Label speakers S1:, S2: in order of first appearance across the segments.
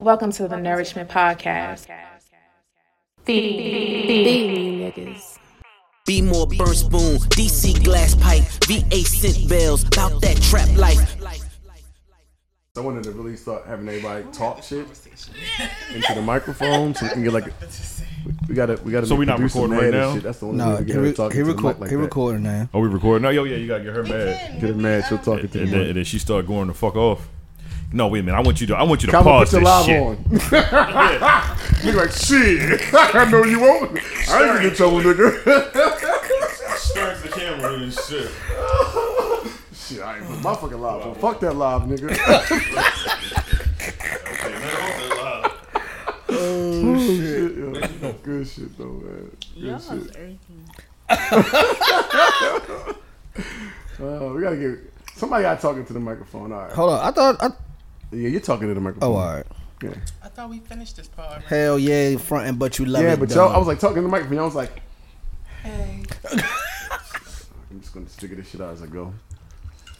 S1: Welcome to the Nourishment Podcast. Feed niggas.
S2: Be more burn spoon, DC glass pipe, VA scent bells, bout that trap life.
S3: I wanted to really start having everybody talk shit into the microphone so we can get like a, we gotta we gotta
S4: So
S3: make
S4: we not
S3: producer mad
S4: recording right
S3: and
S4: now?
S3: shit. That's the only
S5: No,
S3: way we
S5: he,
S3: get her
S5: re-
S3: talking
S5: he,
S3: to the
S5: record,
S3: mic like
S5: he
S3: that.
S5: recording now.
S4: Oh, we recording? No, yo, yeah, you gotta get her mad.
S3: Get her mad, she'll talk
S4: And
S3: into
S4: then,
S3: the mic.
S4: and then she started going to fuck off. No, wait a minute. I want you to. I want you to
S3: Come on,
S4: pause
S3: put your
S4: this
S3: live
S4: shit.
S3: on. Nigga like shit. I know you won't. I ain't gonna get in trouble, nigga.
S4: Starts the camera and shit.
S3: shit, I ain't put my fucking live on. Fuck that live, nigga. Shit,
S4: Oh,
S3: yo. Good shit though, man. Good shit. Uh, we gotta get somebody got talking to the microphone. All right.
S5: Hold on, I thought. I,
S3: Yeah, you're talking to the microphone.
S5: oh, all right.
S3: Yeah,
S6: I thought we finished this part.
S5: Hell yeah, you fronting, but you love
S3: yeah
S5: it.
S3: but
S5: though.
S3: y'all, I was like talking to the microphone. I was like, I'm just gonna figure this shit out as I go.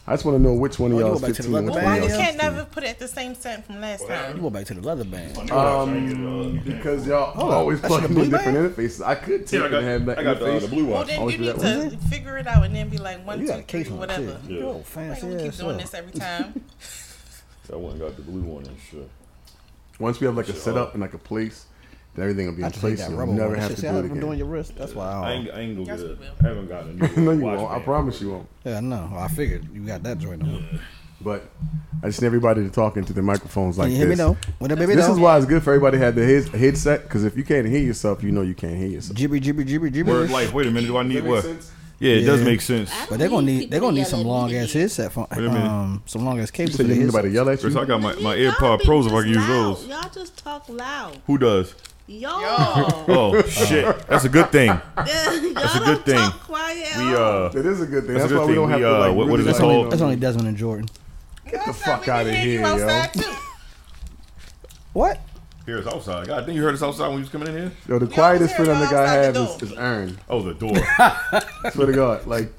S3: I just want to know which one of
S5: Oh, you
S3: y'all is
S5: go back to the
S3: 15 and which
S5: leather
S3: one of
S6: Why you
S5: band?
S3: y'all is
S6: can't never put it the same sentence from last time?
S5: you go back to the leather band.
S3: 16. Because y'all always
S5: That's your
S3: plugging
S5: blue
S3: in different interfaces. I could take
S4: I
S3: and have
S4: got,
S3: that
S4: I got the, uh, the
S3: interface.
S4: blue
S6: Well,
S4: one.
S5: Oh,
S6: then
S3: always do
S6: you need
S3: that
S6: to figure it out and then be like one,
S5: You
S6: two,
S5: got a case
S6: three,
S5: on
S6: whatever.
S5: too. You old
S6: Like,
S5: fancy
S6: we keep
S5: ass.
S6: doing
S5: up.
S6: this every time.
S4: That one got the blue one and shit.
S3: Once we have like a setup and like a place, then everything will be
S5: I
S3: in
S5: just need
S3: place.
S5: that
S3: and
S5: rubber
S3: We'll never
S5: one.
S3: have
S5: Shit,
S3: to
S5: see
S3: do
S5: how
S3: it
S5: I'm doing
S3: again.
S5: your wrist. That's why
S4: I
S5: I don't.
S4: ain't, I ain't gonna
S6: Yes,
S4: get.
S6: we
S4: it.
S6: will.
S4: I haven't gotten a new.
S3: Oh. No, you
S4: watch
S3: won't. I
S4: band.
S3: promise you won't.
S5: Yeah, no. I figured you got that joint on.
S3: But I just need everybody to talk into the microphones like
S5: Can you hear me
S3: this.
S5: though? When the baby
S3: This
S5: though?
S3: is why it's good for everybody to have the head, headset because if you can't hear yourself, you know you can't hear yourself.
S5: Jibber jibber jibber
S4: Word
S5: jibber.
S4: life. Wait a minute. Do I need
S3: that make
S4: what?
S3: sense?
S4: Yeah, it does
S5: Yeah.
S4: make sense.
S5: But they're gonna need they're gonna need some long ass headset phone.
S4: a minute.
S5: Um, some long ass
S3: You
S5: cables for
S3: said
S5: the
S3: you need anybody to
S5: headset.
S3: yell at
S4: Chris, I
S3: you.
S4: got my, my
S7: Y'all
S4: AirPod
S7: be
S4: Pros if I
S7: just
S4: can use
S7: loud.
S4: those.
S7: Y'all just talk loud.
S4: Who does?
S7: Y'all,
S4: Oh shit, that's a good thing.
S7: y'all a
S4: a good
S7: don't
S4: thing.
S7: talk quiet.
S4: We uh,
S3: That is a good thing. That's,
S4: That's a good
S3: why we
S4: thing.
S3: don't have
S4: We,
S3: to
S4: uh,
S3: like.
S4: what- what
S3: really
S4: is it
S3: let them
S4: called?
S3: know.
S5: That's only Desmond and Jordan.
S3: Get the
S6: Last
S3: fuck
S6: time
S3: out
S6: we
S3: of
S6: can
S3: here,
S6: hear you
S3: yo.
S6: outside, too.
S5: What?
S4: here's outside. God, did you heard us outside when you was coming in here?
S3: Yo, the
S6: We
S3: quietest
S6: always
S3: friend
S6: hear
S3: that
S6: y'all
S3: guy
S6: outside
S3: have
S6: the
S3: is,
S6: door.
S3: is Aaron.
S4: Oh, the door.
S3: Swear to God, like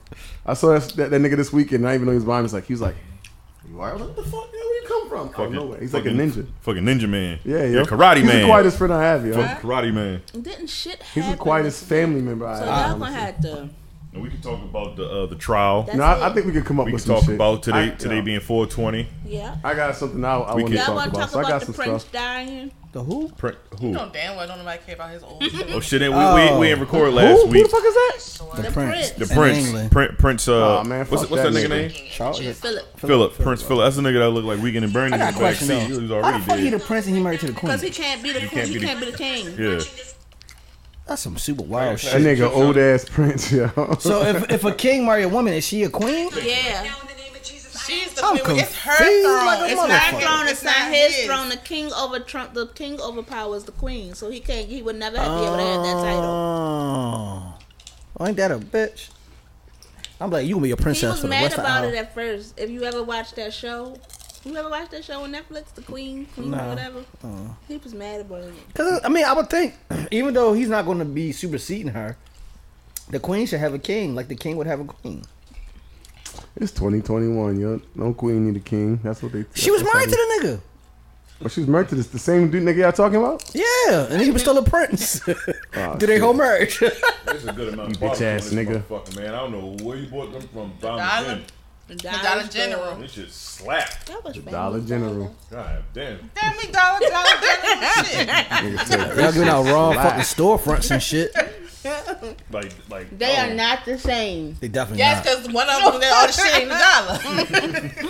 S3: I saw that, that, that nigga this weekend. I didn't even know he was behind me. He's like, he was like, you are. What the fuck? Where you come from? Out of
S4: Fucking-
S3: nowhere. He's like a
S4: fucking-
S3: ninja.
S4: Fucking ninja man.
S3: Yeah, yo.
S4: yeah. Karate
S3: He's
S4: man.
S3: the quietest friend I have, yo.
S4: Fucking karate man.
S7: didn't shit happen.
S3: He's the quietest family member I
S7: So
S3: have.
S7: y'all gonna have to.
S4: And we can talk about the uh, the trial.
S7: That's
S3: No, I, I
S7: it.
S3: think we could come up
S4: we can
S3: with some
S4: talk
S3: shit.
S4: about today
S3: I-
S4: today
S3: yeah.
S4: being 420.
S7: Yeah.
S3: I got something I, I want
S4: We
S3: to
S4: can- Y'all
S7: Y'all
S3: talk
S7: wanna
S3: about.
S7: talk
S3: So I
S7: about
S3: got
S7: the
S3: some
S7: Prince
S3: stuff.
S7: dying?
S5: The who?
S4: Print, who?
S6: You know damn well don't nobody care about his old shit.
S4: Oh shit! Ain't we, we, we ain't record last
S3: Oh. Who? Who
S4: week.
S3: the fuck is that?
S5: The,
S7: The
S5: Prince.
S4: The
S7: Prince.
S5: In
S4: Prince,
S5: England.
S4: Prince, Prince. Uh,
S3: Aw, man,
S4: what's,
S3: fuck
S4: what's that,
S3: that
S4: nigga
S3: nigga.
S4: name?
S5: Charles. is it-
S7: Philip.
S4: Philip. Prince Philip. That's the nigga that look like Weekend and Bernie.
S5: I
S4: in
S5: got a
S4: the
S5: question
S4: backseat. He
S5: though.
S4: was
S5: Why
S4: already
S5: the fuck he the
S4: dead.
S5: prince and he married to the queen?
S7: Because he can't be the
S4: can't
S7: queen. He
S4: be the-
S7: can't be the king.
S4: Yeah.
S5: That's some super wild
S3: That
S5: shit.
S3: nigga old ass Prince, yo.
S5: So if if a king marry a woman, is she a queen?
S7: Yeah.
S6: She's the
S5: I'm
S6: queen. It's her
S5: confused
S6: throne.
S5: like a
S6: it's
S5: motherfucker.
S6: not
S7: Our throne is not his throne.
S6: It's
S7: The king over Trump. The king overpowers the queen, so he can't. He would never have, be able to have that title.
S5: Oh, ain't that a bitch? I'm like, you gonna be a
S7: He
S5: princess
S7: was
S5: for the
S7: mad
S5: rest
S7: about
S5: of
S7: it
S5: the
S7: at first. If you ever watched that show, you ever watched that show on Netflix, The Queen, Queen,
S5: No.
S7: whatever.
S5: Uh-uh.
S7: He was mad about it.
S5: Because I mean, I would think, even though he's not gonna be superseding her, the queen should have a king, like the king would have a queen.
S3: It's 2021, yo. No queen, need a king. That's what they.
S5: She was
S3: that's
S5: married
S3: how
S5: to the nigga.
S3: they- Oh, she was married to this the same dude nigga y'all talking about?
S5: Yeah, and he was still a prince.
S3: Oh,
S5: Did they
S3: shit.
S5: whole marriage?
S4: There's a good amount
S3: You bitch ass nigga.
S4: Fucking man, I don't know where you bought them from.
S6: Dollar.
S4: Dollar.
S7: The
S6: Dollar
S7: store.
S6: General.
S4: This shit slap.
S7: That was famous.
S3: Dollar General.
S4: God damn.
S6: Damn me, dollar, dollar, dollar, shit.
S5: Y'all giving out raw fucking storefronts and shit.
S4: Like like.
S7: They
S4: oh.
S7: are not the same.
S5: They definitely
S6: Yes,
S5: not.
S6: because one of them, all the shit ain't a dollar.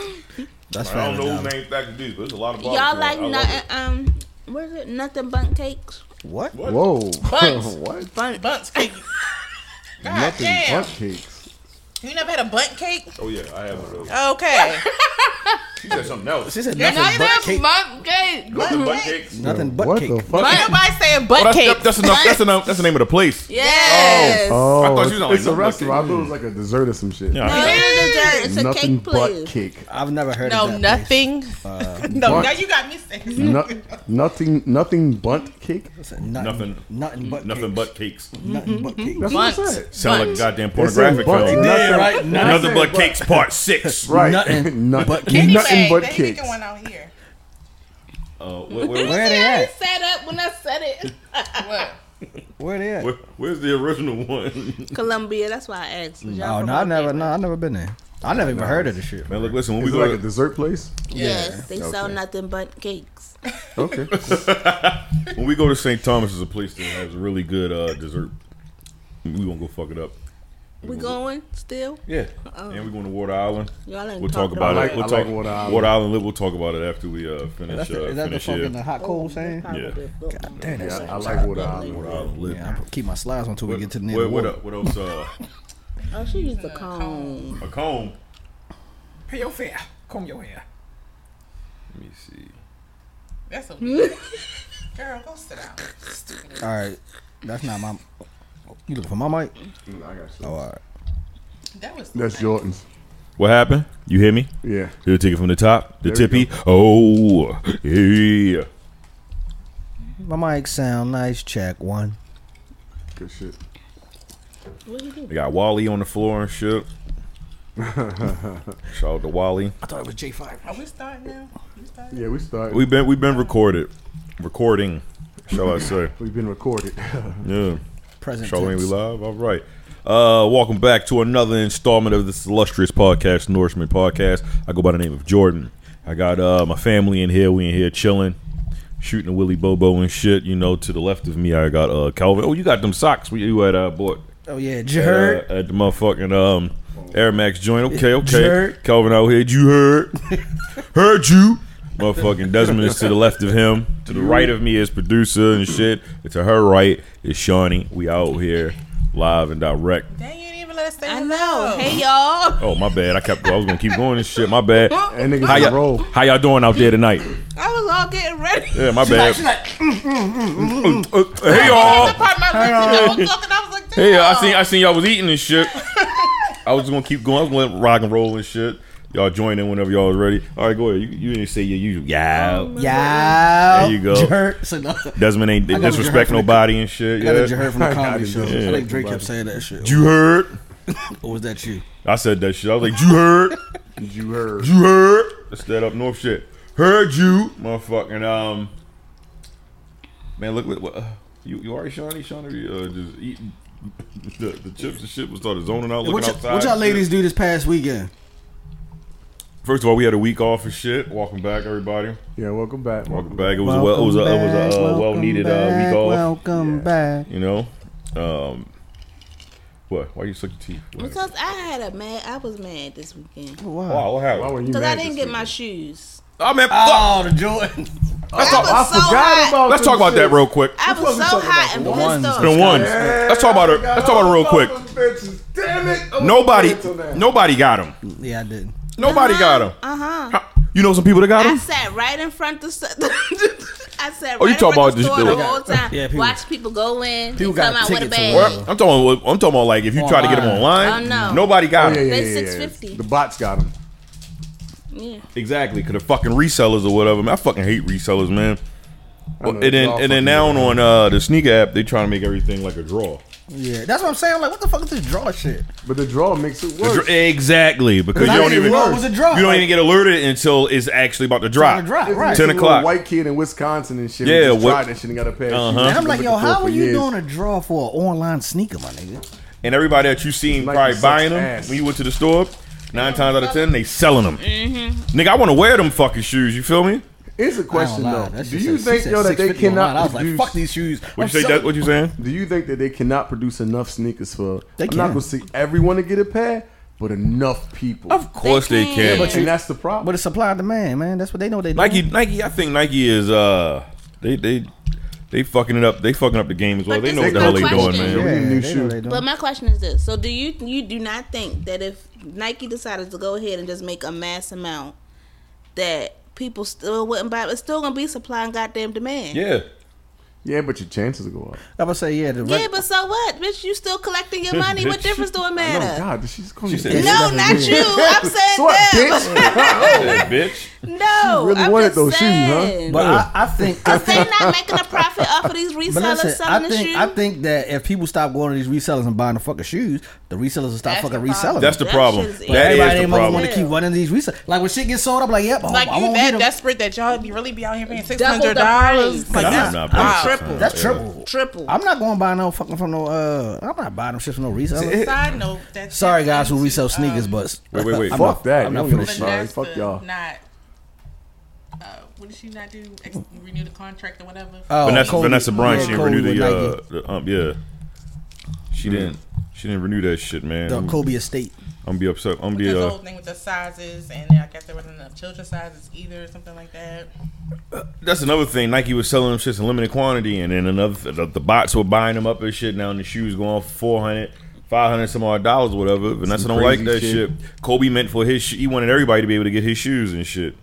S5: That's
S4: I don't know
S5: right.
S4: who named Factor D's, but there's a lot of
S7: Y'all
S4: barbecue.
S7: like
S4: I love
S7: nothing?
S4: it.
S7: Um, what is it? Nothing but cakes.
S5: What?
S4: What?
S3: Whoa.
S6: Buns.
S3: what?
S7: Bun.
S6: Bundt cake. God
S3: Nothing
S6: damn.
S3: but cakes.
S6: You never had a bunt cake?
S4: Oh yeah, I have one of those.
S6: Okay.
S4: She said something else.
S5: She said nothing but cake.
S7: bun cake.
S4: Nothing but cakes.
S5: Nothing but
S3: what
S5: cake.
S3: the fuck?
S6: Ain't nobody saying butt
S4: Oh, that's,
S6: cake.
S4: that- that's enough. That's enough. That's the name of the place.
S7: Yes.
S3: Oh,
S4: I thought you was
S3: it's,
S4: on
S3: it's a
S4: nothing but
S3: restaurant. I thought it was like a dessert or some shit.
S4: Yeah.
S7: No, it's a dessert. It's a
S3: Nothing
S7: cake
S3: but
S7: place.
S3: cake.
S5: I've never heard
S6: No,
S5: of that. place.
S6: nothing. no,
S3: Bunt.
S6: now you got me saying.
S3: No, nothing, nothing but cake.
S5: It's a Nothing,
S4: Nothing.
S5: Nothing but
S4: Nothing
S5: cakes.
S4: but cakes.
S5: Nothing but cakes.
S3: That's what I
S6: Bunt.
S3: said.
S4: Sound like a
S6: Bunt.
S4: goddamn
S3: It said
S4: pornographic
S3: bunt.
S4: film.
S5: Yeah,
S3: Nothing-
S5: right. Nothing
S4: Nothing but cakes, part six.
S3: Right.
S5: Nothing
S3: Nothing,
S5: but
S3: nothing
S6: Anyway,
S3: but
S6: they
S3: cakes.
S6: making one out here.
S4: Uh, where, where,
S5: Where they
S7: I
S5: at?
S7: sat up when I said it.
S6: What?
S5: Where they at?
S4: where, where's the original one?
S7: Columbia. That's why I asked.
S5: Oh no, I never, no, I never been there. I never even heard of this shit.
S4: Man, look, listen. When we
S3: Is it
S4: go,
S3: like a dessert place?
S7: Yes, they sell
S3: Okay.
S7: nothing but cakes.
S3: Okay.
S4: when we go to St. Thomas, is a place that has really good uh, dessert. We won't go fuck it up.
S7: We
S5: Mm-hmm.
S7: going still?
S4: Yeah,
S7: Oh.
S4: and we're going to Water Island.
S7: Y'all ain't
S4: We'll talk
S7: talked
S4: about
S3: about
S4: it.
S3: it.
S4: We'll
S3: I like- I
S4: talk
S3: like Water Island.
S4: Water Island. We'll talk about it after we uh, finish.
S5: That's the,
S4: uh,
S5: is that the
S4: finish
S5: fucking the
S4: here.
S5: hot cold saying?
S4: Yeah.
S5: Damn, that's
S3: Yeah, I like uh, Water Island.
S4: Water Island. lit.
S5: Yeah, I'm keep my slides on until we get to the
S4: What-
S5: next
S4: what,
S5: one.
S4: el- what else? Uh,
S7: Oh, she used a comb.
S4: a comb.
S6: Pay your fare. Comb your hair.
S4: Let me see.
S6: That's a girl. Go sit down.
S5: All right, that's not my. You looking for my mic?
S3: Mm, I got you.
S5: Oh, all right.
S6: That was.
S3: That's Jordan's.
S4: What happened? You hear me?
S3: Yeah.
S4: He'll take it from the top. The
S3: There we
S4: tippy. Oh, yeah.
S5: My mic sound nice. Check one.
S3: Good shit.
S7: What you do?
S4: They got Wally on the floor and shit. Shout out to Wally.
S5: I thought it was J five.
S6: Are we starting now? We starting?
S3: Yeah, we started.
S4: We've been we've been recorded, recording, shall I say?
S3: We've been recorded.
S4: Yeah.
S5: Present.
S4: Charlene,
S5: tense.
S4: we live. All right. Uh, welcome back to another installment of this illustrious podcast, Nourishment Podcast. I go by the name of Jordan. I got uh, my family in here. We in here chilling, shooting a Willy Bobo and shit. You know, to the left of me, I got uh, Calvin. Oh, you got them socks we, you had uh, bought
S5: Oh yeah,
S4: uh,
S5: Jer.
S4: at the motherfucking um, Air Max joint. Okay, okay.
S5: Jerk.
S4: Calvin out here. You heard? heard you? Motherfucking Desmond is to the left of him. To the right of me is producer and shit. And to her right is Shawnee. We out here live and direct.
S6: Dang, you didn't even let us say
S7: I
S6: hello.
S7: know. Hey y'all.
S4: Oh my bad. I kept. I was gonna keep going and shit. My bad.
S3: and niggas
S4: How
S3: on the
S4: y'all,
S3: roll.
S4: how y'all doing out there tonight?
S7: I was all getting ready.
S4: Yeah, my bad. Uh, hey y'all. Hey, I seen I seen y'all was eating and shit. I was gonna keep going. I was gonna rock and roll and shit. Y'all join in whenever y'all is ready. All right, go ahead. You, you didn't say your usual.
S5: Um,
S4: Yeah.
S5: Yeah.
S4: There you go.
S5: Jer. So, no,
S4: Desmond ain't
S5: got a
S4: disrespect
S5: Jer-
S4: nobody and shit.
S5: I
S4: Yeah.
S5: think you heard from the comedy
S3: it,
S5: show.
S3: yeah.
S5: I think Drake kept saying that shit.
S4: You heard?
S5: or was that you?
S4: I said that shit. I was like, you heard?
S3: You heard.
S4: You heard? That's that up north shit. Heard you, motherfucking um. Man, look what, what uh, you you already Shawnee Shawnee uh, just eating the, the chips and shit. Was started zoning out, looking
S5: What, y-
S4: outside.
S5: what y'all
S4: and shit.
S5: ladies do this past weekend?
S4: First of all, we had a week off and shit. Welcome back, everybody.
S3: Yeah, welcome back.
S4: Welcome back. It was a well, it was a, it was a uh, well needed uh, week off.
S5: Welcome back.
S4: you know, um, what? Why you suck your teeth? What?
S7: Because I had a mad. I was mad this weekend
S5: Wow.
S4: Wow, what
S3: Why
S4: happened?
S3: were you
S7: because I
S3: mad
S7: didn't
S3: this
S7: get my
S3: week?
S7: shoes.
S4: Oh man, fuck.
S5: Oh, the joy.
S7: Let's
S4: talk-
S3: I forgot about
S4: Let's talk about that real quick.
S7: I was so hot and
S5: the ones.
S7: pissed off.
S4: The ones. Let's talk about it. Let's talk about it real quick.
S3: Damn it.
S4: Nobody, nobody got him.
S5: Yeah, I did.
S4: Nobody got him.
S7: Uh huh.
S4: Huh? You know some people that got
S7: I
S4: him.
S7: sat right in front of. The, I sat right
S4: Oh, you
S7: in
S4: talking
S7: front
S4: about
S7: of the
S4: this-
S7: store
S4: the-
S7: the whole time.
S5: Yeah, people-
S7: Watch people go in.
S5: people
S7: People
S5: got
S7: come out with a
S5: tickets
S7: bag.
S5: or whatever.
S4: I'm talking. I'm talking about like if you try to get them online.
S7: Online. Oh, no.
S4: Nobody got
S3: Oh, yeah,
S4: him.
S3: yeah,
S7: They
S3: yeah, yeah,
S7: 650.
S3: The bots got him.
S7: Yeah.
S4: Exactly, cause the fucking resellers or whatever. Man, I fucking hate resellers, man.
S3: know,
S4: and then
S3: y'all
S4: and then
S3: fucking
S4: now on uh, the sneaker app, they trying to make everything like a draw.
S5: Yeah, that's what I'm saying. I'm like, what the fuck is this draw shit?
S3: But the draw makes it
S4: A
S3: worse.
S4: dr- exactly, because you
S5: I
S4: don't
S5: didn't
S4: even
S5: know it was a draw.
S4: you don't even get alerted until it's actually about to drop.
S5: About to drop,
S3: It's
S5: right.
S3: just
S4: Ten
S3: a little
S4: o'clock.
S3: White kid in Wisconsin and shit.
S4: Yeah,
S3: Yeah, just
S4: what-
S3: tried that shit and got a pair. of
S4: Uh-huh.
S3: shoes
S5: And I'm
S3: he's
S5: like,
S3: been
S5: yo,
S3: looking
S5: how
S3: for
S5: are
S3: for
S5: you
S3: years.
S5: doing a draw for an online sneaker, my nigga?
S4: And everybody that you seen
S3: Like
S4: probably
S3: sucks
S4: buying them
S3: ass.
S4: when you went to the store. Nine times out of ten, they selling them. Mm-hmm. Nigga, I want to wear them fucking shoes. You feel me?
S3: Here's a question
S5: I ain't
S3: though.
S5: gonna lie, that shit
S3: Do you
S5: said-
S3: think
S5: said
S3: yo that they
S5: 650 online.
S3: cannot
S5: I was like,
S3: produce?
S5: fuck these shoes.
S4: What
S5: I'm
S4: you say?
S5: selling-
S4: That what you saying?
S3: Do you think that they cannot produce enough sneakers for?
S5: They
S3: I'm not
S5: can.
S3: gonna see everyone to get a pair, but enough people.
S4: Of course they,
S7: They
S4: can.
S7: can.
S3: and that's the problem.
S5: But it's supply and demand, man. That's what they know they do.
S4: Nike, Nike. I think Nike is uh, they they they fucking it up. They fucking up the game as well.
S7: But
S4: they
S7: this
S4: know what
S7: is
S4: the hell they
S7: my
S4: doing,
S7: question.
S4: man.
S3: Yeah, we need new shoes.
S7: But my question is this: So, do you you do not think that if Nike decided to go ahead and just make a mass amount, that people still wouldn't buy? It's still gonna be supply and goddamn demand.
S4: Yeah.
S3: Yeah, but your chances will go up.
S5: I'm gonna say yeah. The
S7: Yeah, but so what, bitch? You still collecting your money? What difference do it
S3: No,
S7: matter?
S3: God, she's going
S4: She
S3: to
S4: said-
S3: get-
S7: No, not you. I'm saying
S3: So what,
S7: them.
S3: bitch?
S4: Yeah, bitch.
S7: No,
S3: You really
S7: I'm
S3: wanted
S7: just
S3: those shoes, huh?
S7: saying.
S5: but I, I think I
S7: If they
S5: think.
S7: not making a profit off of these
S5: But
S7: resellers
S5: listen, I
S7: selling the
S5: think I
S7: shoes.
S5: think that if people stop going to these resellers and buying the fucking shoes, the resellers will stop
S6: That's
S5: fucking
S6: the problem.
S5: reselling.
S4: That's the
S7: That
S4: problem.
S7: shit is
S5: But
S4: That
S5: everybody
S4: is the
S5: ain't want
S4: problem.
S5: to keep running these resellers. Like when shit gets sold, I'm like, yep,
S6: Like
S5: I
S6: you
S5: won't get
S6: that
S5: 'em.
S6: desperate that y'all really be out here paying six
S7: Double the
S6: hundred dollars.
S7: price.
S6: Like
S4: I'm
S6: that's
S4: not
S6: wow.
S4: buying
S6: triple.
S5: That's triple.
S7: Triple.
S5: I'm not going to buy no fucking from no. uh I'm not buying them shit from no reseller.
S6: Side note, that's
S5: Sorry guys who resell sneakers, but
S4: Wait, wait, wait.
S5: I'm
S3: Fuck
S5: not-
S3: that.
S5: I'm
S3: You
S5: not
S3: don't give a
S5: finishing.
S3: Sorry,
S6: uh, Vanessa
S3: fuck y'all.
S6: Not. Uh, what did she not do? Ex- renew the contract or whatever.
S5: Oh,
S4: Vanessa,
S5: Kobe-
S4: Vanessa Bryant,
S5: yeah,
S4: she didn't
S5: Kobe
S4: renew
S5: with
S4: the, uh,
S5: Nike.
S4: the um, yeah. She didn't. She didn't renew that shit, man.
S5: the
S6: Mm.
S4: I'm,
S5: Kobe estate.
S4: I'm be upset. I'm
S6: This
S4: be uh,
S6: whole thing with the sizes, and I guess there wasn't enough children's sizes either, or something like that.
S4: That's another thing. Nike was selling them shits in limited quantity, and then another the, the bots were buying them up and shit. Now and the shoes going for 400 500 some odd dollars, whatever. Vanessa
S3: Some
S4: don't like
S3: crazy
S4: that
S3: shit.
S4: shit. Kobe meant for his. Sh- he wanted everybody to be able to get his shoes and shit.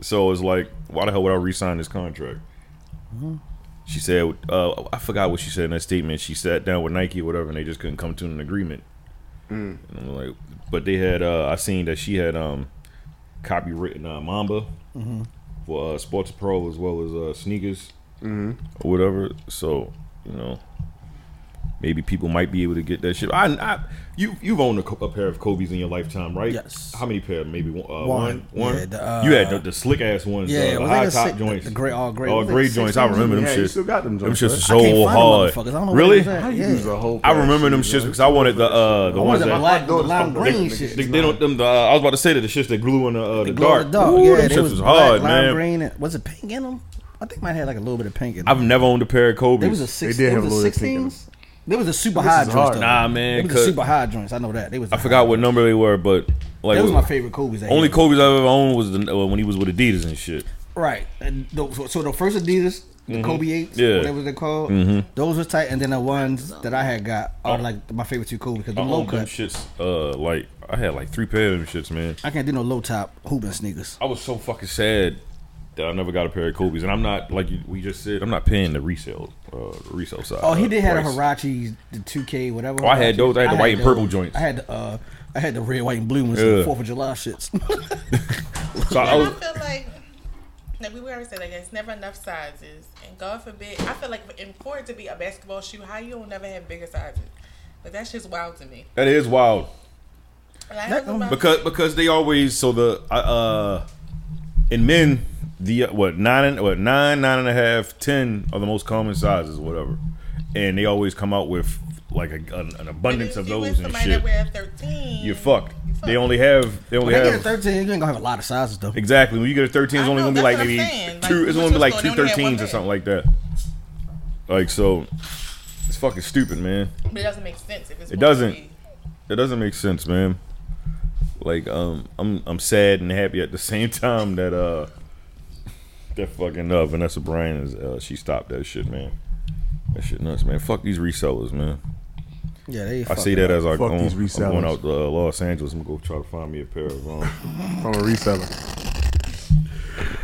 S4: So it's like, why the hell would I re-sign this contract? She said, uh, I forgot what she said in that statement. She sat down with Nike, or whatever, and they just couldn't come to an agreement. And I'm like, but they had. Uh, I seen that she had um, copywritten uh, Mamba
S5: Mm-hmm.
S4: for uh, Sports Pro as well as uh, sneakers
S3: Mm-hmm.
S4: or whatever. So you know, maybe people might be able to get that shit. I, I you you've owned a, co- a pair of Kobe's in your lifetime, right?
S5: Yes.
S4: How many pair? Maybe one. Uh, one.
S5: One.
S4: one?
S5: Yeah, the, uh,
S4: you had the, the slick ass ones.
S5: yeah,
S4: Yeah, the
S5: well, they
S4: high
S5: got
S4: top
S5: sick- the-
S4: joints.
S5: the gray- all gray-
S4: All
S5: was it
S4: gray
S5: six
S4: joints. I
S5: inches?
S4: remember them
S3: Yeah,
S4: shits.
S3: you still got them
S4: Them
S3: joints,
S4: shits
S3: right?
S4: are
S3: I
S5: I
S4: so
S5: can't
S4: hard.
S5: find them motherfuckers. I don't know where
S4: really?
S5: they was at.
S3: How you
S5: Yeah.
S3: use a whole
S4: I
S3: pair of
S4: remember them
S3: shoes,
S4: shits
S3: man?
S4: because I wanted the uh, the
S5: I
S4: ones
S5: wanted the
S4: that
S5: black, the
S3: Those
S5: lime
S3: fucking
S5: green
S3: niggas.
S5: shit.
S4: they, they don't them the, uh, I was about to say that the shits that glue in the uh, the,
S5: Glow
S4: dark.
S5: in the dark.
S4: Ooh,
S5: yeah,
S4: them
S5: they
S4: shits
S5: was
S4: was
S5: black,
S4: hard,
S5: lime
S4: man.
S5: green. and- was it pink in them? I think mine had like a little bit of pink in them.
S4: I've never owned a pair of Kobe's.
S5: There was a six.
S3: They did
S5: They
S3: have
S5: was
S3: a
S5: a
S3: little pink in
S5: sixteens. There was a super
S3: This
S5: high
S3: is
S5: joint.
S3: hard.
S5: though.
S4: Nah, man,
S5: It was
S4: cut.
S5: the super high joints. I know that. They was.
S4: I forgot what number they were, but like
S5: That was my favorite Kobe's. that
S4: Only
S5: he-
S4: Kobe's I've ever owned was the, uh, when he was with Adidas and shit.
S5: Right. And tho- so, so the first Adidas, the Kobe eights,
S4: Mm-hmm. Yeah. Mm-hmm.
S5: whatever they're called, those were tight. And then the ones that I had got are like my favorite two Kobe because
S4: I
S5: the low
S4: owned them
S5: cut.
S4: shits. Uh, like I had like three pair of them shits, man.
S5: I can't do no low top hooping sneakers.
S4: I was so fucking sad that I never got a pair of Kobe's, and I'm not like you, we just said. I'm not paying the resale, uh, resale side.
S5: Oh, he
S4: uh,
S5: did have a
S4: price.
S5: Hirachi, the two K, whatever.
S4: Oh, I had
S5: Hirachis.
S4: those. I had the white and purple
S5: those.
S4: joints.
S5: I had the. Uh, I had the red, white, and blue ones,
S4: Yeah.
S5: the Fourth of July shits.
S4: So I
S6: And I
S4: was,
S6: feel like, like we always say, like it's never enough sizes, and God forbid, I feel like in- for it to be a basketball shoe, how you don't never have bigger sizes? But that's just wild to me.
S4: that is wild.
S6: Like, how come I-
S4: because because they always so the uh, uh in men the uh, what nine and- what nine nine and a half ten are the most common sizes whatever and they always come out with like a, an, an
S6: But
S4: abundance
S6: if
S4: of
S6: you with
S4: those and
S6: somebody that
S4: shit
S6: wear 13,
S4: you're fucked
S6: you fucked.
S4: they only have they only
S5: When I get a
S4: have
S5: 13, you ain't gonna have a lot of sizes though.
S4: exactly when you get a 13 it's
S6: I
S4: only
S6: know,
S4: gonna be
S6: that's
S4: like
S6: what I'm
S4: maybe
S6: saying. Like,
S4: two
S6: you
S4: it's only gonna be like
S6: just
S4: two
S6: go, they only had one
S4: 13s or
S6: pair.
S4: something like that like so it's fucking stupid man
S6: but it doesn't make sense. If it's supposed to
S4: doesn't.
S6: be-
S4: That doesn't make sense, man. Like, um, I'm I'm sad and happy at the same time that uh that fucking uh Vanessa Bryan is uh she stopped that shit, man. That shit nuts, man. Fuck these resellers, man.
S5: Yeah, they.
S4: I see that as I
S3: Fuck
S4: go.
S3: these
S4: I'm going
S3: resellers.
S4: out to uh, Los Angeles. I'm gonna go try to find me a pair of um.
S3: From a reseller.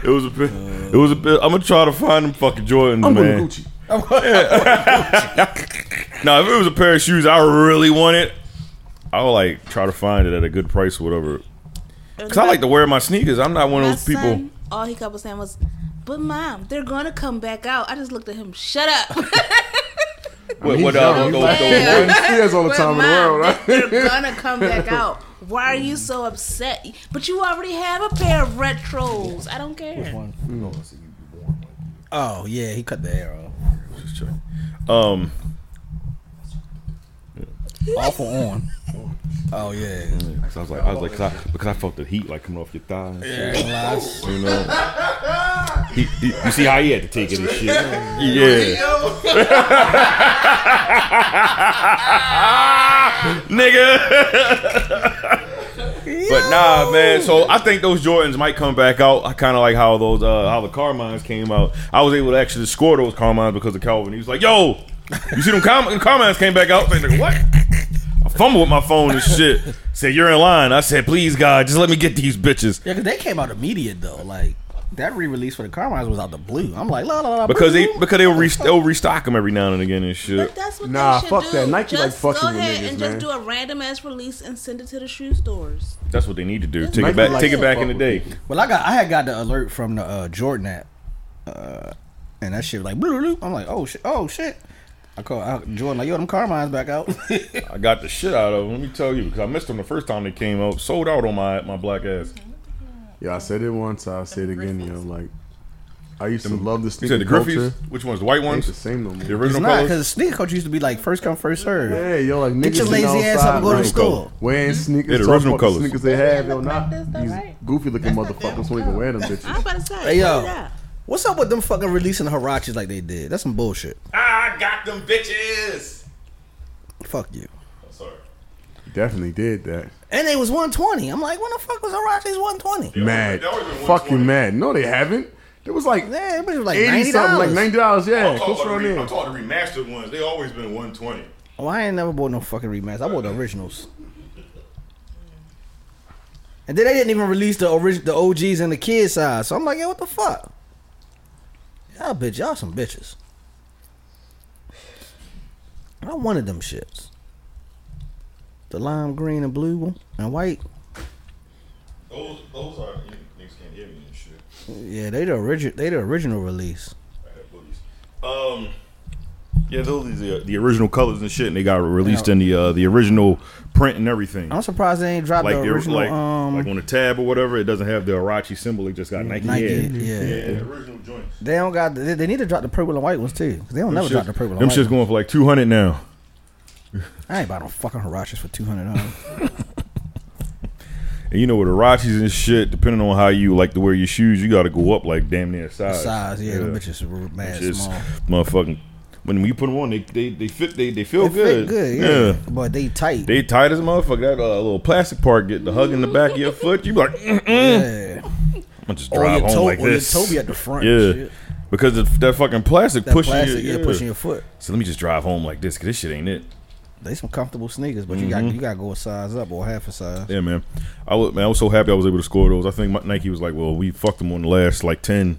S4: it was a pair. It was a pair. I'm gonna try to find them fucking
S3: I'm
S4: Jordans, Oh, man.
S3: going to Gucci.
S4: Now, if it was a pair of shoes I really wanted, I would like try to find it at a good price, whatever. Cause I like to wear my sneakers. I'm not one of
S7: My
S4: those people.
S7: son, all he kept on saying was, "But mom, they're gonna come back out." I just looked at him. Shut up.
S4: What,
S3: He's
S4: what, uh,
S3: young.
S4: those-
S3: He like
S4: those-
S7: Yeah.
S3: throwing spears all the
S7: But
S3: time in the
S7: Mom,
S3: world, right?
S7: They're gonna come back out. Why are you so upset? But you already have a pair of retros. I don't care.
S5: Oh yeah, he cut the hair off.
S4: Just checking. Um,
S5: off or on? Oh yeah.
S4: so I was like, I was like, 'cause I, because I felt the heat like coming off your thigh. And shit, you know. He, he- you see how he had to take it and shit. Yeah, nigga. but nah, man. So I think those Jordans might come back out. I kind of like how those, uh, how the Carmines came out. I was able to actually score those Carmines because of Calvin. He was like, "Yo, you see them Carm- Carmines came back out?" I was like, what? I fumbled with my phone and shit. Said, "You're in line." I said, "Please, God, just let me get these bitches."
S5: Yeah, because they came out immediate though. Like that re-release for the Carmines was out the blue. I'm like, la la la.
S4: because they
S5: blue.
S4: because they'll, re- they'll restock them every now and again and
S7: But
S4: shit.
S7: that's what
S3: Nah,
S7: they should
S3: fuck
S7: do.
S3: that. Nike like
S7: just
S3: fucking
S7: go
S3: with
S7: ahead
S3: niggas,
S7: and
S3: man.
S7: just do a random ass release and send it to the shoe stores.
S4: That's what they need to do. Take
S3: Nike
S4: it back.
S3: like
S4: Take it
S3: to
S4: back
S3: fuck
S4: in the
S3: with
S4: day.
S5: Well, I got I had got the alert from the uh, Jordan app, uh, and that shit was like, bloop, bloop. I'm like, oh shit, oh shit. I call I, Jordan like, yo, them Carmines back out.
S4: I got the shit out of them. Let me tell you, because I missed them the first time they came out. Sold out on my my black ass.
S3: Yeah, I said it once. I'll say it again. You know, like I used to love the
S4: You said
S3: sneaker
S4: the
S3: culture.
S4: Griffies. Which ones? The white
S3: Ain't the
S4: ones.
S3: same no
S4: The
S3: more.
S5: it's
S4: original
S5: not
S4: colors.
S5: because sneaker culture used to be like first come first serve.
S3: Hey, yo, like niggas
S5: your
S3: been
S5: lazy ass
S3: outside,
S5: up and go to
S3: like,
S5: the store.
S3: Wearing
S4: Yeah,
S3: sneakers,
S4: the
S3: talking
S4: original
S3: about the
S4: colours.
S3: sneakers they have, yo,
S6: look
S3: not
S6: like this, though,
S3: these
S6: right?
S3: goofy looking
S6: That's not
S3: motherfuckers
S6: them.
S3: won't even wear them
S7: I was
S3: bitches.
S7: about to say,
S5: Hey
S7: put it
S5: yo,
S7: out.
S5: what's up with them fucking releasing the Harachis like they did? That's some bullshit.
S4: I got them bitches.
S5: Fuck you.
S4: Sorry.
S3: Definitely did that.
S5: And they was 120. I'm like, when the fuck was Harachis 120?
S3: Mad,
S4: they always been
S3: fucking
S4: 120.
S3: mad. No, they haven't. It was like
S5: Yeah, it was like
S3: eighty
S5: ninety
S3: something, like
S5: dollars.
S3: ninety dollars. Yeah, close around there.
S4: talking the remastered ones. They always been 120.
S5: Oh, I ain't never bought no fucking remasters. I bought the originals. And then they didn't even release the orig- the OGs and the kids size. So I'm like, yo, what the fuck? Y'all bitch, y'all some bitches. I wanted them shits. The lime green and blue one and white.
S4: Those those are niggas can't hear me and shit.
S5: Yeah, they the original. They the original release.
S4: Um, yeah, those are the, the original colors and shit, and they got released in the uh, the original print and everything.
S5: I'm surprised they ain't dropped
S4: Like
S5: the
S4: the
S5: original.
S4: like,
S5: um,
S4: like on the tab or whatever, it doesn't have the Arachi symbol. It just got Nike.
S5: Nike,
S4: head.
S5: yeah.
S4: the original joint.
S5: they don't got. They, they need to drop the purple and white ones too. 'cause they don't never
S4: shits-
S5: drop the purple. And
S4: them
S5: white
S4: shits
S5: ones.
S4: going for like two hundred now.
S5: I ain't buying no fucking Hirachis for two hundred dollars.
S4: And you know with Arachis and shit, depending on how you like to wear your shoes, you got to go up like damn near size.
S5: size. Yeah, them bitches were mad
S4: Just
S5: small.
S4: motherfucking. When you put them on, they they, they fit. They they feel
S5: They
S4: good.
S5: fit good, yeah. But they tight.
S4: They tight as a motherfucker. That uh, little plastic part get the hug in the back of your foot. You be like, Mm-mm.
S5: yeah.
S4: I'm gonna just
S5: Or
S4: drive
S5: your
S4: home
S5: toe,
S4: like
S5: or your
S4: this.
S5: toe be at the front. and
S4: yeah,
S5: shit.
S4: because of that fucking plastic
S5: That
S4: pushing
S5: plastic,
S4: you.
S5: yeah, pushing your foot.
S4: So let me just drive home like this because this shit ain't it.
S5: They some comfortable sneakers, but you got you got to go a size up or half a size.
S4: Mm-hmm. Yeah, man. I was man, I was so happy I was able to score those. I think my, Nike was like, well, we fucked them on the last like ten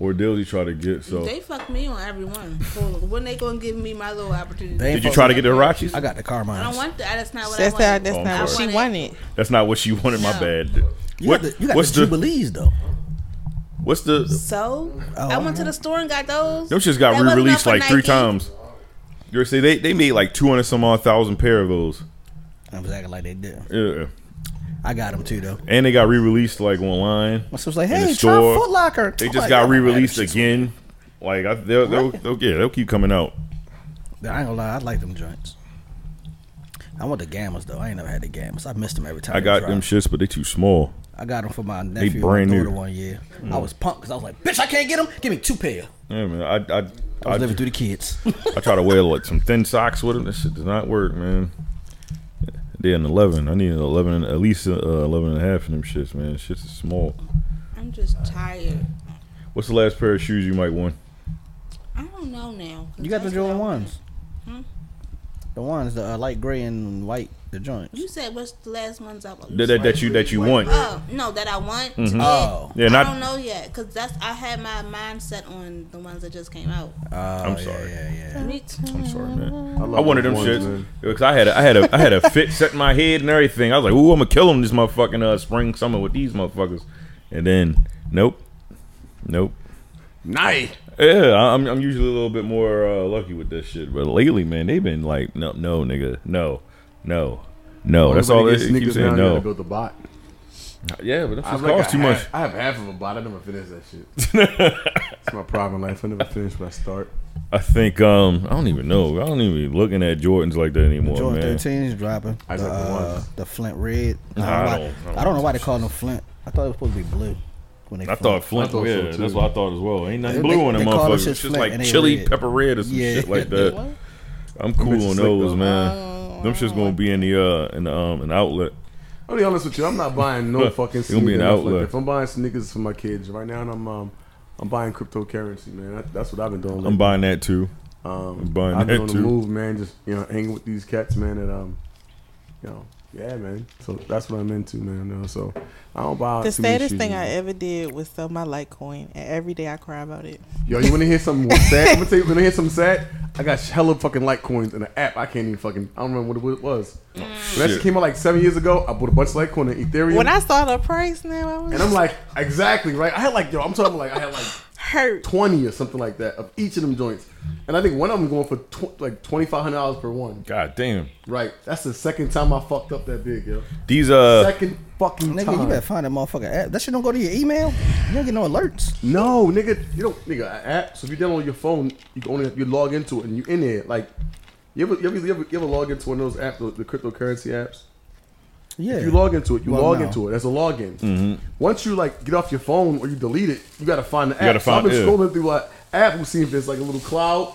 S4: ordeals you tried to get. So
S7: They fuck me on every one. So when they gonna give me my little opportunity?
S5: They ain't
S4: did you
S5: fuck-
S4: try to get the Arachis?
S5: I got the Carmines.
S7: I don't want that. That's not what
S8: That's
S7: I
S8: not.
S7: want.
S8: That's
S4: Oh,
S8: not what
S7: sorry.
S8: she wanted.
S4: That's not what she wanted. My
S7: No.
S4: bad.
S5: You
S4: What-
S5: got the, you got
S4: what's
S5: the
S4: the,
S5: Jubilees though.
S4: what's the
S7: So
S5: Oh,
S7: I went to the store and got those.
S4: them shits got
S7: That wasn't
S4: re released
S7: enough for
S4: like three
S7: Nike.
S4: times. You ever say they they made like two hundred some odd thousand pair of those.
S5: I was acting like they did.
S4: Yeah.
S5: I got them too though.
S4: And they got re released like online.
S5: My sister's like,
S4: In the
S5: hey, try
S4: store.
S5: Foot Locker.
S4: They
S5: I'm
S4: just
S5: like,
S4: got
S5: "Oh, man,
S4: re released
S5: shit's-
S4: again. Like I, they'll, they'll, they'll yeah they'll keep coming out.
S5: I ain't gonna lie, I like them joints. I want the Gammas though. I ain't never had the Gammas. I missed them every time.
S4: I
S5: they
S4: got
S5: dropped.
S4: them shits, but they too small.
S5: I got them for my nephew
S4: brand
S5: brand and daughter
S4: new.
S5: one year. I was pumped because I was like, "Bitch, I can't get them. Give me two pair."
S4: Yeah, man. I I
S5: I was living through the kids.
S4: I try to wear like some thin socks with them. That shit does not work, man. They're an 11. I need an 11, and- at least uh, 11 and a half in them shits, man. Shits is small.
S7: I'm just tired.
S4: What's the last pair of shoes you might want?
S7: I don't know now.
S5: you got the
S7: That's what I
S5: Jordan
S7: want.
S5: ones. The ones, the uh, light gray and white, the joints.
S7: You said what's the last ones I want?
S4: That, that, that you that you want.
S7: Oh no, that I want. to get.
S5: Oh.
S4: Mm-hmm. Yeah,
S7: I
S4: not-
S7: don't know yet because that's I had my mindset on the ones that just came out.
S5: Oh,
S4: I'm sorry.
S5: Yeah, yeah, yeah.
S7: Me too.
S4: I'm sorry, man.
S3: love
S4: I wanted them
S3: ones,
S4: shits
S3: man.
S4: because I had a, I had a I had a fit set in my head and everything. I was like, ooh, I'm gonna kill them this motherfucking uh, spring summer with these motherfuckers, and then nope, nope.
S3: Nice.
S4: Yeah, I- I'm I'm usually a little bit more uh, lucky with this shit, but lately, man, they've been like, no, no, nigga, no, no, no.
S3: Oh,
S4: That's all they
S3: Everybody
S4: they
S3: gets
S4: keep
S3: sneakers now.
S4: saying.
S3: You gotta
S4: No,
S3: build the bot.
S4: yeah, but that
S3: I'm
S4: shit
S3: like,
S4: costs
S3: I
S4: too much.
S3: have- I have half of a bot. I never finish that shit. It's my problem in life. I never finish what I start.
S4: I think um, I don't even know. I don't even be looking at Jordans like that anymore,
S5: Jordan
S4: man.
S5: 13 is dropping.
S3: I
S5: the,
S3: got the
S5: uh,
S3: ones.
S5: the Flint red.
S4: Nah,
S5: I
S4: I
S5: don't, know
S4: don't- I
S5: why, I
S4: don't
S5: don't know why they call them Flint. I thought it was supposed to be blue. When they
S4: I thought Flint,
S3: I thought so,
S4: yeah,
S3: too.
S4: that's what I thought as well. Ain't nothing
S5: They-
S4: blue on
S5: they
S4: them
S5: call them
S4: motherfuckers. It's
S5: shits
S4: just
S5: Flint
S4: like
S5: and they
S4: chili
S5: red.
S4: pepper red or some
S5: Yeah.
S4: shit like that. I'm cool
S3: bitches
S4: on
S3: slick,
S4: those,
S3: though.
S6: uh, Um,
S4: man. Uh, Them shit's gonna be in the uh, in the, um, an outlet.
S3: I'll be honest with you. I'm not buying no
S4: Look,
S3: fucking
S4: it's gonna
S3: sneakers.
S4: be an
S3: Like that.
S4: outlet.
S3: if I'm buying sneakers for my kids right now, and I'm um, I'm buying cryptocurrency, man. That, that's what I've been doing. lately.
S4: I'm buying that too.
S3: Um,
S4: I'm buying
S3: I've been on
S4: that
S3: the
S4: too.
S3: move, man. Just you know, hanging with these cats, man. And um, you know, Yeah, man. So that's what I'm into, man. You know, So I don't buy
S6: The
S3: too many
S6: saddest
S3: shoes,
S6: thing I
S3: man.
S6: ever did was sell my Litecoin, and every day I cry about it.
S3: Yo, you want to hear something sad? I'm gonna tell you, want to hear something sad? I got hella fucking Litecoins in an app. I can't even fucking. I don't remember what it was. When that
S4: Shit.
S3: shit came out like seven years ago, I bought a bunch of Litecoin and Ethereum.
S6: When I saw the price now, I was
S3: and I'm like, exactly right. I had like, yo, I'm talking like I had like
S6: hurt.
S3: 20 or something like that of each of them joints, and I think one of them going for tw- like 2,500 dollars per one.
S4: God damn.
S3: Right. That's the second time I fucked up that big, yo.
S4: These uh
S3: second fucking
S5: Nigga,
S3: time.
S5: you better find that motherfucker app. That shit don't go to your email. You don't get no alerts.
S3: No, nigga, you don't, nigga, a app. So if you download your phone, you can only you log into it and you in there. Like, you ever you ever, you ever, you ever log into one of those apps, the, the cryptocurrency apps?
S5: Yeah.
S3: If you log into it, you
S5: Well,
S3: log
S5: no.
S3: into it. That's a login.
S4: Mm-hmm.
S3: Once you like get off your phone or you delete it, you gotta find the app.
S4: gotta
S3: so I've
S4: find-
S3: been
S4: yeah.
S3: scrolling through like Apple, seeing if there's like a little cloud.
S5: it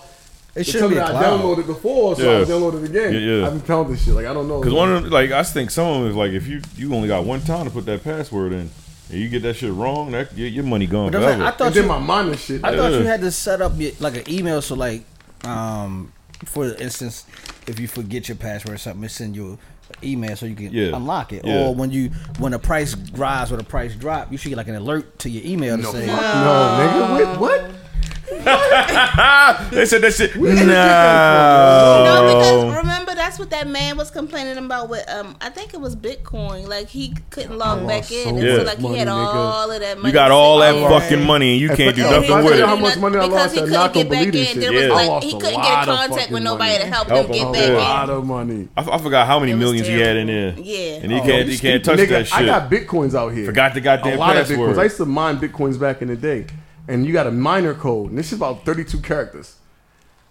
S3: They
S5: should
S3: tell
S5: be
S3: me
S5: a
S3: I
S5: cloud.
S3: downloaded before, so
S4: Yeah.
S3: I downloaded it again.
S4: Yeah, yeah.
S3: I've been counting this shit. Like I don't know.
S4: Because one of them, like I think some of them is like if you you only got one time to put that password in, and you get that shit wrong, that your, your money gone
S5: But I'm like,
S4: forever.
S5: I thought
S3: and
S5: you,
S3: then my mind and shit.
S5: I thought
S4: Yeah.
S5: you had to set up your, like an email. So like, um, for instance, if you forget your password or something, it send you an email so you can
S4: Yeah.
S5: unlock it.
S4: Yeah.
S5: Or when you when the price rise or the price drop, you should get like an alert to your email to say.
S3: Fuck no, nigga. What? what?
S4: they said that shit.
S3: did you get that
S4: Um,
S7: No, because
S4: No.
S7: remember that's what that man was complaining about with um I think it was Bitcoin. Like he couldn't log back in
S3: so
S7: until
S4: Oh, much
S7: like he
S3: money,
S7: had
S3: nigga.
S7: all of that money.
S4: You got all that
S7: sitting there.
S4: fucking money and you can't do
S3: If I- if
S4: nothing
S3: I
S4: with
S3: tell you how
S4: it.
S3: much money I
S7: because
S3: lost,
S7: he
S3: I'm
S7: couldn't
S3: not
S7: get
S3: gonna
S7: back
S3: believe
S7: in.
S3: this shit.
S7: There
S4: Yeah.
S7: was
S4: I
S7: like
S3: lost
S7: he
S3: a
S7: couldn't
S3: lot
S7: get
S3: of
S7: contact
S3: fucking
S7: with nobody
S3: money.
S7: to help
S4: Help
S7: him
S4: him,
S7: get
S4: Oh, yeah.
S7: back
S3: lot of money.
S4: I, f- I forgot how many
S7: It was
S4: millions he had in there.
S7: terrible. Yeah.
S4: And he can't he can't touch
S3: Oh, Nigga,
S4: that shit.
S3: I got bitcoins out here.
S4: Forgot the
S3: a
S4: goddamn
S3: lot of
S4: password.
S3: bitcoins. I used to mine bitcoins back in the day, and you got a minor code, and this is about thirty-two characters.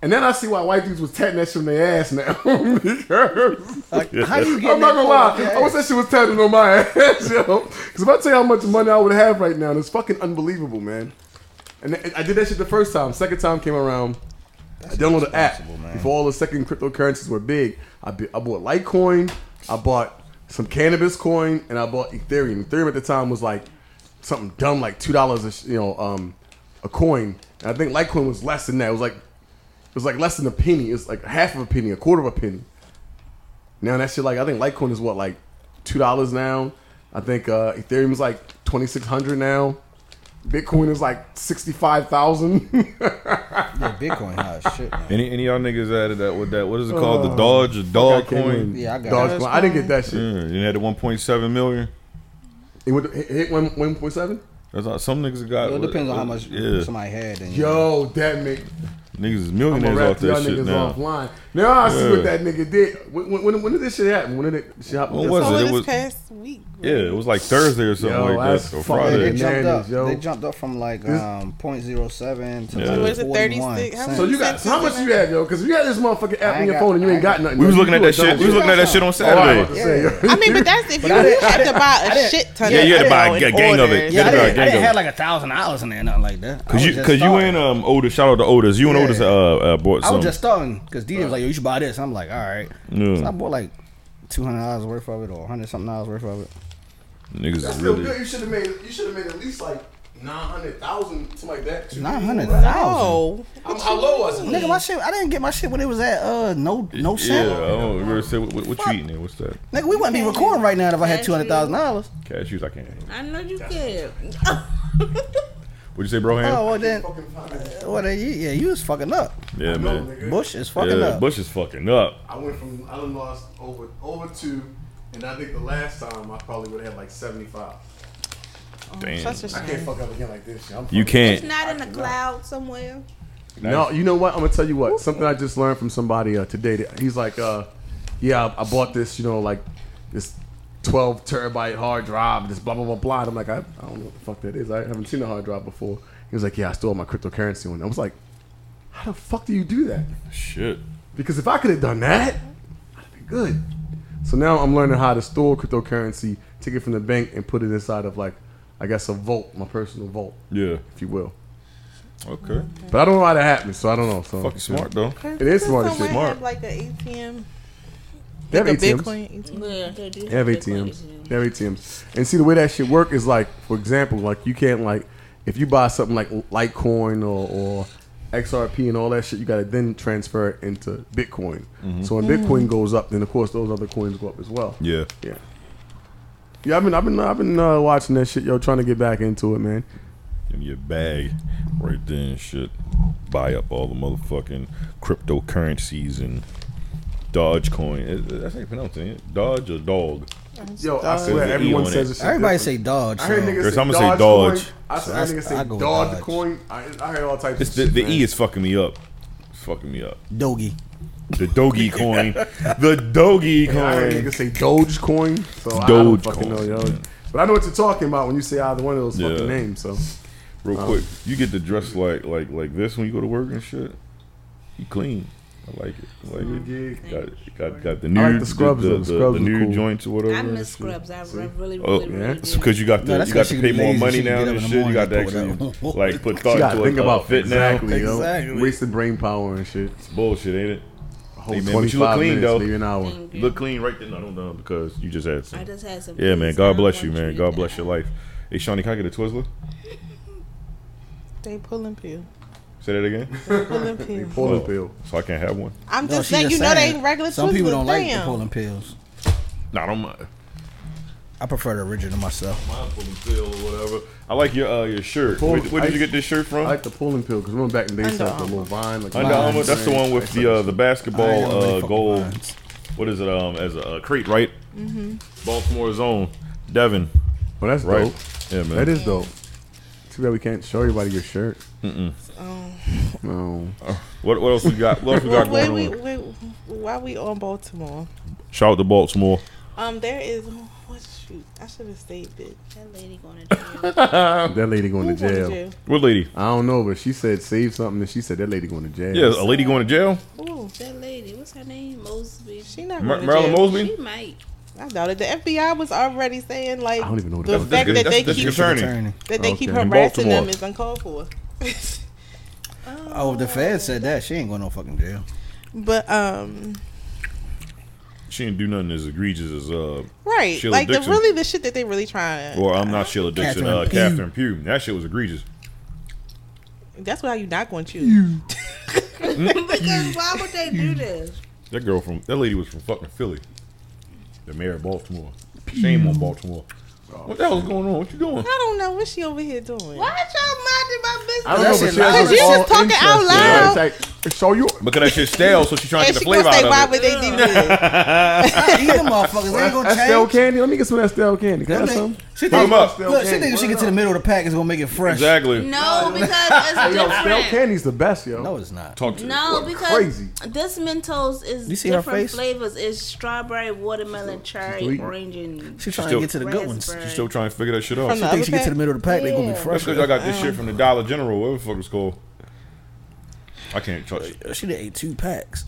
S3: And then I see why white dudes was tatting that shit on their ass now.
S5: Like, how you get?
S3: I'm not gonna lie, I wish that shit was tatted on my ass, yo. Because if I tell you how much money I would have right now, it's fucking unbelievable, man. And th- I did that shit the first time. Second time came around, I downloaded the app
S5: man.
S3: before all the second cryptocurrencies were big. I, bi- I bought Litecoin, I bought some cannabis coin, and I bought Ethereum. Ethereum at the time was like something dumb, like two dollars a sh- you know um, a coin. And I think Litecoin was less than that. It was like it was like less than a penny. It's like half of a penny, a quarter of a penny. Now that shit, like I think Litecoin is what like two dollars now. I think uh, Ethereum is like twenty six hundred now. Bitcoin is like sixty five thousand.
S5: Yeah, Bitcoin high as shit. Man.
S4: any any y'all niggas added that with that? What is it called? the Dodge or Dog coin?
S5: Uh,
S4: Mm.
S5: Yeah, I got
S3: Dogecoin.
S5: it.
S3: I didn't get that shit.
S4: Yeah, you had the 1.7 million.
S3: It went it hit one one point seven.
S4: That's all, some niggas got.
S5: Well, it depends on how much
S4: Yeah,
S5: somebody had. And,
S3: Yo, that make
S4: niggas is
S3: I'm gonna
S4: millionaires
S3: rap
S4: off
S3: to y'all
S4: that
S3: niggas
S4: shit now.
S3: offline. Now I see
S4: Yeah.
S3: what that nigga did. When, when- when, when did this shit happen? When did it? Shit happen?
S4: When was
S6: So
S4: it
S6: this
S4: was-
S6: past week.
S4: Yeah, it was like Thursday or something
S3: Yo,
S4: like
S3: that's
S4: that, or
S3: fucking
S5: Yeah, they
S4: Friday.
S3: ridiculous.
S5: jumped up.
S3: Bananas, yo.
S5: They jumped up from like um, 0.07 to
S4: Yeah.
S5: like
S4: Was
S6: it
S5: 41
S6: 36? How
S5: cents.
S3: So you got so how much you have, yo? Because you had this motherfucking app
S5: I
S3: on
S5: ain't
S3: your
S5: got-
S3: phone and you
S5: I
S3: ain't
S5: ain't
S3: got nothing.
S4: We was
S3: You
S4: looking at
S3: do a
S4: that shit.
S3: dumb
S4: We was looking at that shit on
S3: Oh, I was about
S4: Saturday.
S3: to say, yo.
S6: I mean, but that's if you
S5: I didn't- I
S6: had to
S5: didn't-
S6: buy
S5: I
S6: a
S5: didn't-
S6: shit ton.
S4: Yeah,
S6: of
S4: you had to buy
S6: oil
S4: a
S6: in
S4: gang of it.
S6: order.
S4: Yeah,
S5: Yeah, I
S4: they
S5: didn't,
S4: got
S5: I didn't
S4: Gango.
S5: have like a thousand dollars in there, nothing like that. I
S4: Cause
S5: was
S4: you,
S5: just
S4: cause you
S5: starting.
S4: and um Otis, shout out to Otis. You and
S5: Yeah.
S4: Otis uh, uh bought
S5: I
S4: some.
S5: was just starting because D was like, "Yo, you should buy this." I'm like, "All right."
S4: Yeah.
S5: So I bought like two hundred dollars worth of it, or hundred something dollars worth of it.
S4: niggas
S3: That's
S4: is
S3: still
S4: really.
S3: good. You should have made. You should have made at least like nine hundred thousand, something like that. too.
S5: Nine hundred dollars.
S6: No.
S3: How, how low was it?
S5: Nigga, my shit. I didn't get my shit when it was at uh no no
S4: Yeah, I
S5: cent.
S4: don't remember. Say, what, what, what you eating there? What's that?
S5: Nigga, we wouldn't be recording right now if I had
S7: Cashews.
S5: two hundred thousand dollars.
S4: Cashews, I can't. handle.
S7: I know you can.
S4: What'd you say, bro?
S5: Oh
S4: Ham?
S5: well then,
S3: Fucking fine.
S5: well then, you, yeah, you was fucking up.
S4: yeah,
S3: No,
S4: man.
S3: nigga.
S5: Bush is fucking
S4: Yeah,
S5: up.
S4: Bush is fucking up.
S3: I went from I done lost over over two, and I think the last time I probably would have had like seventy five.
S4: Damn.
S6: Such a
S3: I can't
S6: shame.
S3: fuck up again like this. yo. I'm
S4: You
S3: fucking-
S7: It's
S4: can't.
S7: not in the cloud somewhere.
S3: No, you know what? I'm gonna tell you what. Something I just learned from somebody uh, today. That he's like, uh, yeah, I, I bought this, you know, like this 12 terabyte hard drive. This blah blah blah blah. And I'm like, I, I don't know what the fuck that is. I haven't seen a hard drive before. He was like, yeah, I stole my cryptocurrency one. I was like, how the fuck do you do that?
S4: Shit.
S3: Because if I could have done that, I'd have been good. So now I'm learning how to store cryptocurrency, take it from the bank, and put it inside of like, I guess a vault, my personal vault,
S4: Yeah.
S3: if you will.
S4: Okay.
S3: But I don't know how that happened, so I don't know. So
S4: Fucking smart though.
S3: It is smart as shit.
S6: Someone
S4: Smart.
S6: have like an ATM,
S3: They have
S6: a
S3: ATMs.
S6: Bitcoin ATM.
S7: Yeah, they do
S3: They have ATMs. They have ATMs. And see the way that shit work is like, for example, like you can't like if you buy something like Litecoin or, or XRP and all that shit, you got to then transfer it into Bitcoin. So when Bitcoin goes up, then of course those other coins go up as well.
S4: Mm-hmm. Yeah.
S3: Yeah. Yeah, I've been, I've been, I've been uh, watching that shit, yo. Trying to get back into it, man.
S4: in your bag right there and shit. Buy up all the motherfucking cryptocurrencies and Dogecoin. It- it- That's how you pronounce it. ain't it? Dodge or dog?
S3: Yo, I swear,
S4: There's an E
S3: everyone
S4: on
S3: says
S4: it.
S3: this. shit
S5: Everybody say
S3: different.
S5: Dodge.
S3: I heard niggas
S5: so-
S4: There's-
S3: say
S4: I'ma
S3: Dodge.
S4: say Dodge.
S3: Coin. I,
S5: So
S3: I,
S5: I-
S3: niggas say
S5: I go with
S3: Dodge,
S5: Dodge.
S3: Coin. I, I heard all types
S4: It's
S3: of
S4: the,
S3: shit.
S4: the
S3: man.
S4: E is fucking me up. It's fucking me up.
S5: Doge.
S4: The Doge coin. the Doge
S3: I heard niggas
S4: coin.
S3: say Doge Coin. So I don't
S4: Doge
S3: fucking know,
S4: coin,
S3: yo.
S4: yeah.
S3: But I know what you're talking about when you say either one of those
S4: Yeah.
S3: fucking names. So
S4: Real quick, you get to dress like like like this when you go to work and shit. You clean. I like it. I like it.
S3: yeah.
S4: Got, got, got the
S3: I
S4: new
S3: like the scrubs,
S4: the,
S3: though.
S4: the,
S3: The scrubs
S4: the
S3: are
S4: new
S3: cool.
S4: joints or whatever.
S7: I
S4: and
S7: miss
S4: shit.
S7: Scrubs. I re- really, really,
S4: Oh,
S7: really,
S3: yeah.
S7: do.
S4: It's because you got
S5: No,
S4: the
S5: that's
S4: you got
S5: 'cause
S4: to
S5: she
S4: pay more
S5: lazy,
S4: money
S5: she can
S4: now
S5: get up
S4: and
S5: in the
S4: shit. You
S5: morning
S4: got
S5: and
S4: to
S5: pull it
S4: actually
S5: out.
S4: like put
S3: you
S4: thought
S3: gotta
S4: to
S3: think
S4: a,
S3: about
S4: a fit
S3: exactly,
S4: now.
S3: yo.
S5: Exactly.
S3: Wasting brain power and shit.
S4: It's bullshit, ain't it?
S3: A whole
S4: Hey, man, but you
S3: 25
S4: look clean,
S3: minutes,
S4: though.
S3: maybe an hour.
S7: Thank you.
S4: Look clean right there. No, don't know because you just had
S7: I
S4: some.
S7: just had some.
S4: Yeah, man.
S7: things I
S4: God
S7: don't
S4: bless you,
S7: want
S4: man.
S7: to
S4: God
S7: die.
S4: bless your life. Hey, Shawnee, can I get a Twizzler?
S6: They pulling pill.
S4: Say that again.
S6: Pulling pill.
S3: Pulling
S4: Oh,
S3: pill.
S4: So I can't have one.
S6: I'm
S5: No,
S6: just
S5: she
S6: letting you know they
S5: saying,
S6: ain't regular
S5: Some people
S6: Twizzlers.
S5: don't like the
S6: Damn.
S5: pulling pills.
S4: Nah, I don't mind.
S5: I prefer the original myself.
S4: Mine pulling pill or whatever. I like your uh, your shirt.
S3: Pull-
S4: Where, where did
S3: I-
S4: you get this shirt
S3: I
S4: from?
S3: like the pulling pill because remember back in the day, you used to
S6: Under
S3: have the little vine. Like
S4: Under
S5: Mine.
S4: Armour. That's the one with the uh, the
S5: I
S4: basketball
S5: ain't really
S4: uh,
S5: fuck with
S4: gold.
S5: mines.
S4: What is it? Um, as a uh, crate, right? Baltimore zone. Devin.
S3: Oh, that's
S4: Right.
S3: dope.
S4: Yeah, man.
S3: That is dope. Too bad we can't show everybody your shirt. Mm-mm. No.
S4: What, what else we got? What else we got
S6: Wait,
S4: going
S6: wait,
S4: on?
S6: wait, why we on Baltimore?
S4: Shout out to Baltimore.
S6: Um, there is what shoot? I should have saved it.
S7: That lady going to jail.
S3: That lady going to
S6: Who going to
S3: jail.
S4: What lady?
S3: I don't know, but she said save something, and she said that lady going to jail.
S4: Yeah, a lady going to jail.
S6: Ooh,
S7: that lady, what's her name? Mosby. She,
S6: she not
S4: Mar-
S6: going to
S4: Marilyn
S6: jail.
S4: Mosby.
S7: might.
S6: I doubt it. The FBI was already saying like
S3: I don't even know what
S6: the
S3: that is.
S6: fact
S4: That's-
S6: that they
S4: that's-
S6: keep
S4: that's Attorney.
S5: Attorney.
S6: that they keep
S3: Okay. In
S6: harassing
S4: Baltimore.
S6: them is uncalled for.
S5: Oh, if the Fed said that, she ain't going no fucking jail.
S6: but um,
S4: She didn't do nothing as egregious as uh
S6: right,
S4: Sheila
S6: like the
S4: Dixon.
S6: really the shit that they really trying.
S4: or I'm not Sheila Dixon,
S5: Catherine
S4: uh
S5: Pugh.
S4: Catherine Pugh. That shit was egregious.
S6: That's why you not going to choose.
S7: Because why would they do this?
S4: That girl from that lady was from fucking Philly. The mayor of Baltimore. Shame on Baltimore. What the hell's going on? What you doing?
S6: I don't know what she over here doing.
S7: Why y'all minding my
S3: I don't know, but
S5: That shit
S7: business?
S3: she
S5: loud.
S3: has
S5: Cause you
S3: all
S6: just talking out
S3: interest.
S6: loud.
S3: It's like, it's so you.
S4: Because that shit's stale, so she's trying to
S6: And
S4: get
S6: she
S4: the
S6: gonna
S4: flavor
S6: say why
S4: out of
S6: would
S4: it.
S6: they do this?
S5: These motherfuckers ain't gonna
S3: That's stale
S5: change.
S3: candy. Let me get some of that stale candy. Can I have
S5: They-
S3: some?
S5: She
S4: Put 'em
S5: think,
S4: up.
S5: look, she think if she get to the middle of the pack, it's gonna make it fresh.
S4: Exactly.
S7: No, because
S3: Hey, yo,
S7: it's
S3: stale
S7: different.
S3: candy's the best, yo.
S5: No, it's not.
S4: Talk to
S7: No, because
S3: crazy.
S7: this Mentos is
S5: You see her
S7: different
S5: face?
S7: flavors. It's strawberry, watermelon, cherry,
S3: sweet.
S7: orange, and
S5: She trying
S4: still-
S5: to get to the good ones.
S7: raspberry.
S4: She's still trying to figure that shit out.
S6: From
S4: That's
S6: the-
S5: She think she get to the middle of the pack, they gonna be
S7: Yeah.
S5: fresh.
S4: because I got this shit from the Dollar General, whatever the fuck it's called. I can't trust
S5: She done ate two packs.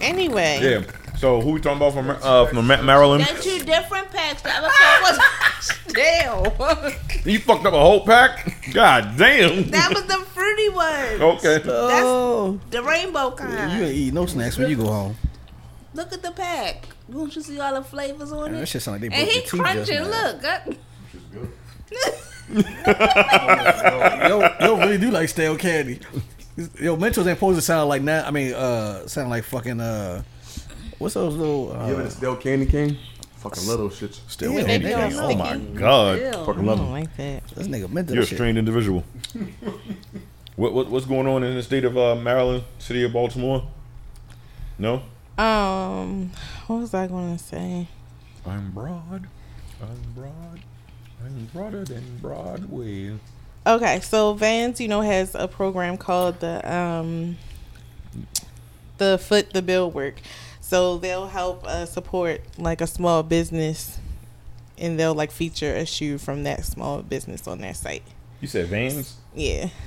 S6: anyway,
S4: Yeah. So who we talking about from uh, from Ma- Maryland?
S7: They're two different packs. The other pack was damn.
S4: You fucked up a whole pack. God damn.
S7: That was the fruity one.
S4: Okay.
S5: Oh,
S7: The rainbow
S5: you
S7: kind.
S5: ain't eat no snacks when you go home.
S7: Look at the pack. Don't you see all the flavors on
S5: Man, that
S7: it?
S5: shit sound like they
S7: And
S5: broke
S7: he
S5: your teeth just
S7: crunching.
S5: now.
S7: Look, uh. God-
S5: yo, yo really do like stale candy. Yo, Mentos ain't supposed to sound like that. I mean, uh, sound like fucking uh, what's those little?
S3: You ever
S5: Uh,
S3: the stale candy cane? Fucking love those shits.
S4: Still
S5: Yeah,
S4: candy
S5: they
S4: cane.
S6: all
S4: Oh my
S6: sticky.
S4: god.
S7: Ew.
S3: Fucking
S6: I
S3: love
S6: don't
S3: them.
S6: like that.
S5: this nigga Mentos.
S4: You're a
S5: shit.
S4: strange individual. what, what what's going on in the state of uh, Maryland, city of Baltimore? No.
S6: Um, what was I going to say?
S4: I'm broad. I'm broad. I'm broader than Broadway.
S6: Okay, so Vans, you know, has a program called the um the Foot the Bill Work. So they'll help uh, support like a small business, and they'll like feature a shoe from that small business on their site.
S4: You said Vans.
S6: Yeah.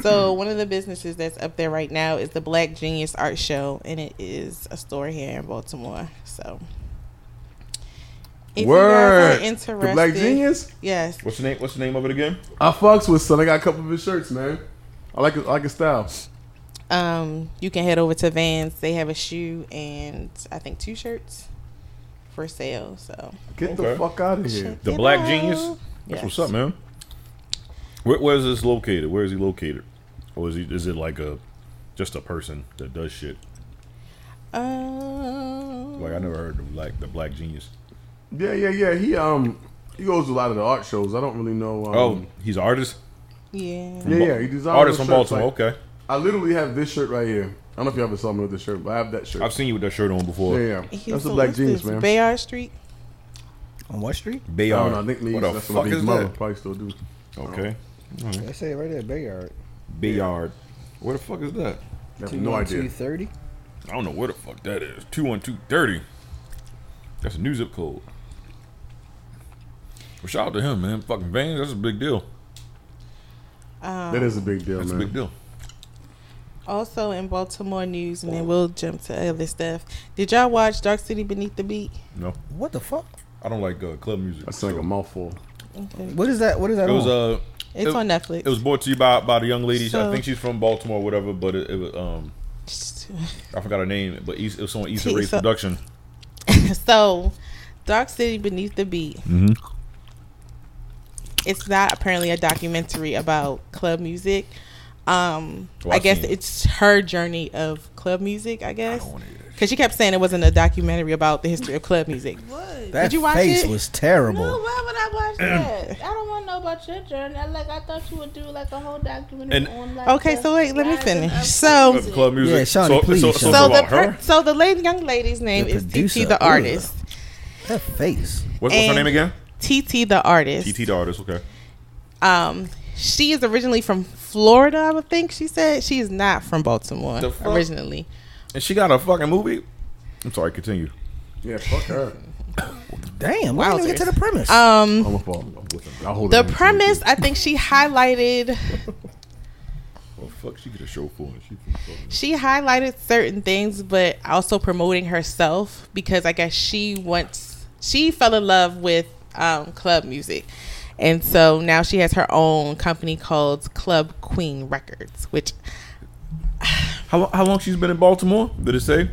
S6: So one of the businesses that's up there right now is the Black Genius Art Show, and it is a store here in Baltimore. So if
S3: Word.
S6: you guys are interested,
S3: The Black Genius.
S6: yes,
S4: What's the name? What's the name of it again?
S3: I fucks with son. I got a couple of his shirts, man. I like his, I like his style.
S6: um, you can head over to Vans. They have a shoe and I think two shirts for sale. So
S3: Get
S4: Okay.
S3: the fuck out of here.
S6: Check
S4: The
S6: it
S4: Black
S6: out.
S4: Genius. That's
S6: Yes.
S4: what's up, man. Where, where is this located? Where is he located? or is, he, is it like a just a person that does shit?
S6: Um,
S4: Like I never heard of like the Black Genius.
S3: Yeah, yeah, yeah. He um he goes to a lot of the art shows. I don't really know. Um,
S4: Oh, he's an artist.
S6: yeah.
S3: yeah, yeah. He designs
S4: Artist from
S3: shirts,
S4: Baltimore.
S3: like-
S4: okay,
S3: I literally have this shirt right here. I don't know if you ever saw me with this shirt, but I have that shirt.
S4: I've seen you with that shirt on before.
S3: yeah, yeah.
S6: He-
S3: That's a
S6: so
S3: black
S6: what's
S3: genius,
S6: this,
S3: man.
S6: Bayard Street.
S5: On what street?
S4: Bayard.
S3: I don't know. I think maybe
S4: what the
S3: that's
S4: fuck
S3: what
S4: is
S3: his mother
S4: that?
S3: probably still do.
S4: Okay, Hmm?
S5: They say it right there, Bayard.
S4: Bayard. Where the fuck is that?
S3: I have no idea.
S5: 230?
S4: I don't know where the fuck that is. Two one two thirty. That's a new zip code. Well, shout out to him, man. Fucking Vans, that's a big deal.
S3: that is a big deal,
S4: That's
S3: man.
S4: a big deal.
S6: Also in Baltimore news, and then we'll jump to other stuff. Did y'all watch Dark City Beneath the Beat?
S4: No,
S5: What the fuck?
S4: I don't like uh, club music.
S3: That's like a mouthful.
S5: What is that? What is that?
S4: It was
S5: on?
S4: uh,
S6: It's
S4: it-
S6: on Netflix.
S4: It was brought to you by by the young lady. I
S6: So-
S4: think she's from Baltimore, or whatever. But it, it was um, I forgot her name. But Issa- it was on Issa
S6: Issa-
S4: Rae's production.
S6: so, Dark City Beneath the Beat.
S4: Mm-hmm.
S6: It's not apparently a documentary about club music. Um,
S4: Well,
S6: I
S4: Oh, I've
S6: guess
S4: seen it.
S6: it's her journey of club music. I guess
S4: wanna hear
S6: because she kept saying it wasn't a documentary about the history of club music.
S7: What?
S5: that
S6: did you watch
S5: face
S6: it?
S5: was terrible.
S7: No, why would I watch that? I don't want to know about your journey. I, like I thought you would do like a whole documentary
S4: And-
S7: on like.
S6: Okay,
S7: the
S6: so wait, let me
S7: rising
S6: finish.
S7: of
S6: So-
S4: Of club music.
S5: Yeah, Shawnee,
S4: so,
S5: please,
S4: So, so,
S5: Shawnee.
S6: So
S4: so
S6: the
S4: about
S6: per-
S4: her.
S6: so the lady, young lady's name
S5: The
S6: is
S5: producer,
S6: TT the
S5: ugh.
S6: artist.
S5: that face.
S4: What's, what's her
S6: and-
S4: name again?
S6: TT the artist.
S4: TT the artist. Okay.
S6: Um, she is originally from Florida, I would think she said. She is not from Baltimore
S4: The fuck?
S6: originally.
S4: And she got a fucking movie. I'm sorry. Continue.
S3: Yeah, fuck her.
S5: Damn, why didn't we get to the premise?
S3: I'm a fall. I'll hold
S6: Um, The
S3: it in.
S6: premise, I think she highlighted
S4: Well, fuck. She get a show for it. She
S6: she highlighted certain things, but also promoting herself because I guess she wants she fell in love with um, club music, and so now she has her own company called Club Queen Records, which
S4: how how long she's been in Baltimore? Did it say?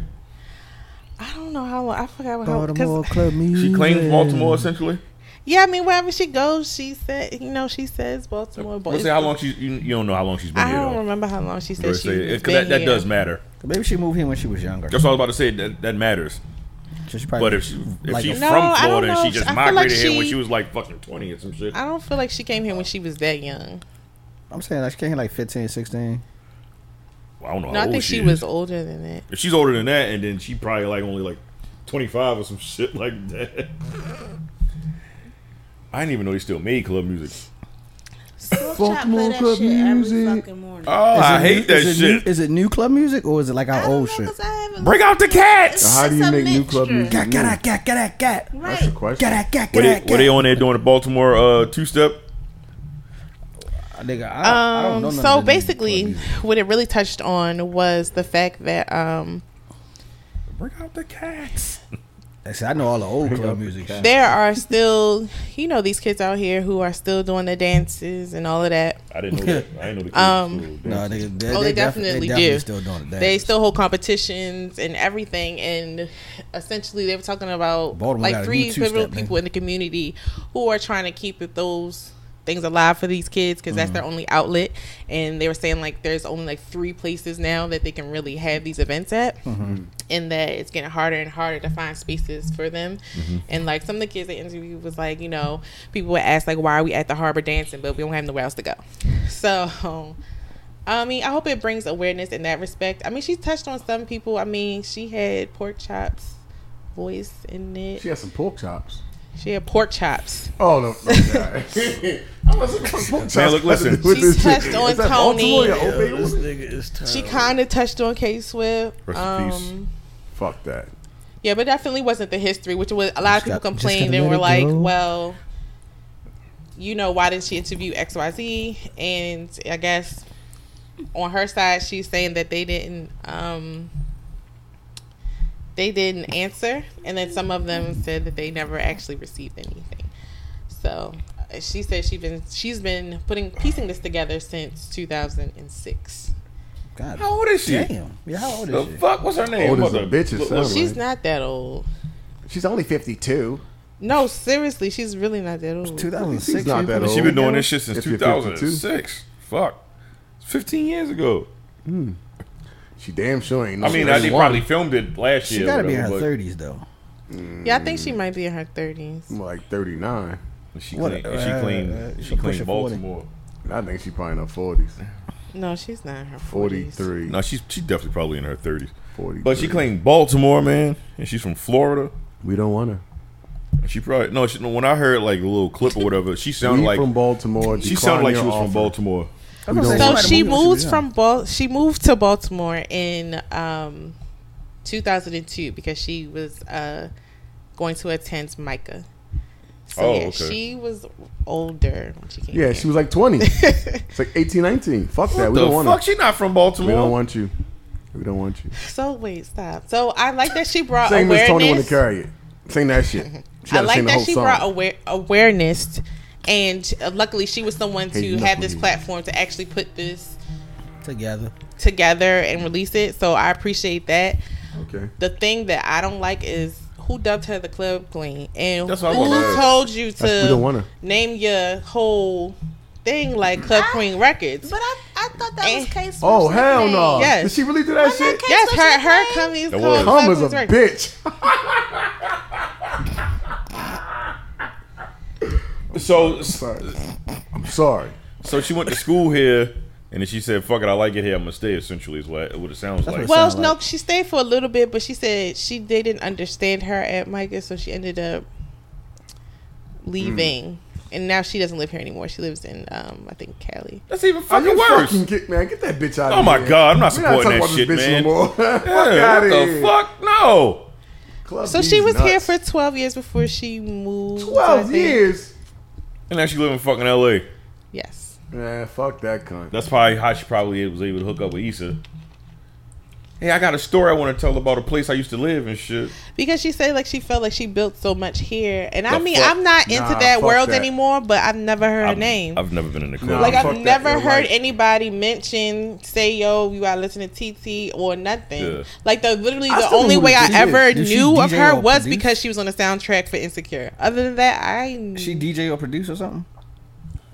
S6: I don't know how long I forgot how
S5: Baltimore
S6: because
S5: club music.
S4: She claims Baltimore essentially.
S6: yeah, I mean wherever she goes, she said you know she says Baltimore. but
S4: Let's say
S6: it's-
S4: how long she you, you don't know how long she's been
S6: I
S4: here.
S6: don't
S4: though.
S6: remember how long she
S4: Did
S6: said
S4: it
S6: she
S4: say-
S6: was
S4: 'cause that, that
S6: here.
S4: does matter.
S5: Maybe she moved here when she was younger.
S4: That's what I was about to say. That that matters.
S5: So she probably
S4: But if she, if
S5: Like-
S4: she's
S6: No,
S4: from
S6: I don't
S4: Florida and
S6: know.
S4: she just
S6: I feel like
S4: migrated here when
S6: she-
S4: she was like fucking twenty or some shit.
S6: I don't feel like she came here when she was that young.
S5: I'm saying like she came here like 15, 16.
S4: Well, I don't know. how
S6: No, I think
S4: old
S6: she,
S4: she,
S6: was
S4: is.
S6: older than that.
S4: If she's older than that, and then she probably like only like twenty five or some shit like that. I didn't even know they still made club music.
S7: Silk Shop play that
S3: Club
S7: shit every
S3: Music.
S7: fucking morning.
S4: Oh,
S5: Is
S4: I
S5: it
S4: hate
S5: new-
S4: that
S5: is it
S4: shit.
S5: New, is it new club music or is it like
S7: I
S5: our
S7: don't know,
S5: old
S7: 'cause
S5: Oh, shit?
S7: I haven't
S4: Bring out the
S7: It's-
S4: cats.
S3: How do
S7: it's
S3: you
S7: a
S3: make new club
S7: mixture.
S3: music?
S5: Got,
S3: new?
S5: got, got, got, got, got,
S3: That's the
S7: Right.
S3: question.
S5: got, got,
S4: Were they,
S5: got,
S4: were they
S5: got.
S4: on there doing the Baltimore uh, two step?
S5: Nigga, I, I don't know
S6: Um,
S5: none
S6: so
S5: of the new club
S6: basically,
S5: music.
S6: what it really touched on was the fact that um,
S4: Bring out the cats.
S5: I said, I know all the old club music. shit.
S6: there are still, you know, these kids out here who are still doing the dances and all of that.
S4: I didn't know that. I didn't know the kids.
S6: Um,
S4: still
S5: No,
S4: danced.
S5: they, they,
S6: Oh, they
S5: def-
S6: definitely
S5: they definitely
S6: do.
S5: still doing that.
S6: They still hold competitions and everything, and essentially they were talking about
S5: Baltimore got
S6: like
S5: a
S6: three
S5: new two-step,
S6: pivotal
S5: man.
S6: people in the community who are trying to keep it- those things alive for these kids because
S5: Mm-hmm.
S6: that's their only outlet. And they were saying like there's only like three places now that they can really have these events at,
S5: Mm-hmm.
S6: and that it's getting harder and harder to find spaces for them.
S5: Mm-hmm.
S6: And like some of the kids they interviewed was like, you know, people would ask like, why are we at the harbor dancing, but we don't have nowhere else to go. So. I mean, I hope it brings awareness in that respect. I mean, she touched on some people. I mean, she had pork chops voice in it.
S3: She has some pork chops.
S6: She had pork chops.
S3: Oh no! no God. I wasn't pork chops.
S4: Man, look, listen.
S3: Nothing to do with
S6: She's
S3: this shit.
S6: touched on
S3: Is that
S6: Tony.
S3: Baltimore or Old Bay?
S6: She kind of touched on K Swift.
S4: Rest in peace.
S6: Um,
S3: Fuck that.
S6: yeah, but definitely wasn't the history, which was a lot
S5: Just
S6: of people
S5: got- just
S6: complained
S5: gotta
S6: and
S5: let
S6: were
S5: it
S6: like,
S5: go.
S6: well, you know, why didn't she interview XYZ? And I guess on her side, she's saying that they didn't. Um, they didn't answer, and then some of them said that they never actually received anything. So uh, she said she's been she's been putting piecing this together since 2006.
S5: God,
S4: How old is she?
S5: damn. Yeah, how old
S4: The
S5: is she?
S4: fuck? What's her name?
S3: Old as a
S4: Mother-
S3: bitch, it
S4: look,
S3: sounds
S4: look,
S6: She's not that old.
S3: She's only fifty-two.
S6: No, seriously, she's really not that old.
S5: 2006.
S3: She's not that
S5: she-
S3: old.
S4: She been doing this shit since
S3: If you're
S4: 2006. Fuck. It's 15 years ago.
S3: She damn sure ain't. No
S4: I mean, I they
S3: did
S4: probably filmed it last year.
S5: She gotta be in
S4: whatever,
S5: her
S4: but
S5: thirties though.
S6: Yeah, I think she might be in her thirties.
S3: like thirty nine.
S4: She
S5: What-
S4: clean.
S5: uh,
S4: she clean.
S5: uh,
S4: she
S5: she
S4: clean
S5: pushing 40.
S4: Baltimore.
S3: I think she probably in her forties.
S6: No, she's not in her
S3: Forty
S6: forties.
S3: three.
S4: No, she's she's definitely probably in her thirties.
S3: 43.
S4: But she claimed Baltimore, man, and she's from Florida.
S3: We don't want her.
S4: And she probably no. She, no, when I heard like a little clip or whatever, she
S3: We
S4: sounded like
S3: from Baltimore.
S4: she
S3: Decline
S4: sounded like she
S3: your
S4: was
S3: offer.
S4: from Baltimore.
S3: We don't
S6: So
S3: want
S5: Somebody
S6: she
S5: moved when she was
S6: moved
S5: young.
S6: from Bal- she moved to Baltimore in um, 2002 because she was uh, going to attend Micah. So
S4: Oh,
S6: yeah,
S4: okay.
S6: she was older when she came.
S3: Yeah,
S6: here.
S3: she was like 20. it's like 18, 19. Fuck that.
S4: What
S3: We
S4: the
S3: don't want
S4: fuck?
S3: her.
S4: She not from Baltimore.
S3: We don't want you. We don't want you.
S6: So wait, stop. So I like that she brought
S3: Sing Miss
S6: awareness.
S3: Tony want to carry it. Sing that shit. She
S6: I
S3: gotta sing
S6: like
S3: the
S6: that
S3: whole
S6: she
S3: song.
S6: brought aware- awareness, and uh, luckily she was someone
S3: Hey,
S6: to
S3: enough
S6: have
S3: with
S6: this
S3: you.
S6: platform to actually put this
S5: together.
S6: together and release it. So I appreciate that.
S3: okay.
S6: The thing that I don't like is who dubbed her the club queen and
S4: That's what I wanna
S6: who
S4: ask.
S6: told you
S3: That's- we don't want
S6: to
S3: her.
S6: name your whole thing like Club
S7: I-
S6: Queen Records.
S7: But I, I thought that
S6: Eh.
S7: was K Swift's
S3: Oh, hell
S7: nickname.
S3: no.
S6: Yes.
S3: Did she really do that shit?
S7: K-
S6: Yes,
S7: That's
S6: her
S7: what
S6: her
S7: she
S6: company is
S4: That
S6: called
S4: was.
S6: Club
S3: Cum is a
S6: Queen's Records.
S3: bitch.
S4: So
S3: Sorry. I'm sorry.
S4: so she went to school here, and then she said, "Fuck it, I like it here. I'm gonna stay." Essentially, is what what it sounds
S5: That's
S4: like.
S5: what it
S6: Well,
S5: sound
S6: no,
S5: like.
S6: she stayed for a little bit, but she said she they didn't understand her at Micah, so she ended up
S3: Mm.
S6: leaving. And now she doesn't live here anymore. She lives in, um, I think, Cali.
S4: That's even
S3: Are
S4: fucking
S3: you
S4: worse.
S3: fucking kidding, man? Get that bitch out
S4: Oh
S3: of
S4: my
S3: here.
S4: God, I'm not
S3: We're
S4: supporting
S3: talking
S4: that
S3: about this
S4: shit,
S3: bitch
S4: man.
S3: No more. fuck
S4: Yeah,
S3: out of
S4: what
S3: here.
S4: the fuck? No.
S3: Club
S6: So
S3: B's
S6: she was here
S3: nuts.
S6: for 12 years before she moved. I
S3: 12
S6: think.
S3: years.
S4: And now she live in fucking L.A.
S6: Yes.
S3: Man, fuck that cunt.
S4: That's probably how she probably was able to hook up with Issa. Hey, I got a story I want to tell about a place I used to live and shit.
S6: Because she said, like, she felt like she built so much here. And I
S4: The
S6: mean,
S4: fuck?
S6: I'm not into
S3: Nah,
S6: that
S3: fuck
S6: world
S3: that.
S6: anymore, but I've never heard her
S4: I've-
S6: name.
S4: I've never been in the
S3: Nah,
S4: club.
S6: like,
S3: fuck
S6: I've
S3: that.
S6: never
S3: You're
S6: heard
S3: right.
S6: anybody mention, say, yo, you gotta listen to TT or nothing.
S4: Yeah.
S6: Like, the literally,
S3: I
S6: the
S3: still
S6: only
S3: know who
S6: way I
S5: she is.
S6: ever
S5: Did she
S6: knew of
S5: DJ
S6: her
S5: or
S6: was
S5: produce?
S6: because she was on the soundtrack for Insecure. Other than that, I.
S5: She DJ or produce or something?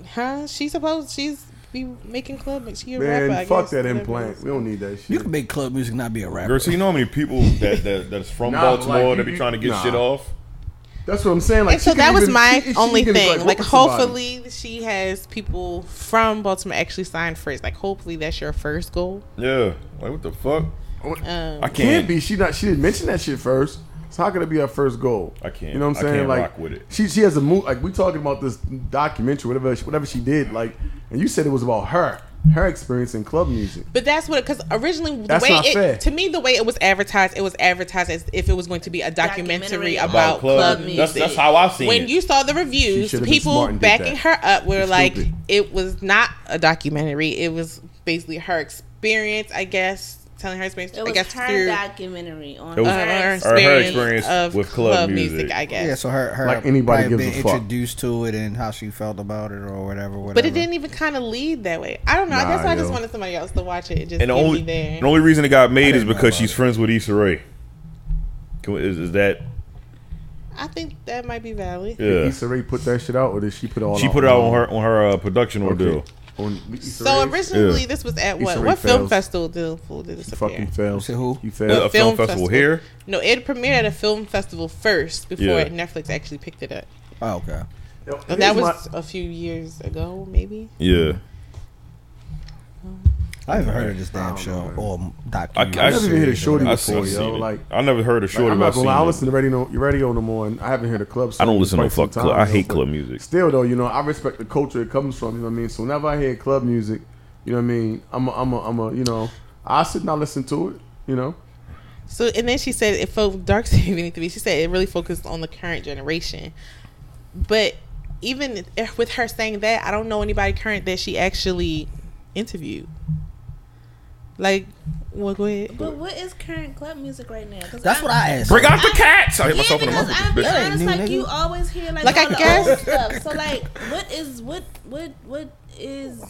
S6: Huh? She supposed she's be making club mix. She a
S3: Man,
S6: rapper, I
S3: fuck
S6: guess,
S3: that
S6: whatever it
S3: implant.
S6: is.
S3: We don't need that shit.
S5: You can make club music not be a rapper.
S4: Girl, so you know how many people that that that's from
S3: Nah,
S4: Baltimore
S3: like,
S4: that be
S3: you-
S4: trying to get
S3: nah.
S4: shit off?
S3: That's what I'm saying. Like,
S6: and so
S3: she
S6: that
S3: could
S6: was
S3: even-
S6: my
S3: she- she
S6: only
S3: could even,
S6: thing. Like,
S3: work with somebody.
S6: hopefully she has people from Baltimore actually sign first. Like, hopefully that's your first goal.
S4: Yeah. Like what the fuck?
S6: Um,
S4: I
S3: Can't
S4: can't.
S3: be. She not. She didn't mention that shit first. So how could it be her first goal?
S4: I can't-
S3: You know what I'm
S4: I
S3: saying?
S4: can't
S3: like
S4: rock with it.
S3: she she has a move. Like we talking about this documentary, whatever she- whatever she did. Like, and you said it was about her, her experience in club music.
S6: But that's what, because originally the
S3: That's
S6: way
S3: not
S6: it,
S3: fair.
S6: to me, the way it was advertised, it was advertised as if it was going to be a documentary,
S7: Documentary
S6: about,
S4: About
S6: club,
S4: club.
S6: music.
S4: That's that's how I seen
S6: when
S4: it.
S6: you saw the
S3: She
S6: reviews,
S3: should've been smart
S6: people
S3: and did
S6: backing
S3: that.
S6: her up were
S3: It's
S6: like,
S3: stupid.
S6: it was not a documentary. It was basically her experience, I guess, telling her experience.
S7: It
S6: I
S7: was
S6: guess
S7: her
S6: through
S7: documentary on
S4: It was-
S6: uh, her
S7: her.
S4: Or her
S6: experience,
S4: experience
S6: of
S4: with club music.
S6: I guess.
S5: Yeah, so her, her
S3: Like anybody
S5: probably
S3: gives a
S5: been
S3: fuck.
S5: introduced to it and how she felt about it or whatever. whatever.
S6: But it didn't even kind of lead that way. I don't know.
S3: Nah,
S6: That's why I just
S3: yo.
S6: wanted somebody else to watch it and just
S4: and the
S6: get
S4: only
S6: me there.
S4: the only reason it got made is
S5: didn't know
S4: because
S5: about
S4: she's
S5: it.
S4: friends with Issa Rae. Can we, is, is that
S6: I think that might be valid.
S4: yeah?
S3: Issa Rae put that shit out, or did she put it all?
S4: She
S3: out
S4: put it out on her on her uh, production order. deal.
S3: On Issa
S6: So
S3: Rae?
S6: originally,
S4: Yeah. E
S6: this was at
S3: Issa
S6: what?
S3: Rae
S6: What film
S3: fails.
S6: festival did, did this appear?
S3: fucking failed.
S5: said who?
S3: You
S4: A-
S3: failed.
S4: a film festival here?
S6: No, it premiered at a film festival first before
S4: Yeah.
S6: Netflix actually picked it up.
S5: Oh, okay.
S6: But that was a few years ago, maybe.
S4: Yeah.
S5: I haven't heard of this
S3: I
S5: damn
S3: don't
S5: show
S3: know,
S5: or
S4: I, I,
S5: documentary.
S3: never even
S4: seen
S3: hit a
S4: it.
S3: shorty
S4: I
S3: before,
S4: seen
S3: yo,
S4: it.
S3: like-
S4: I never heard a shorty.
S3: Like, I'm
S4: but
S3: not
S4: I've
S3: gonna lie. I
S4: seen it.
S3: listen to radio, your radio no more, and I haven't heard a club.
S4: I
S3: song
S4: don't
S3: in
S4: listen to
S3: quite some
S4: fuck club.
S3: time,
S4: I
S3: yo,
S4: hate
S3: but
S4: club music.
S3: Still though, you know, I respect the culture it comes from. You know what I mean. So whenever I hear club music, you know what I mean. I'm a, I'm a, I'm a, you know, I sit and I listen to it. You know,
S6: So and then she said it felt dark saving to me. She said it really focused on the current generation, but even if- with her saying that, I don't know anybody current that she actually interviewed. Like, well, go ahead.
S7: But what is current club music right now? 'Cause
S5: That's
S7: I-
S5: what I asked.
S4: Bring out the cats! I hit
S7: Yeah,
S4: myself in
S7: because
S4: the mouth. with
S7: I'm
S4: this bitch.
S7: being
S5: That ain't
S7: honest,
S5: new,
S7: like
S5: nigga.
S7: you always hear like,
S6: Like, I
S7: all the
S6: guess-
S7: old stuff. So like, what is what what what is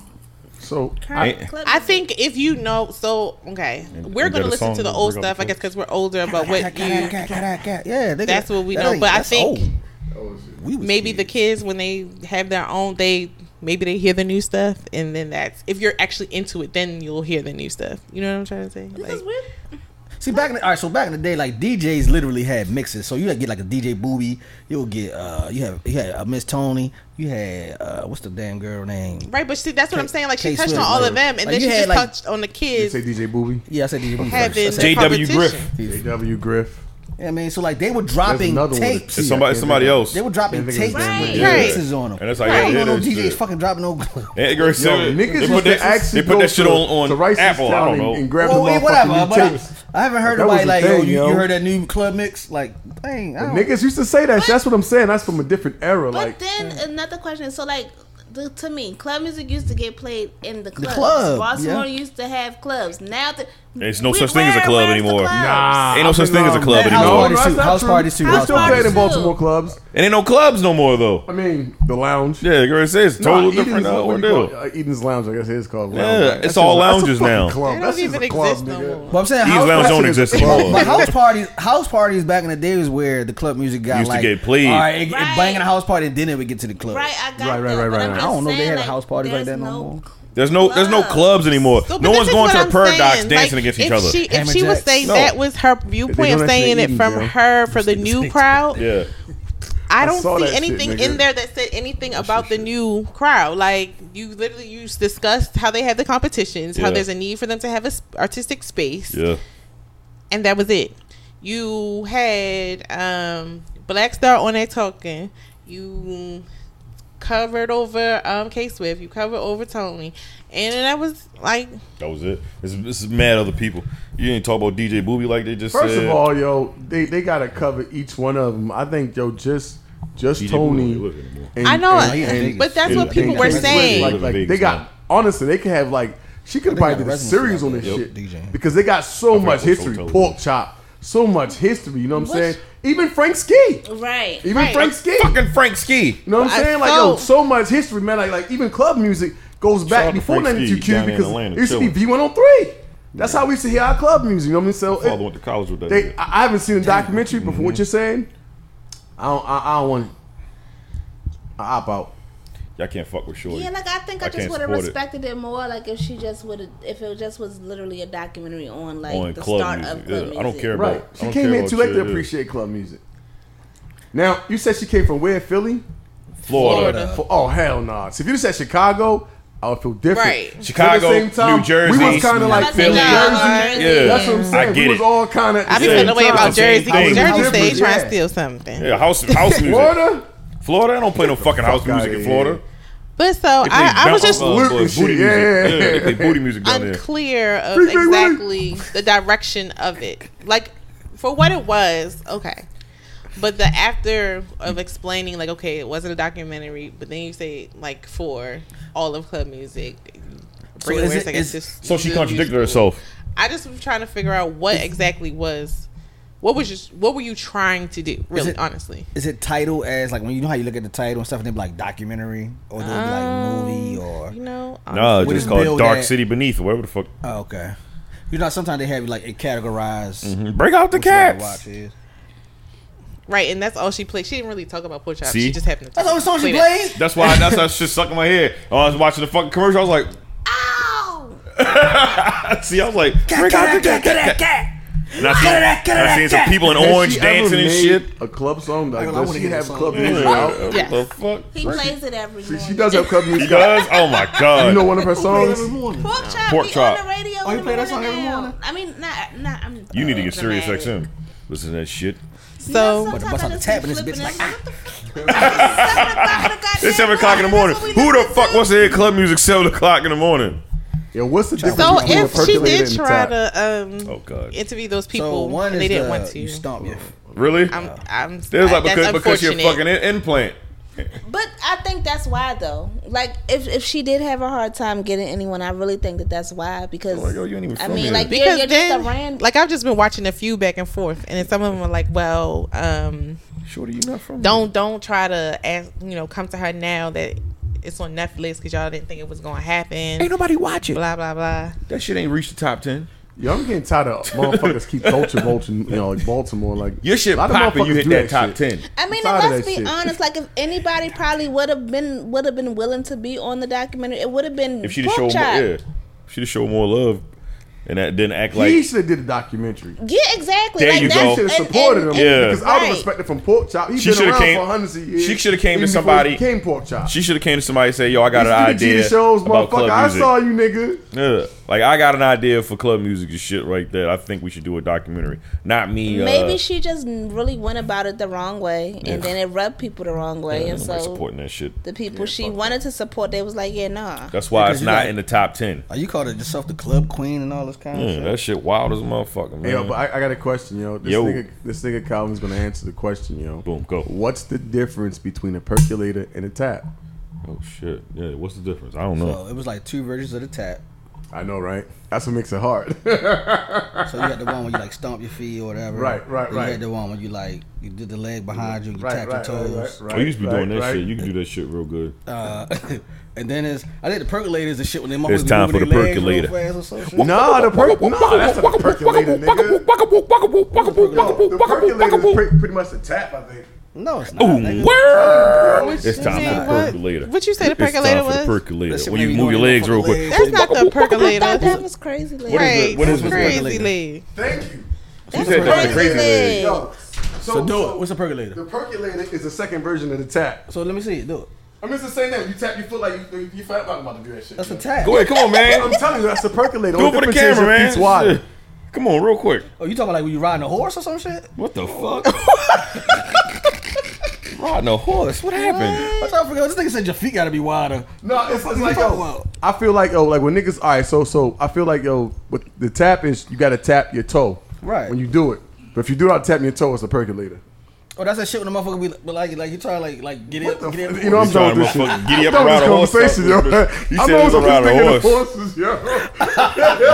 S3: so
S7: current
S4: I-
S7: club?
S6: I
S7: music?
S6: think if you know, so okay, we're
S4: and
S6: gonna
S4: got a
S6: listen
S4: song
S6: to the
S4: that
S6: old
S4: we're gonna
S6: stuff, I
S4: play.
S6: guess, because we're older about
S5: Cat,
S6: what
S5: cat,
S6: you.
S5: cat, cat, cat. Yeah, nigga,
S6: That's what we
S5: that
S6: know,
S5: ain't-
S6: but I
S3: Oh,
S5: that's
S6: think
S5: old. We was
S6: Maybe the
S5: kids.
S6: kids when they have their own, they maybe they hear the new stuff, and then that's if you're actually into it, then you'll hear the new stuff. You know what I'm trying to say? Like,
S7: Because we're
S5: See back in the, all right, so back in the day, like DJs literally had mixes. So you had get like a DJ Booby, you'll get uh you have you had a Miss Tony, you had uh what's the damn girl name?
S6: right, but see, that's what
S5: K-
S6: I'm saying. Like, she
S5: K
S6: touched on
S5: Swift,
S6: all
S5: like-
S6: of them, and
S5: like,
S6: then
S5: you
S6: she
S5: had,
S6: just
S5: like-
S6: touched on the
S3: You
S6: kids
S3: say DJ Booby,
S5: Yeah, I said DJ Booby.
S6: having
S5: First. I
S6: the
S5: said,
S4: J.W. Griff.
S6: competition.
S3: JW Griff.
S5: yeah, I mean, so like they were dropping
S3: another one.
S5: tapes.
S3: It's
S4: somebody,
S3: Yeah,
S4: somebody
S3: yeah.
S4: else.
S5: They were dropping
S3: Right,
S5: tapes
S7: right.
S5: with mixes on them.
S4: And that's how
S5: I
S4: you
S5: don't
S4: hear
S5: know no
S4: this
S5: DJs
S4: shit.
S5: fucking dropping no.
S4: That girl
S3: Yo,
S4: said
S3: niggas
S4: they
S3: used
S4: put
S3: to
S4: that,
S3: actually
S4: they put
S3: go
S4: that shit
S3: to-
S4: on,
S3: to
S4: on
S3: Righteous
S4: Apple. I
S3: Town
S4: don't
S3: and-
S4: know.
S3: and grab
S5: Well,
S3: them
S5: yeah,
S3: motherfucking new
S5: whatever. But I,
S3: tapes.
S5: I haven't heard
S3: That
S5: nobody
S3: was the
S5: like yo,
S3: thing,
S5: you,
S3: yo.
S5: you heard that new club mix? Like, dang, I don't,
S3: Niggas used to say that. shit. That's what I'm saying. That's from a different era.
S7: But
S3: Like
S7: then another question. So like. The, to me, club music used to get played in the clubs.
S5: club,
S7: Baltimore
S5: yeah.
S7: used to have clubs. Now the,
S4: There's no
S7: we-
S4: such thing as a
S7: where-
S4: club
S7: where's the
S4: anymore.
S7: clubs?
S4: Ain't no such thing as a club
S5: House
S4: anymore.
S5: parties
S3: that's
S5: too,
S3: not
S5: house
S3: true.
S5: parties too,
S3: They
S5: house
S3: still
S5: parties
S3: played in
S7: too.
S3: Baltimore clubs.
S4: It ain't no clubs no more though.
S3: I mean, the lounge.
S4: Yeah, the girl says it's
S3: Nah,
S4: totally
S3: Eden's-
S4: different now.
S3: what
S4: Or
S3: do you
S4: deal.
S3: call it? Uh, Eden's Lounge, I guess it is called.
S4: Yeah,
S3: Lounge.
S4: it's
S3: That's just- that's a
S4: all lounges
S3: fucking Club.
S4: now.
S6: They
S3: That's
S6: don't
S3: just
S6: even
S3: a club,
S6: exist no
S3: nigga.
S6: more.
S5: But I'm saying
S4: These
S5: house
S4: lounges
S5: parties-
S4: don't exist anymore.
S5: But house parties, house parties back in the day was where the club music got
S4: Used to
S5: like
S4: get played.
S5: All right, it, it
S7: Right.
S5: bang in a house party, and then it would get to the club.
S7: Right, I got
S3: Right, right,
S7: that,
S3: right,
S7: but
S3: right,
S7: I'm
S3: right.
S7: just
S5: I don't know if they
S7: saying,
S5: had a
S7: like,
S5: house parties like
S7: there's
S5: that no more.
S4: There's no there's no
S7: Clubs.
S4: clubs anymore.
S6: So, but
S4: no
S6: this
S4: one's
S6: is
S4: going
S6: what
S4: to the perv
S6: I'm saying.
S4: docs dancing
S6: Like,
S4: against each
S6: if
S4: other.
S6: She, if
S5: Hammer
S6: she was
S5: jacks.
S6: saying
S4: No.
S6: that was her
S3: They
S6: viewpoint
S3: don't
S6: of saying
S3: actually
S6: it
S3: eat,
S6: from
S3: yeah.
S6: her for the new crowd,
S4: yeah.
S6: I
S3: I
S6: don't
S3: saw that
S6: see
S3: shit,
S6: anything
S3: nigga.
S6: in there that said anything about the new crowd. Like you literally you discussed how they have the competitions,
S4: Yeah.
S6: how there's a need for them to have an artistic space,
S4: Yeah.
S6: and that was it. You had um, Black Star on there talking. You covered over um, K Swift. You covered over Tony, and then that was like
S4: That was it. This, this is mad other people. You didn't talk about DJ Booby like they just
S3: First
S4: said.
S3: of all, yo, they they gotta cover each one of them. I think yo, just just
S4: DJ
S3: Tony.
S4: Booby living anymore.
S3: and-
S6: I know,
S3: and-
S5: yeah,
S3: and-
S6: but that's
S4: Yeah,
S6: what people
S3: and-
S6: were
S3: and-
S6: saying.
S3: Like, like, they got honestly, they could have like she could have
S5: They got
S3: probably
S5: a
S3: did a
S5: resume
S3: series
S5: for
S3: on
S5: that,
S3: this
S4: yep.
S3: shit
S5: DJ.
S3: because they got so
S4: forgot
S3: much
S4: what
S3: history.
S4: Soul Told
S3: Pork
S4: was.
S3: chop, so much history. You know what I'm
S7: What?
S3: saying? Even Frank Ski.
S7: Right.
S3: Even
S6: Right.
S3: Frank Ski.
S4: Fucking Frank Ski.
S3: You know what I'm
S6: I
S3: saying? Like, yo,
S6: felt-
S3: so much history, man. Like, like even club music goes
S4: out
S3: back
S4: to
S3: before
S4: Frank
S3: 92
S4: Ski down
S3: Q
S4: in
S3: because
S4: Atlanta,
S3: it used to be
S4: chilling.
S3: V103. That's how we used to hear our club music. You know what I mean? So
S4: Father
S3: it,
S4: went to Mm-hmm. college with that.
S3: they,
S4: nigga.
S3: I I haven't seen a documentary before what you're saying. I don't, I, I don't want to op out.
S4: Y'all can't fuck with Shorty.
S7: Yeah, like I think
S4: I
S7: I just
S4: can't
S7: would have
S4: support it.
S7: respected it. more, like if she just would have, if it just was literally a documentary on like
S4: on
S7: the
S4: club
S7: start
S4: music.
S7: of club
S4: yeah,
S7: music.
S4: I don't care about.
S3: Right.
S4: I
S3: She came
S4: don't care
S3: in
S4: about
S3: too late
S4: shit,
S3: to
S4: yeah.
S3: appreciate club music. Now, you said she came from where? Philly?
S4: Florida.
S6: Florida.
S3: For, oh, hell no. So if you said Chicago, I would feel different.
S6: Right.
S3: But at the
S4: Chicago,
S3: same time,
S4: New Jersey,
S3: We was kind of like
S4: Philly.
S3: Philly,
S6: Yeah.
S3: Jersey.
S4: Yeah.
S3: That's what I'm saying.
S4: I get
S3: we was
S4: it.
S3: all kind of.
S6: I be
S4: Yeah,
S6: feeling the way
S4: it's
S6: about
S4: the same
S6: Jersey because
S4: thing.
S6: Jersey
S3: Different,
S6: stayed trying
S3: yeah.
S6: to steal something.
S4: Yeah, house house music.
S3: Florida,
S4: Florida. I don't play no fucking house
S3: fuck outta
S4: music in
S3: here.
S4: Florida.
S6: But so
S4: They play
S6: I, I was
S4: bounce,
S6: just
S4: uh,
S3: Loot
S4: boy,
S3: and
S4: booty
S3: shit,
S4: music.
S3: yeah.
S4: Yeah, they play booty music down there.
S6: unclear of
S3: Free, free, free.
S6: exactly the direction of it. Like for what it was, okay. But the after of explaining, like, okay, it wasn't a documentary, but then you say like for all of club music.
S5: So
S6: bring
S5: is
S6: awareness,
S5: it-
S6: I guess,
S5: is-
S6: just
S4: So she
S6: the
S4: contradicted
S6: musical.
S4: herself.
S6: I just was trying to figure out what exactly was, what was just what were you trying to do? Really,
S5: it-
S6: honestly,
S5: Is it titled as like when you know how you look at the title and stuff, and they be like documentary or they be like
S6: Oh.
S5: movie or
S6: you know,
S4: Nah, it's
S5: What
S4: just
S5: is
S4: called
S5: Bill
S4: Dark
S5: that-
S4: City Beneath or whatever the fuck.
S5: oh, okay. You know, sometimes they have like it categorized.
S4: Break out the
S5: what you wanna
S4: cats.
S5: watch is.
S6: right? And that's all she played. She didn't really talk about pork chop.
S4: See?
S6: She just happened to.
S5: That's the only song she
S6: play that.
S5: played.
S4: That's why that's that shit stuck in my head. Oh, I was watching the fucking commercial. I was like,
S7: Ow!
S4: see, I was like, break out the cat, cat, cat. And I seen, and I seen some people in
S3: Has
S4: orange
S3: she ever
S4: dancing and
S3: made
S4: shit.
S3: A club song. Like,
S5: I
S3: does
S5: wanna
S3: she
S5: hear
S3: have
S5: the song.
S3: club
S4: Yeah,
S3: music out?
S4: What the fuck?
S7: He plays it every
S3: She,
S7: morning.
S3: she does have club
S4: He
S3: music out.
S4: does? Oh my god.
S3: You know one of her songs?
S7: Pork chop.
S4: Mm. Pork
S7: he
S4: chop.
S7: on the radio.
S5: Oh, he
S7: in the
S5: play that song
S7: morning
S5: every
S7: now.
S5: morning?
S7: I mean, not not. I'm,
S4: you need to
S7: uh,
S4: get Sirius
S7: dramatic.
S4: XM. Listen to that shit.
S6: So
S7: You know,
S5: But the
S7: sometimes
S5: bus
S7: I
S5: on
S7: just
S5: tap
S7: be
S5: and this bitch
S7: flipping
S5: like,
S7: that. What the fuck?
S4: It's seven o'clock in the morning. Who the fuck wants to hear club music seven o'clock in the morning?
S3: Yo, what's the difference
S6: So
S3: between a
S6: if she
S3: percolator
S6: did
S3: and a
S6: try
S3: top?
S6: to
S4: Oh
S6: um,
S4: god.
S6: interview those people,
S5: So one
S6: and
S5: is
S6: they didn't
S5: the,
S6: want to.
S5: you stomp your
S4: really?
S6: I'm, I'm.
S4: There's like
S6: that's
S4: because because you're
S6: unfortunate.
S4: fucking in- implant.
S7: But I think that's why though. Like if if she did have a hard time getting anyone, I really think that that's why because
S4: Like, yo, you ain't even
S7: I
S4: from
S7: mean
S4: here.
S7: like you're,
S6: Because
S7: you're
S6: then,
S7: just a random.
S6: like I've just been watching a few back and forth, and then some of them are like, "Well, um,
S4: Shorty, you not from
S6: don't don't try to ask, you know, come to her now that it's on Netflix because y'all didn't think it was gonna happen."
S4: nobody watching.
S6: Blah blah blah.
S4: That shit ain't reached the top ten.
S3: Yo, I'm getting tired of motherfuckers keep culture vulturing, you know, like Baltimore. Like
S4: Your shit
S3: a lot of
S4: popping. You
S3: motherfuckers
S4: hit
S3: do
S4: that top
S3: shit.
S4: ten.
S7: I mean,
S3: tired
S7: and
S3: of
S7: let's
S3: that
S7: be
S3: shit.
S7: honest. Like, if anybody probably would have been would have been willing to be on the documentary, it would have been
S4: If she'd have
S7: Pork
S4: showed more,
S7: Chop.
S4: yeah, if she'd have showed more love, and that didn't act
S3: he
S4: like
S3: should have did a documentary.
S7: Yeah, exactly.
S4: There
S7: like,
S4: you
S7: that's-
S4: go.
S3: Should have
S7: and-
S3: supported
S7: and-
S3: him
S4: Yeah.
S3: because I would
S7: Right.
S3: respect it from Pork Chop. He's
S4: She
S3: been
S4: shoulda
S3: around
S4: came-
S3: for hundreds of years.
S4: she shoulda came to
S3: even before
S4: somebody-
S3: he Became Pork Chop.
S4: she should have came to somebody and say, "Yo, I got an
S3: Used to do
S4: idea
S3: TV shows,
S4: about
S3: motherfucker.
S4: club
S3: I
S4: music."
S3: saw you, nigga.
S4: Yeah, like I got an idea for club music and shit right there. I think we should do a documentary. Not me. uh,
S7: Maybe she just really went about it the wrong way, and then it rubbed people the wrong way,
S4: yeah,
S7: and
S4: nobody
S7: so
S4: supporting that shit.
S7: the people she wanted to support, they was like, yeah, nah.
S4: That's why
S5: Because
S4: it's
S5: you
S4: not
S5: got-
S4: in the top ten.
S5: Are oh, you called yourself the club queen and all this kind of
S4: Yeah,
S5: shit?
S4: that shit wild as a motherfucker, man.
S3: Yo, but I, I got a question, yo. This
S4: Yo.
S3: nigga, this nigga Calvin's gonna answer the question, yo.
S4: Boom, go.
S3: What's the difference between a percolator and a tap?
S4: oh shit. Yeah, what's the difference? I don't know.
S5: So it was like two versions of the tap.
S3: I know, right? That's what makes it hard.
S5: So you had the one where you like stomp your feet or whatever.
S3: Right, right,
S5: Then
S3: right.
S5: You had the one where you like you did the leg behind you, you
S3: right,
S5: tap
S3: right,
S5: your
S3: right,
S5: toes.
S3: right, right,
S4: I Oh, used to be
S3: right,
S4: doing that
S3: right.
S4: shit. You can do that shit real good.
S7: Oh,
S5: Uh, and then it's I think the percolators and shit when they motherfuckers
S4: It's
S5: be
S4: time
S5: moving
S4: for
S5: their
S4: the
S5: legs real
S4: percolator.
S5: fast or some shit.
S3: Nah, the per- nah, that's not a percolator, nigga. Yo, the percolator is pre- pretty much a tap, I think.
S5: No, it's not.
S4: Ooh,
S5: nigga.
S4: word.
S6: What
S4: It's
S6: you
S4: time
S6: say,
S4: for the
S6: what?
S4: percolator.
S6: What you say the
S4: It's time
S6: percolator
S4: for the
S6: was?
S5: That shit
S4: Percolator. When
S5: made
S4: you
S5: me
S4: move
S5: go
S4: your
S5: in the
S4: legs real quick.
S5: legs.
S6: That's not the percolator.
S7: That, that
S6: That's
S7: was crazy. Like,
S4: What is
S6: right.
S4: it? What is
S6: that's
S4: it?
S6: crazy leg.
S3: Thank you.
S7: That's
S4: said that's the crazy leg.
S3: Yo, so,
S5: So do
S3: so
S5: it. What's a percolator?
S3: The percolator is the second version of the tap.
S5: So let me see. Do it.
S3: I mean, it's the same thing. You tap your foot like you, you fat I'm about to do that shit.
S5: That's a
S3: yo.
S5: tap.
S4: Go ahead, come on,
S3: I'm
S4: man.
S3: telling you, that's the percolator.
S4: Do it
S3: Only
S4: for the
S3: difference is
S4: camera,
S3: your
S4: man.
S3: feet's wider.
S4: Shit. Come on, real quick.
S5: Oh, you talking about like when you riding a horse or some shit?
S4: What the fuck? Riding a horse. What happened?
S5: I thought I forgot. This nigga said your feet gotta be wider.
S3: No, it's, it's
S5: you
S3: like
S5: talking
S3: yo.
S5: about?
S3: I feel like yo, like when niggas. All right, so so I feel like yo, with the tap is you got to tap your toe,
S5: Right.
S3: When you do it, but if you do it out tapping your toe, it's a percolator.
S5: Oh, that's that shit when the motherfucker be but like, like you try to like, like get
S3: What
S5: it,
S3: the
S5: get
S3: f-
S5: it.
S3: you know I'm done
S4: trying to
S3: with this shit.
S4: motherfucking giddy up
S3: I'm done
S4: around a
S3: with this
S4: horse,
S3: conversation, yo.
S4: dog. You
S3: I'm
S4: said
S3: always up
S4: it
S3: here
S4: was around a
S3: thinking of
S4: horse.
S3: horses, yo.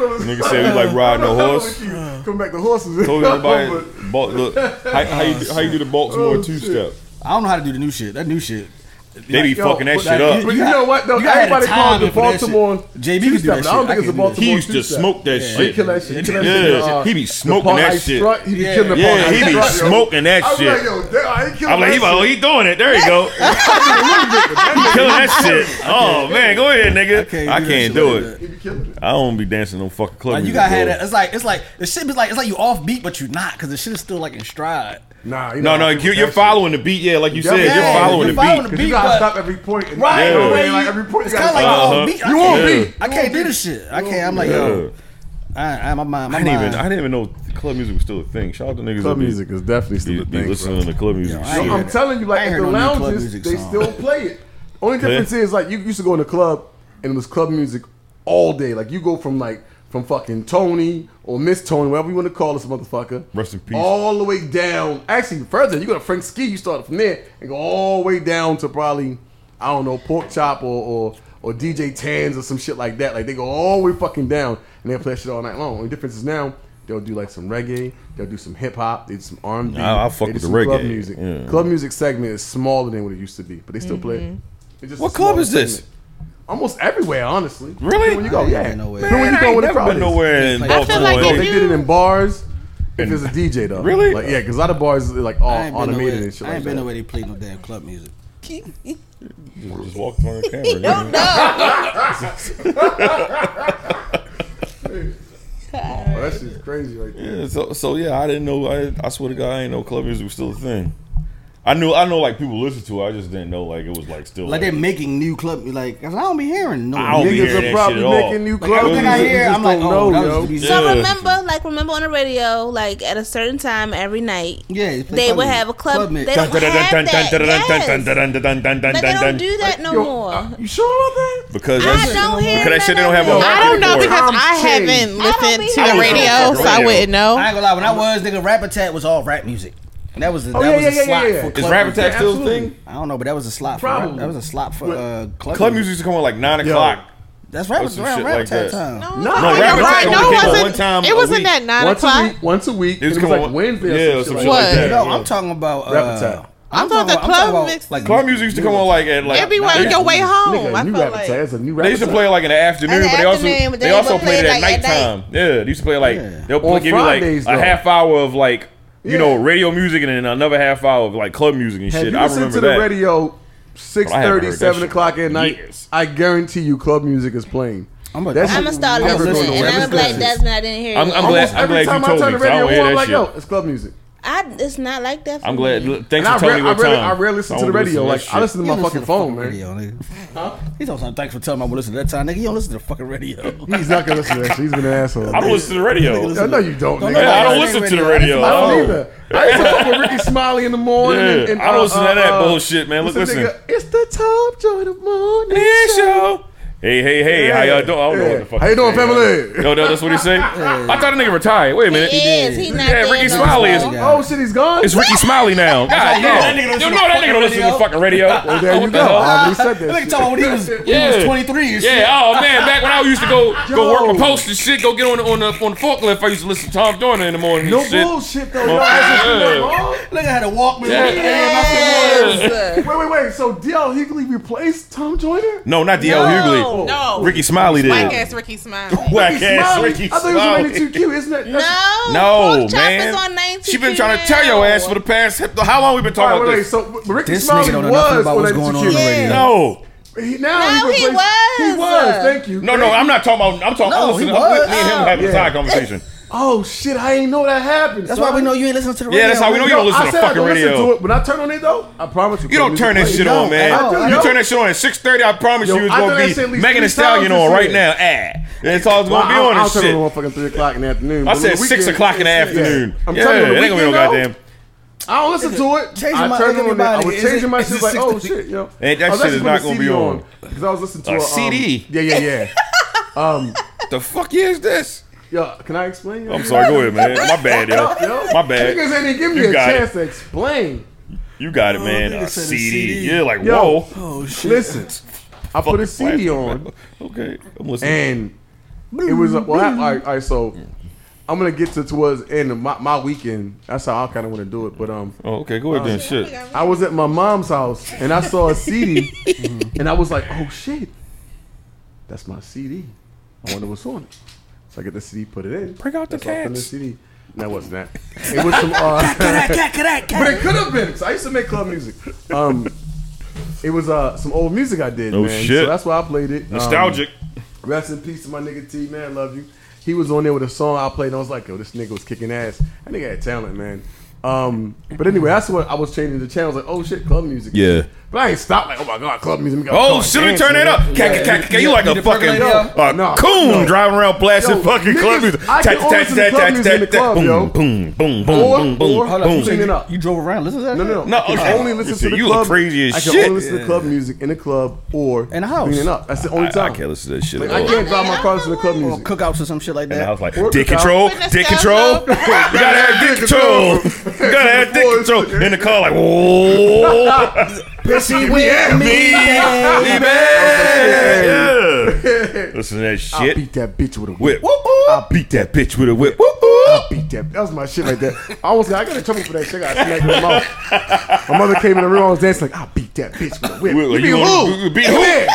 S4: Nigga said we like riding a horse.
S3: Come back to horses.
S4: Told
S3: yo,
S4: everybody,
S3: but-
S4: Bal- look, how, how, you, do- how you do the Baltimore
S3: Oh,
S4: two
S3: shit.
S4: step?
S5: I don't know how to do the new shit. That new shit.
S4: They be
S3: Yo,
S4: fucking that
S3: but
S4: shit up.
S3: But you know what, though?
S5: you gotta have
S3: Everybody
S5: the
S3: calls it
S5: timing for that shit.
S3: Baltimore
S5: JB could do
S3: two-step,
S5: that
S3: but I don't
S5: shit. I
S3: think it's a
S5: can't do that.
S3: Baltimore
S4: He used to
S3: two-step.
S4: smoke that
S3: He
S4: shit.
S3: kill that shit. kill that
S4: Yeah,
S3: shit, uh,
S4: he be
S3: the
S4: smoking that
S3: Paul
S4: shit.
S3: Strut, He be
S5: Yeah.
S3: killing the Paul
S4: Yeah, he
S3: Strut,
S4: be
S3: yo.
S4: smoking that
S3: I was like,
S4: shit.
S3: yo, damn, he killing
S4: I'm like,
S3: that
S4: he, oh,
S3: shit.
S4: he doing it. There you go. He killing that shit. Oh man, go ahead, nigga. I can't,
S5: do that shit
S4: do it.
S5: like that.
S3: He be killing it.
S4: I don't be dancing no fucking club.
S5: Like you
S4: music,
S5: gotta have
S4: bro.
S5: that. It's like it's like the shit is like it's like you off beat but you not because the shit is still like in stride.
S3: Nah, you
S4: No,
S3: know,
S4: no,
S3: I agree
S4: you,
S3: with
S4: you're
S3: that shit.
S4: following the beat. Yeah, like you said,
S3: Yeah,
S4: you're following
S5: you're
S4: the beat.
S5: following the
S3: Cause you
S5: beat,
S3: gotta
S5: but-
S3: stop every point. And,
S5: Right,
S3: You know
S4: the
S3: what I
S4: way
S3: mean? Like every point,
S5: It's
S3: you
S5: kind
S3: gotta
S5: of like
S4: you
S3: stop.
S4: Uh-huh.
S5: off beat. I
S3: You
S5: can't,
S3: on
S5: do-
S3: beat.
S5: I
S3: You
S5: can't
S3: on
S5: do this shit. I can't. I'm like
S4: Yeah.
S5: yo. I, I, my mind, my
S4: I didn't
S5: mind.
S4: even, I didn't even know club music was still a thing. Shout out to niggas.
S3: Club
S4: that be-
S3: music is definitely
S4: Uh-huh. be,
S3: still a
S4: be
S3: thing.
S4: listening
S3: bro.
S4: to club music.
S5: Yo, I
S4: shit.
S5: ain't
S3: Yo, I'm
S5: Yeah.
S3: telling you,
S5: I
S3: like
S5: ain't
S3: at
S5: heard
S3: the
S5: no new club
S3: lounges,
S5: music
S3: they
S5: song.
S3: still play it. Only difference is like you used to go in the club and it was club music all day. Like you go from like from fucking Tony or Miss Tony, whatever you want to call this motherfucker.
S4: Rest in peace.
S3: All the way down. Actually, further, you go to Frank Ski, you start from there and go all the way down to probably I don't know pork chop or. or or DJ Tans or some shit like that. Like they go all the way fucking down and they play that shit all night long. Only difference is now they'll do like some reggae, they'll do some hip hop, they do some R and B.
S4: I- I fuck with the
S3: Club
S4: reggae.
S3: music.
S4: Yeah.
S3: Club music segment is smaller than what it used to be, but they still play it. It's just
S4: What
S3: a
S4: club
S3: smaller
S4: is this?
S3: segment. Almost everywhere, honestly.
S4: Really?
S3: Depending when you go,
S5: I ain't
S3: yeah.
S5: been nowhere.
S3: Depending when you
S4: Man, I
S3: go,
S4: ain't
S3: when the
S4: never
S3: crowd
S4: been
S3: is.
S4: nowhere in
S5: I feel
S4: Baltimore.
S6: like
S3: Yo, they
S6: if
S4: nigga.
S6: you-
S3: did it in bars. If there's a DJ though,
S4: Really?
S3: Like, yeah, because a lot of bars are like all
S5: I ain't been nowhere.
S3: automated and shit
S5: I
S3: like
S5: ain't been
S3: that.
S5: nowhere they play no damn club music.
S4: Just walked on the camera. yeah.
S3: Oh, that shit's crazy right there.
S4: Yeah, so, so yeah, I didn't know. I, I swear to God, I ain't know club music was still a thing. I knew, I know, like people listen to it. I just didn't know, like it was like still
S5: Like they're making new club like 'cause I don't be hearing no.
S4: I don't be
S5: music.
S4: hearing
S3: Niggas are
S4: that shit at
S3: probably
S4: all.
S3: making new
S5: Like,
S3: club
S5: everything I
S3: music,
S5: hear,
S3: just
S5: I'm like,
S3: don't
S5: oh,
S3: know,
S5: that
S3: yo.
S5: was to be
S4: Yeah.
S5: yeah.
S7: So remember, like remember on the radio, like at a certain time every night,
S5: Yeah, they play
S7: they
S5: club
S7: would
S5: music.
S7: have a club.
S5: Club
S7: They
S5: mix.
S7: don't have that. Yes. Like they don't do that no
S3: Yo,
S7: more.
S3: uh, you sure about that?
S4: because
S7: I
S4: that shit-
S7: don't hear
S4: because that shit they don't
S7: none
S4: have
S7: of
S4: a
S7: it.
S4: market
S6: I don't know
S4: for it.
S6: because
S3: Times
S6: I haven't
S3: change.
S6: listened
S7: I
S6: to the
S7: don't
S4: be
S6: radio, so
S4: listening to
S6: I
S4: radio.
S6: wouldn't
S5: I ain't
S6: know.
S5: gonna lie. When I was nigga, Rap Attack was all rap music. And that was a, that
S3: Oh, yeah,
S5: was
S3: yeah,
S5: a
S3: yeah,
S5: slot
S3: yeah, yeah.
S5: for
S3: Is
S5: club
S4: Is rap
S5: music.
S4: attack still a
S3: Absolutely.
S4: thing?
S5: I don't know, but that was a slot for
S3: Probably.
S5: rap. that was a slot for uh, club,
S4: Club music used to come on like nine o'clock.
S5: That's right. It
S4: or
S5: was
S4: some
S5: around
S4: shit
S5: rap
S4: like
S5: attack
S4: that.
S5: time.
S3: No,
S4: Rap Attack
S6: right,
S4: only came
S6: no, it
S4: on
S6: wasn't.
S4: one time a
S6: it wasn't
S4: week.
S6: that nine
S3: Once a
S6: o'clock.
S3: week, once a week.
S4: It was
S3: and It was
S4: come
S3: like
S4: on-
S3: Wednesday.
S4: yeah,
S3: or
S4: or
S3: some
S4: some
S3: shit
S4: shit like
S6: What?
S4: that.
S5: No,
S4: yeah.
S5: I'm talking about uh,
S3: Rap Attack.
S5: I'm
S6: thought
S5: talking
S6: the
S5: about, I'm
S6: club
S5: talking about,
S6: mixes-
S5: like
S4: Club music used to come on like at like
S6: Everywhere
S4: they
S6: on
S4: used
S6: your
S4: to-
S6: way home.
S3: Nigga,
S6: I
S3: new
S6: feel
S3: rap
S6: like
S3: attack. That's a new rap
S4: They used to
S3: attack.
S4: play like in the afternoon,
S7: In the
S4: but they also
S7: afternoon, but
S4: they
S7: they
S4: also
S7: would play
S4: played it at
S7: it, like, at
S4: nighttime. Yeah, they used to play like
S5: Yeah.
S4: they'll
S3: On
S4: play, give you like
S3: Fridays,
S4: a
S3: though.
S4: half hour of like you
S3: Yeah.
S4: know radio music and then another half hour of like club music and
S3: Have
S4: shit.
S3: you
S4: I
S3: listened
S4: remember
S3: to the
S4: that.
S3: radio six
S4: heard that
S3: thirty, seven
S4: shit
S3: o'clock at
S4: in
S3: night?
S4: years.
S3: I guarantee you, club music is playing.
S5: I'm a-
S3: That
S5: I'm
S7: I'm
S3: shit
S7: gonna start
S3: never
S7: listening,
S3: goes
S7: and
S3: nowhere.
S7: I'm
S3: It's
S7: gonna be like
S3: constant.
S7: Desmond, I didn't hear
S4: I'm-
S7: it.
S4: I'm glad-
S3: Almost every
S4: you
S3: time I
S4: told
S3: turn
S4: me,
S3: the
S4: 'cause I don't
S3: radio
S4: hear
S3: on, I'm
S4: that
S3: like,
S4: shit.
S3: yo, it's club music.
S7: I, it's not like that. For
S4: I'm glad.
S7: Me.
S4: look, Thanks
S3: And I,
S4: for telling
S3: re-
S4: me
S3: I
S4: what
S3: really, I
S4: time.
S3: rarely listen
S4: I
S3: to the
S4: don't listen
S3: radio.
S4: that
S3: Like I
S4: shit.
S3: listen to
S5: You
S3: my
S5: don't
S3: fucking
S5: listen
S3: phone,
S5: to the
S3: man.
S5: fucking Radio, nigga. He's on some thanks for telling me I would listen to that time, nigga. You don't listen to the fucking radio.
S3: He's not gonna listen to that. shit. He's been an asshole.
S4: I don't listen to the radio.
S3: I know you don't. nigga.
S5: Don't nobody
S4: Yeah, I
S5: Nobody
S4: don't
S5: listen
S4: listen to
S5: to
S4: the
S5: radio.
S4: radio.
S3: I don't either. I used to fuck with Ricky Smiley in the morning.
S4: Yeah,
S3: and, and,
S4: I don't
S3: uh,
S4: listen to
S3: uh,
S4: that
S3: uh,
S4: bullshit, man.
S3: what's
S4: Look,
S3: the
S4: listen.
S3: nigga? It's the top joy of the morning
S4: Hey,
S3: show.
S4: show. Hey, hey, hey, how y'all doing? I don't know what the
S3: Yeah.
S4: fuck.
S3: How
S4: he
S3: you doing,
S4: said.
S3: family?
S4: Yo, no, that's what he said. I thought a nigga retired. Wait a minute.
S7: He is. He's not
S4: Yeah,
S7: there
S4: Ricky
S7: no
S4: Smiley is-
S7: more.
S3: Oh shit, he's gone.
S4: It's Ricky Smiley now. God
S5: that
S4: damn.
S5: nigga don't
S4: You
S5: listen
S4: know
S5: to
S4: that
S5: the
S4: nigga don't listen to the
S5: fucking
S4: fucking radio.
S5: Oh,
S3: Well, there
S4: What
S3: you
S4: the
S3: go.
S4: hell?
S3: I already said that.
S5: Look
S3: shit.
S5: at y'all when he was, when he
S4: Yeah.
S5: was 23 and shit.
S4: Yeah, oh man, back when I used to go go work
S3: Yo.
S4: with post and shit, go get on the on the on the forklift. I used to listen to Tom Dorner in the morning. and
S3: No
S4: shit.
S3: bullshit though. Y'all asking for that
S4: Yeah.
S3: wrong?
S5: Nigga had a Walkman.
S4: Yeah.
S5: Walkman.
S7: Yes.
S3: Wait, wait, wait. So DL Higley replaced Tom Joyner?
S4: No, not D.L. Hughley.
S6: No.
S4: Ricky Smiley did.
S6: Whack ass Ricky Smile.
S4: Whack ass
S3: Smiley?
S4: Ricky
S3: I thought he was
S4: Smiley.
S3: rated 2Q, isn't it? That's-
S7: No,
S4: No,
S7: pork chop
S4: man.
S7: Is on 19
S4: She been trying to tell your ass for the past how long we been talking
S3: All right,
S4: about
S3: wait, wait.
S4: this?
S3: So but Ricky
S5: This
S3: Smiley
S5: nigga don't know nothing
S3: was
S5: about
S3: on
S5: what's
S3: that
S5: going on
S3: 2Q.
S5: on the radio.
S4: no.
S3: He, now
S7: No, he
S3: replaced-
S7: was.
S3: He was. Thank you.
S4: No, no, I'm not talking about. I'm talking.
S5: No,
S4: I'm listening,
S5: he
S4: I'm,
S5: was.
S4: me and him having a
S3: Yeah.
S4: side conversation.
S3: Oh shit! I ain't know that happened.
S5: That's why we know you ain't listening to the radio.
S4: Yeah, that's how we know you don't listen
S3: I
S4: to
S3: said
S4: the
S3: I
S4: fucking
S3: don't listen to
S4: radio.
S3: it. When I turn on it though, I promise you.
S4: You don't turn that shit
S5: don't.
S4: on, man.
S5: I
S3: do,
S4: you
S3: yo.
S4: turn that shit on at 6:30. I promise
S3: Yo,
S4: you, it's
S3: I
S4: gonna
S3: done that shit at
S4: be
S3: least
S4: Megan
S3: three
S4: Thee Stallion
S3: times
S4: on
S3: this
S4: right
S3: year.
S4: now. Ah, that's all it's
S3: Well,
S4: gonna be
S3: I'll-
S4: on
S3: I'll
S4: and
S3: turn
S4: shit.
S3: it on fucking three o'clock in the afternoon.
S4: I
S3: but on
S4: said
S3: the
S4: six
S3: weekend-
S4: o'clock in the afternoon.
S3: I'm
S4: yeah,
S3: telling you, on
S4: it
S3: the
S4: ain't gonna be no
S3: weekend, though,
S4: goddamn.
S3: I don't listen to it.
S5: Change
S3: I
S5: my-
S3: turned
S5: look
S3: it
S5: at
S3: on.
S5: your
S3: I
S5: body.
S3: was
S5: Is it-
S3: changing my
S5: is
S3: shit
S5: it
S3: like, oh
S5: 60?
S3: shit, yo.
S4: Hey, that
S3: I was
S4: shit is
S3: actually
S4: not
S3: putting
S4: gonna
S3: the
S4: be
S3: CD
S4: on.
S3: because I was listening to
S4: A
S3: um,
S4: CD?
S3: Yeah, yeah, yeah. Um,
S4: The fuck is this?
S3: yo, can I explain? yo?
S4: I'm sorry. Go ahead, man. My bad, yo. My
S3: Niggas
S4: bad.
S3: ain't Oh, even give me
S4: You
S3: a
S4: got it.
S3: chance to explain.
S4: You got it, man.
S5: nigga
S4: A
S5: said a
S4: CD.
S5: CD.
S4: Yeah, like
S3: Yo.
S4: whoa.
S5: Oh, shit.
S3: Listen, I put a CD
S4: Plastic,
S3: on.
S4: man. Okay, I'm listening.
S3: and it was a, well. I, all, right, all right, so I'm gonna get to towards the end of my, my weekend. That's how I kind of want to do it. But um,
S4: Oh, okay, go ahead then. Shit.
S3: I was at my mom's house and I saw a CD, and I was like, "Oh shit, that's my CD. I wonder what's on it." So I get the CD, put it in.
S4: Bring out the
S3: that's all from the
S4: cats.
S3: CD. No, it wasn't that. It was some. Uh, but it could have been. 'cause I used to make club music. Um, it was uh some old music I did.
S4: Oh,
S3: man.
S4: shit.
S3: So that's why I played it. Um,
S4: Nostalgic.
S3: Rest in peace to my nigga T, man. Love you. He was on there with a song I played, and I was like, yo, this nigga was kicking ass. That nigga had talent, man. Um, but anyway, that's what I was changing the channels. Like, oh shit, club music.
S4: Yeah.
S3: But I ain't stopped. Like, oh my god, club music.
S4: Oh, shit, let me turn that up. Cack, cack, cack. You like a fucking uh,
S3: No,
S4: coon
S3: no.
S4: driving around blasting
S3: Yo,
S4: fucking club
S3: niggas,
S4: music.
S3: I can
S4: Tat,
S3: only
S4: tat,
S3: listen to
S4: tat,
S3: club
S4: tat,
S3: music in the
S4: tat,
S3: club,
S4: boom,
S3: yo.
S4: boom, boom, boom,
S3: Or-
S4: boom, boom,
S3: or- hold up,
S4: boom.
S3: you clean it up.
S5: You drove around. Listen to that.
S3: No, no, no.
S4: No,
S3: I can
S4: okay.
S3: only listen to
S4: Listen,
S3: the
S4: you look
S3: club.
S4: crazy as
S3: I can
S4: shit.
S3: only listen to club music in the club or
S5: In the house.
S3: Cleaning up. That's the
S4: I,
S3: only
S4: I
S3: time.
S4: can't listen to that Oh, shit
S3: Like,
S4: at
S3: I
S4: all.
S3: can't drive my cars to the club
S5: Or
S3: music.
S5: cookouts or some shit like
S4: And I
S5: that.
S4: was like,
S3: Work
S4: dick
S3: it out.
S4: control,
S6: Fitness
S4: dick
S6: down
S4: control. you
S6: low.
S4: gotta have dick control. You gotta have dick control. In the car, like, whoa.
S5: Pissy with
S4: me, baby. Yeah. Listen to that
S3: I
S4: shit.
S3: beat that bitch with a whip.
S4: Whip. I beat that bitch with a whip. Whoop, whoop.
S3: beat that. That was my shit right there. I almost got, I got in trouble for that shit. I smacked my mouth. My mother came in the room. I was dancing like, I beat that bitch with a whip.
S4: Wait,
S3: You
S4: wait,
S3: beat
S4: you wanna-
S3: who?
S4: you beat who?
S3: Yeah.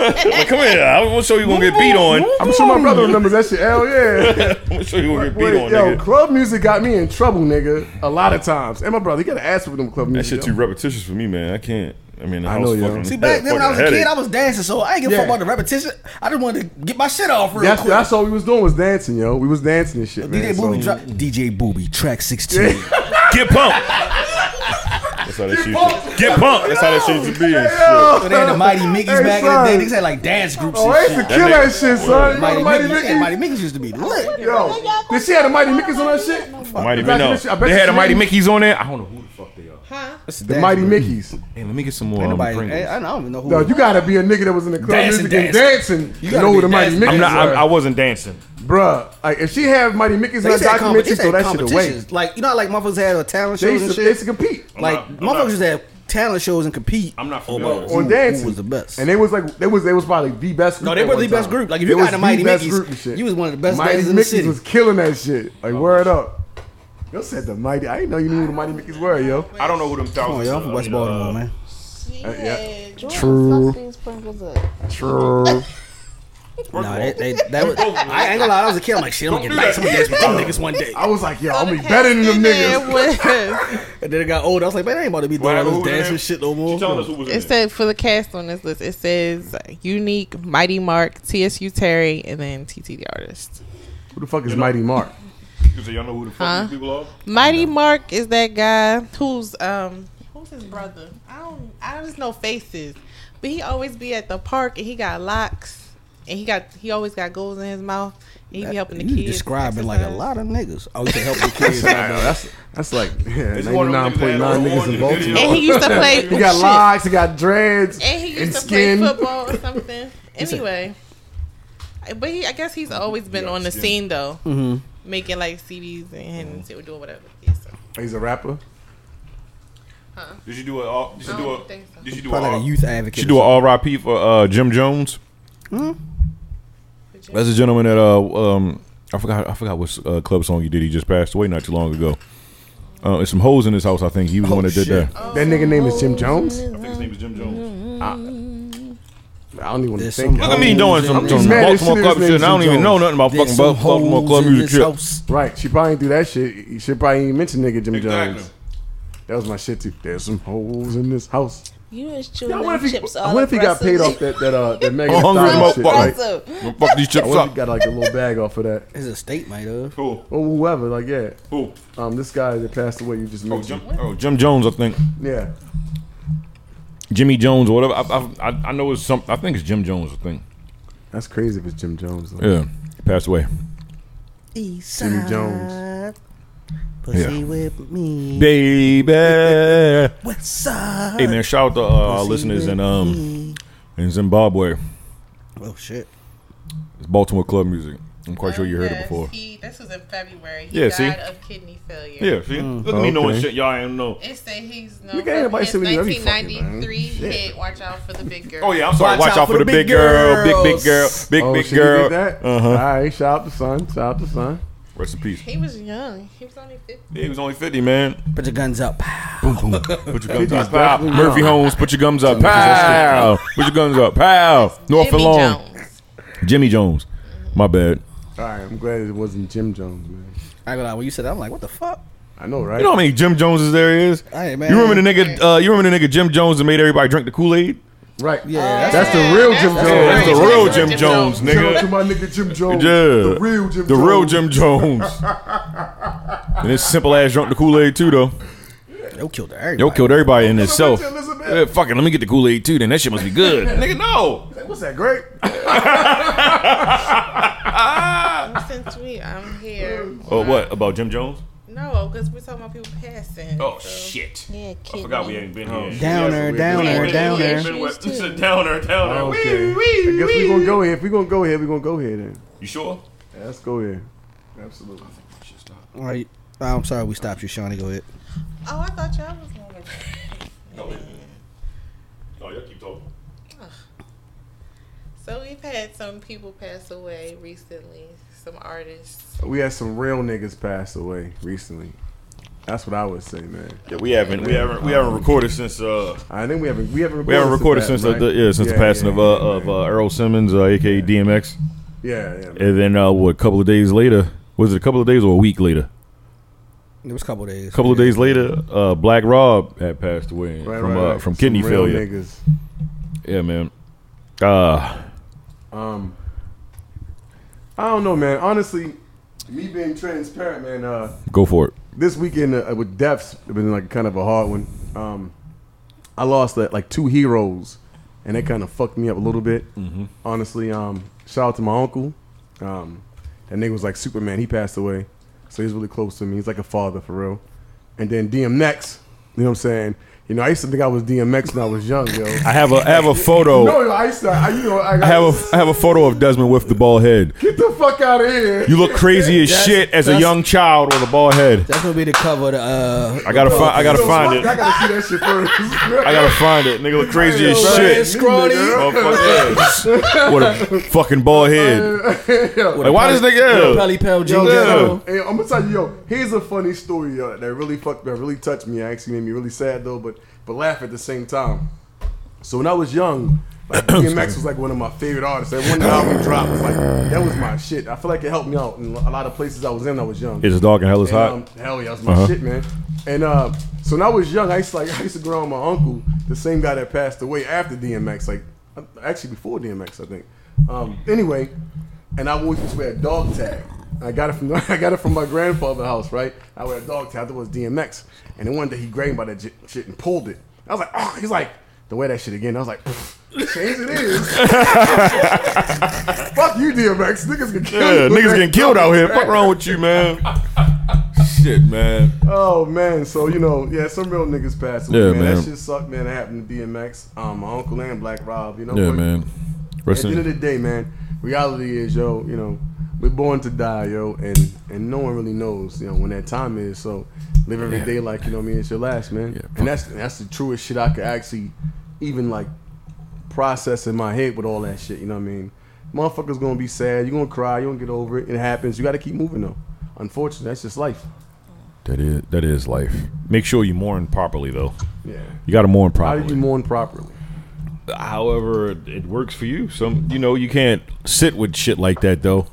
S4: Like, come here. I'm gonna show you gonna get beat on. I'm
S3: I'm sure my brother remembers that shit. Hell yeah.
S4: gonna show you gonna get beat
S3: Wait,
S4: on,
S3: yo,
S4: nigga.
S3: club music got me in trouble, nigga, a lot of times. And my brother, he got an ass with them club
S4: That
S3: music.
S4: shit too repetitious for me, man. I can't. I mean, I
S3: I
S4: was
S3: know, yo.
S4: fucking.
S5: See, back then when I was a
S4: fucking
S5: kid, I
S4: headache.
S5: was dancing, so I ain't give a
S3: Yeah.
S5: fuck about the repetition. I just wanted to get my shit off real
S3: That's,
S5: quick.
S3: that's all we was doing was dancing, yo. We was dancing and shit, man.
S5: DJ
S3: so-
S5: Booby drop. DJ Booby track sixteen.
S4: Get pumped. That's how that shit. used to- Get pumped. That's how that shit used to be. And shit.
S3: Yo.
S5: So they had the Mighty Mickeys
S3: Hey,
S5: back in the day.
S3: son.
S5: Niggas had like dance groups
S3: Oh, I used to
S5: and shit.
S3: kill that shit, son. You know,
S5: Mighty,
S3: the Mighty
S5: Mickey, Mickey.
S3: Mickey.
S5: Mighty Mickeys used to be lit.
S3: Yo, did she have the Mighty Mickeys on that shit?
S4: Mighty,
S3: I bet you-
S4: no,
S3: I bet
S4: they
S3: you
S4: had a
S3: she
S4: Mighty
S3: didn't.
S4: Mickey's on there. I don't know who the fuck they are.
S3: The Mighty Mickeys.
S4: Hey, let me get some more.
S5: Ain't
S4: um,
S5: nobody.
S4: Pringles.
S5: ain't- I don't even know who.
S3: No, you gotta be a nigga that was in the club
S5: Dancing,
S3: music and
S5: dancing.
S3: dancing.
S5: You
S3: You
S5: gotta
S3: know
S5: be
S3: who the Mighty
S5: dancing.
S3: Mickey's
S4: I'm not. I,
S3: are.
S4: I wasn't dancing.
S3: Bruh, like if she had Mighty Mickey's in
S5: They
S3: her
S5: used to have compet-
S3: documentary,
S5: they used to
S3: throw
S5: have
S3: that shit away.
S5: competitions. Like you know, how, like motherfuckers had uh, talent
S3: They
S5: shows
S3: used
S5: and
S3: to, they used to
S5: shit.
S3: compete.
S5: Like
S4: I'm not- I'm
S5: motherfuckers used to have talent shows and compete.
S4: I'm not
S5: over
S4: familiar.
S5: who-
S3: on dancing.
S5: Who was the best?
S3: And they was like they was they was probably the best group.
S5: No, they
S3: at
S5: were
S3: one
S5: the best
S3: time.
S5: group. Like, if
S3: They
S5: you
S3: was
S5: got the Mighty
S3: best
S5: Mickeys,
S3: group and shit.
S5: you was one of the best
S3: Mighty
S5: dancers in the
S3: Mickey's
S5: city.
S3: was killing that shit. Like word up. Yo said the mighty. I didn't know you knew who the mighty Mickeys were, yo.
S4: I don't know who them
S5: Come on,
S4: thousands.
S5: y'all from
S4: uh,
S5: West
S4: I mean, uh,
S5: Baltimore, man.
S3: yeah.
S8: True. These sprinkles up.
S3: True.
S5: No, they, they, that was, I ain't gonna lie. I was a kid. I'm like, shit, I'm gonna get nice. I'm gonna dance with them niggas one day.
S3: I was like, yo, I'll be better than them niggas.
S5: And then I got older. I was like, man, I ain't about to be doing
S4: Why,
S5: all
S4: who
S5: this
S4: was
S5: dancing
S4: there?
S5: shit no more.
S4: She telling us who was in
S6: It
S4: there.
S6: said for the cast on this list, it says Unique, Mighty Mark, TSU Terry, and then TT the artist.
S3: Who the fuck is Mighty Mark?
S4: You say y'all know who the fuck these people are?
S6: Mighty Mark is that guy who's um who's his brother? I don't I just know faces, but he always be at the park and he got locks and he got he always got goals in his mouth. And he be helping the
S5: You
S6: kids.
S5: describing like a
S6: exercise.
S5: lot of niggas. Oh, you can help the kids.
S3: that's that's like yeah,
S4: It's one of them
S3: ninety-nine point
S4: niggas that
S3: nine
S4: had a
S3: niggas in
S4: horn in the
S3: Baltimore.
S6: And he used to play.
S3: He got
S6: shit.
S3: locks. He got dreads
S6: And he used
S3: and
S6: to
S3: skin.
S6: play football or something. anyway, but he, I guess he's always been on the scene though,
S4: Mm-hmm.
S6: making like CDs and doing whatever. Yeah, so.
S3: He's a rapper.
S4: Did you do a? uh, Did you do a?
S6: don't think so.
S4: Did you do
S5: Probably like a
S4: a? uh,
S5: youth advocate.
S4: Did you do
S5: or
S4: a RIP for uh, Jim Jones? That's a gentleman that uh um I forgot I forgot what uh, club song he did. He just passed away not too long ago. Uh, there's some hoes in his house. I think he was the one that did
S3: Shit.
S4: that.
S6: Oh.
S3: That nigga name is Jim Jones.
S4: I think his name is Jim Jones.
S3: I don't even want to
S5: There's
S3: think.
S5: some
S4: Look at me doing some, some
S5: I'm just
S3: mad as
S4: Baltimore
S3: shit
S4: club
S3: his
S4: shit.
S3: name
S4: and I don't
S3: is Jim
S4: even know
S3: Jones.
S4: nothing about
S5: something.
S4: fucking
S5: There's
S4: Bal-
S5: some
S4: Baltimore
S5: hoes
S4: club
S5: in
S4: music
S5: this
S4: shit.
S5: house.
S3: Right. She probably ain't do that shit. She probably ain't mention nigga Jim
S4: Exactly.
S3: Jones. That was my shit too. There's some holes in this house.
S7: You is
S3: Yeah,
S7: chewing
S3: I
S7: them
S3: wonder if he,
S7: chips all
S3: I wonder if he got paid off
S7: aggressively.
S3: that that uh that mega
S4: I'm hungry as
S3: Thou
S4: a
S3: shit.
S4: motherfucker.
S3: Like,
S7: Aggressive.
S4: Don't Fuck these
S3: I
S4: chips
S3: wonder if he
S4: up.
S3: got like a little bag off of that.
S5: It's a state, mate. Of
S4: Cool.
S3: Or whoever, like yeah.
S4: Cool.
S3: Um, this guy that passed away, you just
S4: Oh
S3: mentioned.
S4: Jim, oh, Jim Jones, I think
S3: Yeah.
S4: Jimmy Jones or whatever. I, I, I- I know it's some. I think it's Jim Jones. I think.
S3: That's crazy if it's Jim Jones. Though.
S4: Yeah, passed away.
S3: Jimmy Jones.
S4: Yeah. Baby.
S5: What's up?
S4: Hey man, shout out to uh, our listeners in um in Zimbabwe.
S5: Oh shit.
S4: It's Baltimore club music. I'm quite sure you heard it
S6: Yes,
S4: before.
S6: He, this was in February. He
S4: Yeah,
S6: died
S4: see?
S6: of kidney failure.
S4: Yeah, see, look at me knowing
S3: Okay.
S4: shit y'all ain't know.
S6: It said he's known
S3: Look
S6: for
S3: at everybody
S6: his
S3: say we do every fucking
S6: 1993
S3: thing. Shit.
S6: hit "Watch Out for the Big Girl."
S4: Oh yeah, I'm sorry. Watch, out, for the big girl, big big girl,
S5: girls.
S4: big
S3: Oh,
S4: big
S3: she did
S4: girl.
S3: that?
S4: Uh
S3: All
S4: huh.
S3: right, shout out to son. Shout out to son.
S4: Rest in peace.
S6: he was young. He was only 50.
S4: Yeah, he was only 50, man.
S5: Put your guns up.
S4: Boom boom. Put your guns
S3: He's
S4: up, pow.
S3: definitely
S4: Murphy
S3: young.
S4: Holmes, put your guns up, pow. Put your guns up, pow. North and
S6: Jimmy
S4: Long,
S6: Jones.
S4: Jimmy Jones. My bad.
S3: All right, I'm glad it wasn't Jim Jones, man.
S5: I go lie. When you said that, I'm like, what the fuck?
S3: I know, right?
S4: You know how many Jim Joneses there is?
S5: Hey man.
S4: You remember the nigga? Uh, you remember the nigga Jim Jones that made everybody drink the Kool Aid?
S3: right?
S5: Yeah, that's-
S3: that's the real Jim
S6: That's
S3: Jones.
S6: the
S4: Oh, Yeah, that's the real
S6: That's
S4: Jim
S6: Jim
S4: Jones,
S3: Shout out to
S4: nigga.
S3: my nigga Jim Jones.
S4: Yeah.
S3: The real Jim
S4: Oh, The
S3: Jones.
S4: real Jim Jones. and this simple ass drunk the Kool Aid too, though.
S5: Yo killed everybody.
S4: Yo killed everybody in itself.
S3: Elizabeth.
S4: Yeah, fuck it, let me get the Kool Aid too. Then that shit must be good, nigga. No,
S3: What's that, great?
S6: Since we, I'm here.
S4: Oh, what about Jim Jones?
S6: No, because we're talking about people passing.
S4: Oh shit!
S7: Yeah,
S4: I
S7: kid.
S4: forgot we ain't been here.
S5: Downer, downer,
S7: Yeah.
S5: downer.
S7: Yeah.
S4: It's a downer, downer.
S3: Okay. I guess we're gonna go here. If we're gonna go here, we're gonna go here then.
S4: You sure?
S3: Yeah, let's go here. Absolutely.
S5: All right. I'm sorry we stopped you, Shawnee. Go ahead.
S6: Oh, I thought y'all was going to.
S4: No. Oh, y'all keep talking.
S6: So we've had some people pass away recently. Some artists.
S3: We had some real niggas pass away recently. That's what I would say, man.
S4: Yeah, we haven't, we haven't, we haven't recorded since uh.
S3: I think we haven't we haven't recorded
S4: We haven't recorded since,
S3: since, that,
S4: the,
S3: right?
S4: yeah, since the
S3: Yeah,
S4: passing
S3: yeah,
S4: of uh,
S3: yeah,
S4: of uh, Earl Simmons, uh, aka DMX,
S3: yeah, yeah. man.
S4: and then uh, what? A couple of days later, was it a couple of days or a week later?
S5: It was a couple days.
S4: A couple of days later, uh, Black Rob had passed away
S3: Right,
S4: from
S3: right,
S4: Uh,
S3: right.
S4: from
S3: Some
S4: kidney
S3: real
S4: failure.
S3: Niggas.
S4: Yeah, man. Uh
S3: Um, I don't know, man. Honestly, me being transparent, man. Uh,
S4: go for it.
S3: this weekend uh, with deaths have been like kind of a hard one. Um, I lost like, like two heroes, and that kind of fucked me up a little bit.
S4: Mm-hmm.
S3: Honestly, um, shout out to my uncle. Um, that nigga was like Superman. He passed away, so he's really close to me. He's like a father for real. And then DMX, you know what I'm saying? You know, I used to think I was DMX when I was young, yo.
S4: I have a I have a
S3: No,
S4: photo.
S3: yo, I used to. I, you know, I,
S4: I have a I have a photo of Desmond with the bald head.
S3: Get the fuck out of here.
S4: You look crazy as
S5: That's-
S4: shit as a
S5: that's-
S4: young child with a bald head.
S5: That's gonna be the cover. Of the, uh,
S4: I gotta find I gotta
S3: Yo,
S4: find
S3: fuck, I
S4: it.
S3: gotta see that shit first.
S4: I gotta find it. Nigga look crazy as
S5: Yo, man,
S4: shit.
S5: scrawny.
S4: Oh, fuck yeah. What a fucking bald head.
S5: with
S4: Like
S5: a
S4: why does
S5: Pelly-
S4: nigga?
S5: with a Pelly Pell
S3: Yo,
S5: jeans.
S3: yo,
S5: on.
S4: Oh, Yeah.
S3: hey, I'm gonna tell you, yo, here's a funny story yo, that really fucked, that really touched me. Actually, made me really sad though, but but laugh at the same time. So when I was young, like DMX was like one of my favorite artists. That one album dropped, was like that was my shit. I feel like it helped me out in a lot of places I was in. when I was young.
S4: It's dark and hell is
S3: And, um,
S4: hot.
S3: hell yeah, that was my
S4: Uh-huh.
S3: shit, man. And uh, so when I was young, I used to like I used to go around with my uncle, the same guy that passed away after DMX, like uh, actually before DMX, I think. Um, anyway, and I always used to wear a dog tag. I got it from I got it from my grandfather's house, right? I wear a dog tag. That was DMX. And then one day he grabbed me by that j- shit and pulled it. I was like, oh, he's like, don't wear that shit again. I was like, change it is. Fuck you, DMX. Niggas can kill
S4: Yeah,
S3: you.
S4: niggas getting killed out here. Fuck wrong with you, man? Shit, man.
S3: Oh man, so you know, yeah, some real niggas passed away,
S4: Yeah,
S3: man. That
S4: man.
S3: shit sucked, man. It happened to DMX, um, my uncle and Black Rob, you know.
S4: Yeah,
S3: but
S4: man.
S3: At
S4: Rest
S3: the end of
S4: in
S3: the day, man, reality is, yo, you know, we're born to die, yo, and and no one really knows, you know, when that time is. So live every day like you know, what I mean, it's your last, man.
S4: Yeah.
S3: And that's that's the truest shit I could actually even like process in my head with all that shit. You know what I mean? Motherfuckers gonna be sad. You gonna cry. You gonna get over it. It happens. You got to keep moving though. Unfortunately, that's just life.
S4: that is that is life. Make sure you mourn properly though.
S3: Yeah.
S4: You gotta mourn
S3: How
S4: properly.
S3: did you mourn properly?
S4: however it works for you. Some you know you can't sit with shit like that though.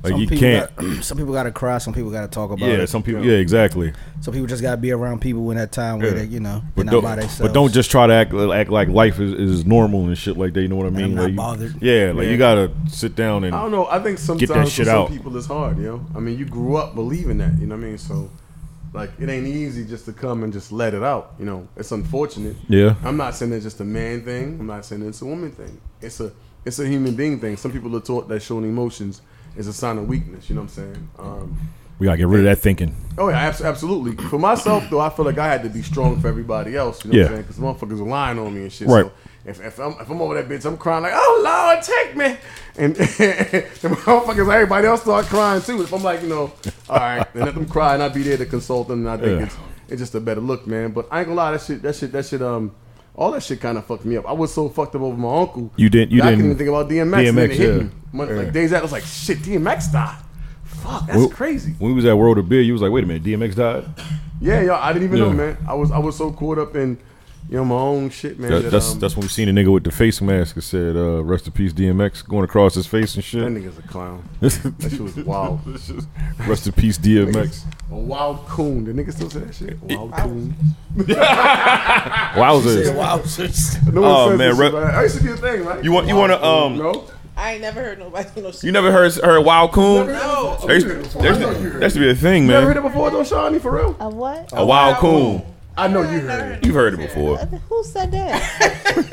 S4: Like
S5: Some
S4: you
S5: people
S4: can't.
S5: got- some people gotta cry. Some people gotta talk about
S4: yeah,
S5: it.
S4: some people. Yeah, exactly.
S5: So people just gotta be around people in that time where
S4: Yeah.
S5: they, you know, they're
S4: But
S5: not
S4: don't,
S5: by themselves.
S4: but don't just try to act, act like life is, is normal and shit like that. You know what I mean?
S5: I'm not
S4: Like, you-
S5: bothered.
S4: Yeah, like
S3: Yeah.
S4: you gotta sit down and
S3: I don't know. I think sometimes
S4: shit
S3: for
S4: out.
S3: some people it's hard, you know. I mean, you grew up believing that, you know what I mean? So, like, it ain't easy just to come and just let it out, you know. It's unfortunate.
S4: Yeah.
S3: I'm not saying it's just a man thing. I'm not saying it's a woman thing. It's a it's a human being thing. Some people are taught that showing emotions is a sign of weakness. You know what I'm saying? Um,
S4: we gotta get rid of that thinking.
S3: oh yeah, abs- absolutely. For myself though, I feel like I had to be strong for everybody else. You know
S4: Yeah.
S3: what I'm saying? Because motherfuckers are lying on me and shit.
S4: Right.
S3: So if, if I'm if I'm over that bitch, I'm crying like, oh Lord, take me, and the motherfuckers, everybody else start crying too. If I'm like, you know, all right, then let them cry, and I'll be there to consult them. And I think
S4: Yeah.
S3: it's it's just a better look, man. But I ain't gonna lie, that shit, that shit, that shit, um. All that shit kind of fucked me up. I was so fucked up over my uncle.
S4: You didn't- you
S3: that I couldn't
S4: didn't-
S3: even think about DMX. and then it
S4: DMX,
S3: hit
S4: yeah.
S3: me. Mon-
S4: Yeah.
S3: Like days after, I was like, "Shit, DMX died. Fuck, that's
S4: Well-
S3: crazy."
S4: When we was at World of Beer, you was like, wait a minute, DMX died.
S3: Yeah, yo, I didn't even know,
S4: Yeah.
S3: man. I was I was so caught up in you know my own shit, man.
S4: That-
S3: that,
S4: that's
S3: um,
S4: that's when we seen a nigga with the face mask that said, uh, "Rest in peace, DMX," going across his face and
S3: that
S4: shit.
S3: nigga's a clown. That shit was wild.
S4: Rest in peace, DMX.
S3: Niggas- A wild coon. The nigga still say that shit. Wild coon.
S4: Oh, Wowzers.
S5: Wow,
S3: No one
S4: Oh,
S3: says
S4: man,
S3: this
S4: re-
S3: shit, right? That used to be a thing, right?
S4: You want- you
S3: Wild
S4: wanna,
S3: coon,
S4: um,
S3: No.
S6: I ain't never heard nobody no shit.
S4: You never heard heard Wild Coon?
S3: No.
S4: That used, that used- that used to be a thing,
S3: You ever heard
S4: man.
S3: it before, though, Shawnee? For real?
S8: A what?
S4: A Wild Coon.
S3: Oh, I know you heard it.
S4: You've heard it before.
S8: Who said that?